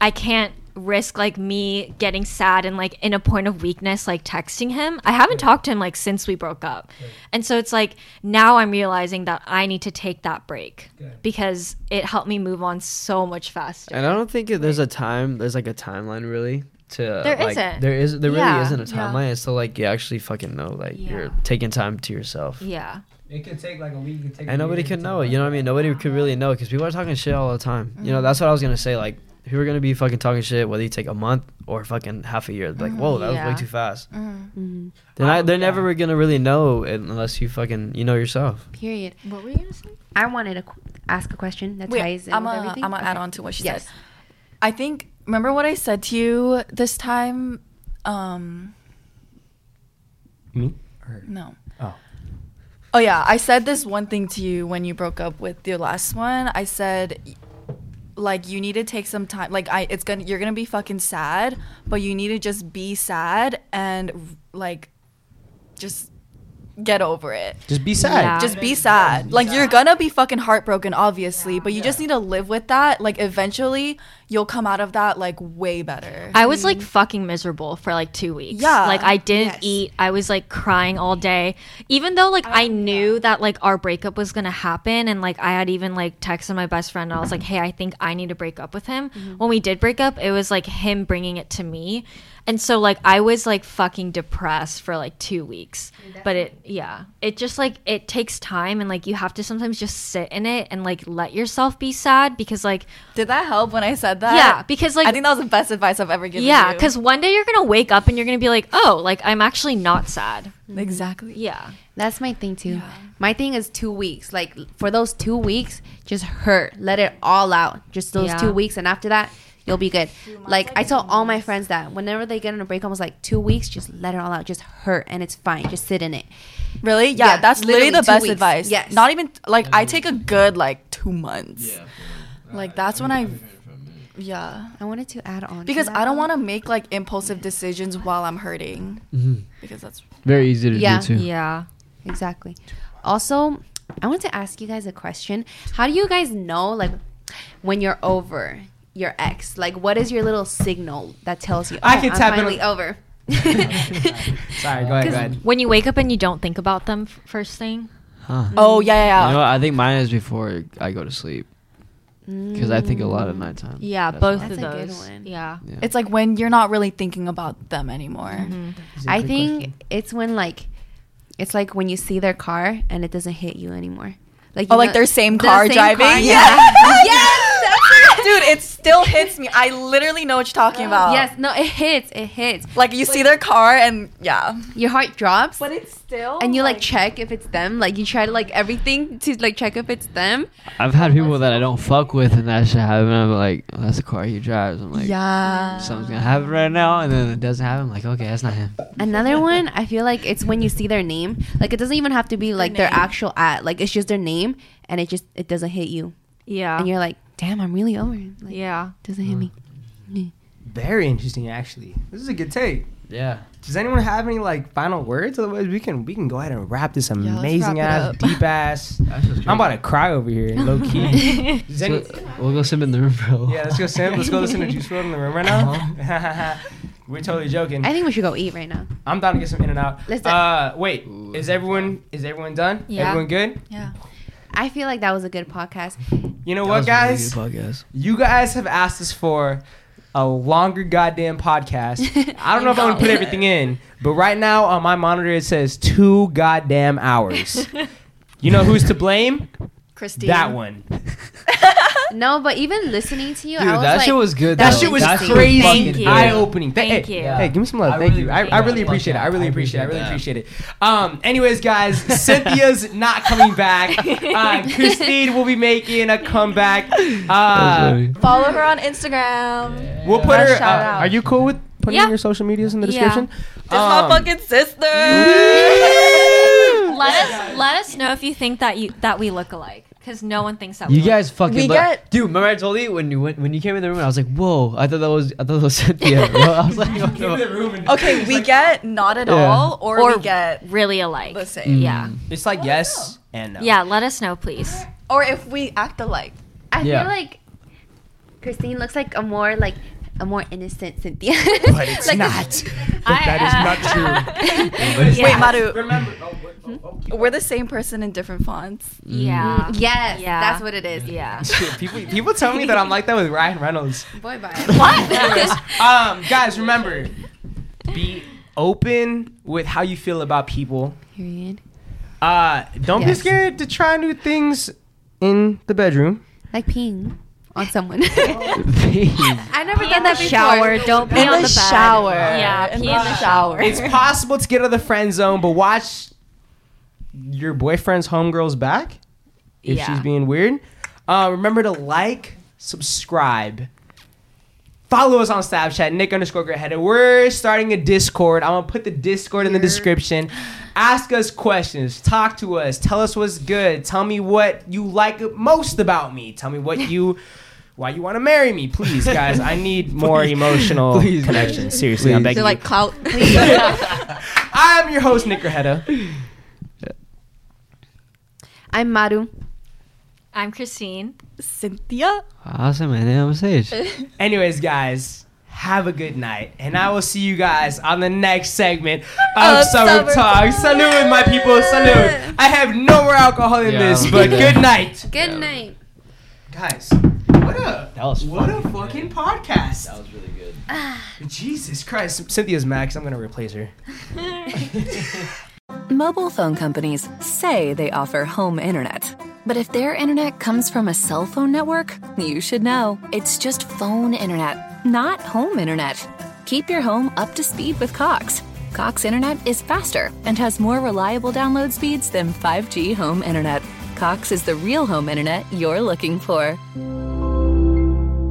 S3: I can't risk like me getting sad and like in a point of weakness like texting him. I haven't talked to him like since we broke up. And so it's like now I'm realizing that I need to take that break because it helped me move on so much faster.
S5: And I don't think that there's a time. There's like a timeline really to.
S3: There
S5: like,
S3: isn't.
S5: There is. There really
S3: Yeah.
S5: isn't a
S3: Yeah.
S5: timeline. It's still like you actually fucking know. Like you're taking time to yourself.
S3: Yeah.
S15: It could take like a week. It could take
S5: And nobody could know it. You know what I mean? Nobody could really know because people are talking shit all the time. You know, that's what I was gonna say. Like, people are gonna be fucking talking shit whether you take a month or fucking half a year. Like, whoa, that
S3: Yeah.
S5: was way too fast.
S6: Mhm.
S5: Then I, they're never gonna really know it unless you fucking you know yourself.
S6: Period.
S3: What were you gonna say?
S6: I wanted to qu- ask a question that ties
S4: Wait,
S6: in
S4: I'm
S6: with
S4: gonna
S6: everything.
S4: add
S6: Okay.
S4: on to what she
S6: yes.
S4: said. I think remember what I said to you this time. Um,
S15: Me? Or-
S4: no.
S15: Oh.
S4: Oh yeah, I said this one thing to you when you broke up with your last one. I said like you need to take some time like i it's gonna you're gonna be fucking sad but you need to just be sad and like just get over it
S2: Just be sad. Yeah.
S4: just be sad like you're gonna be fucking heartbroken obviously but you just need to live with that like eventually you'll come out of that like way better
S3: I was like fucking miserable for like two weeks.
S4: Yeah.
S3: Like I didn't eat. I was like crying all day. Even though like I, knew that like our breakup was gonna happen and like I had even like texted my best friend and I was like, hey, I think I need to break up with him. When we did break up, it was like him bringing it to me. And so like I was like fucking depressed for like two weeks. But it yeah. It just like it takes time and like you have to sometimes just sit in it and like let yourself be sad because like
S4: did that help when i said that
S3: yeah because like
S4: i think that was the best advice i've ever given
S3: yeah
S4: you.
S3: because one day you're gonna wake up and you're gonna be like oh like i'm actually not sad
S4: exactly
S3: yeah
S6: That's my thing too. My thing is two weeks. Like for those two weeks, just hurt. Let it all out. Just those
S3: Yeah.
S6: two weeks, and after that, you'll be good. Like I tell all my friends that whenever they get in a breakup, I was like, two weeks, just let it all out. Just hurt, and it's fine. Just sit in it.
S4: Really? Yeah, that's literally, the
S6: two
S4: best
S6: weeks.
S4: advice.
S6: Yes.
S4: Not even like I take a good like two months. Yeah. Like that's when I. Yeah.
S6: I wanted to add on to
S4: because
S6: that,
S4: I don't
S6: though.
S4: want to make like impulsive decisions while I'm hurting.
S5: Mhm.
S4: Because that's
S5: Very easy to
S6: yeah,
S5: do too.
S3: Yeah.
S6: Exactly. Also, I want to ask you guys a question. How do you guys know like when you're over your ex? Like what is your little signal that tells you
S2: I
S6: "Oh,
S2: can
S6: I'm
S2: tap it-
S6: finally over?
S2: Sorry, go ahead, go ahead.
S3: when you wake up and you don't think about them f- first thing
S5: Huh.
S4: Oh, yeah, yeah, yeah.
S5: You know what? I think mine is before I go to sleep because I think a lot at nighttime.
S3: yeah
S5: That's
S3: both
S5: mine.
S3: of
S6: a good
S3: those yeah
S4: it's like when you're not really thinking about them anymore.
S6: I think it's when like it's like when you see their car and it doesn't hit you anymore. Like
S4: Oh,
S6: you
S4: like
S6: know-
S4: their same
S6: the
S4: car driving?
S6: yeah.
S4: Yeah.
S6: yes. that's it.
S4: Dude, it still hits me. I literally know what you're talking about.
S6: Yes, no, it hits. It hits.
S4: Oh, Like you see their car and yeah.
S6: Your heart drops.
S4: But it's still
S6: and you like check if it's them. Like you try to like everything to like check if it's them.
S5: I've had people that I don't fuck with, and that shit happen. I'm like, oh, that's the car he drives. I'm like,
S4: Yeah.
S5: something's gonna happen right now, and then it doesn't happen. I'm like, okay, that's not him.
S6: Another one, I feel like it's when you see their name. Like it doesn't even have to be like their, actual at. Like it's just their name, and it just it doesn't hit you,
S3: yeah
S6: and you're like, damn, I'm really over. it. Like,
S3: yeah
S6: doesn't hit me.
S2: Very interesting, actually. This is a good take.
S5: Yeah.
S2: Does anyone have any like final words? Otherwise, we can we can go ahead and wrap this
S4: let's
S2: amazing
S4: wrap
S2: ass, deep ass. I'm about to cry over here, low key. Does any-
S5: We'll go sim in the room, bro.
S2: yeah, let's go, Sam. Let's go listen to Juice World in the room right now. We're totally joking.
S6: I think we should go eat right now.
S2: I'm down to get some in and out.
S6: Let's do it.
S2: Uh, wait, is everyone is everyone done?
S6: Yeah.
S2: Everyone good?
S6: I feel like that was a good podcast.
S2: You know what, guys? You guys have asked us for a longer goddamn podcast. I don't know if I'm gonna put everything in, but right now on my monitor it says two goddamn hours. you know who's to blame?
S4: Christine.
S2: That one.
S6: No, but even listening to you,
S5: Dude,
S6: I was
S5: that
S6: like,
S5: shit was good.
S2: That
S5: though.
S2: shit was
S5: shit
S2: crazy,
S5: fucking
S2: and
S5: good.
S2: eye-opening. Thank,
S3: Thank
S2: hey,
S3: you.
S2: Hey, give me some love.
S5: I
S2: Thank
S5: really
S2: you. I, I
S5: appreciate
S2: really
S5: that.
S2: appreciate it. I really
S5: I
S2: appreciate it. I really appreciate
S5: appreciate
S2: it. Um. Anyways, guys, Cynthia's not coming back. Uh, Christine will be making a comeback. Uh,
S4: Follow her on Instagram.
S2: we'll put her.
S4: Shout
S2: Uh,
S4: out.
S2: are you cool with putting
S4: Yeah.
S2: your social medias in the
S4: Yeah.
S2: description?
S4: This
S2: Um,
S4: my fucking sister.
S3: let us let us know if you think that you that we look alike because no one thinks that we
S5: You
S3: look-
S5: guys fucking
S3: We
S5: look.
S3: get-
S5: Dude, remember I told you when you went, when you came in the room, I was like, whoa, I thought that was I thought that was Cynthia. bro. I was like, oh, no.
S4: Okay, we get not at
S5: Yeah.
S4: all, or,
S3: Or
S4: we get
S3: really alike
S4: the same.
S3: yeah
S2: It's like yes and no.
S3: yeah let us know please
S4: Or if we act alike.
S6: I
S2: Yeah.
S6: feel like Christine looks like a more like a more innocent Cynthia.
S2: But it's
S6: Like-
S2: not. But
S3: uh,
S2: that is not true.
S4: Wait,
S3: Yeah.
S4: Maru. Remember, we're the same person in different fonts.
S3: yeah
S2: Mm.
S6: Yes,
S3: Yeah.
S6: that's what it is.
S3: yeah
S2: Shit, people, people tell me that I'm like that with Ryan Reynolds.
S6: Boy, bye.
S2: Anyways, um, guys, remember, be open with how you feel about people.
S6: Period.
S2: Uh, don't be
S6: Yes.
S2: scared to try new things in the bedroom.
S6: Like peeing on someone.
S5: Babe.
S6: I never done that before.
S3: shower don't be
S4: In
S3: on
S4: the
S3: the, bed.
S4: shower.
S3: yeah
S4: In
S3: pee
S4: the shower.
S2: it's possible to get out of the friend zone, but watch your boyfriend's homegirl's back if
S3: Yeah.
S2: she's being weird. Uh, remember to like, subscribe. Follow us on Snapchat, Nick underscore Greathead. And We're starting a Discord. I'm gonna put the Discord in the description. Ask us questions, talk to us, tell us what's good, tell me what you like most about me, tell me what you why you want to marry me, please, guys. I need more emotional
S17: Please, guys.
S2: connection. Seriously, I'm
S17: Please.
S2: begging
S17: They're
S2: you.
S17: like,
S4: clout.
S2: I am your host, Nick Rajeda.
S6: I'm Maru.
S3: I'm Christine.
S4: Cynthia.
S5: Awesome, my name is Sage.
S2: Anyways, guys, have a good night, and I will see you guys on the next segment of,
S17: Of
S2: Summer,
S17: Summer
S2: Talk. Salute, my people, salute. I have no more alcohol in
S17: Yeah,
S2: this,
S17: I'm
S2: but
S17: good.
S2: good night,
S6: Good night.
S2: guys. What a that was what a fucking podcast. That was really good. Jesus Christ, Cynthia's Max. I'm gonna replace her.
S1: Mobile phone companies say they offer home internet. But if their internet comes from a cell phone network, you should know. It's just phone internet, not home internet. Keep your home up to speed with Cox. Cox internet is faster and has more reliable download speeds than 5G home internet. Cox is the real home internet you're looking for.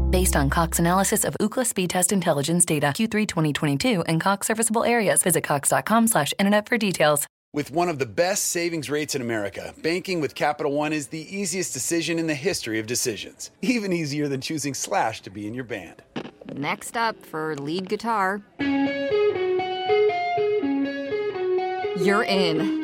S1: Based on Cox analysis of Ookla speed test intelligence data Q3 2022 and Cox serviceable areas, visit cox.com/internet slash internet for details.
S18: With one of the best savings rates in America, banking with Capital One is the easiest decision in the history of decisions. Even easier than choosing Slash to be in your band.
S19: Next up for lead guitar. You're in.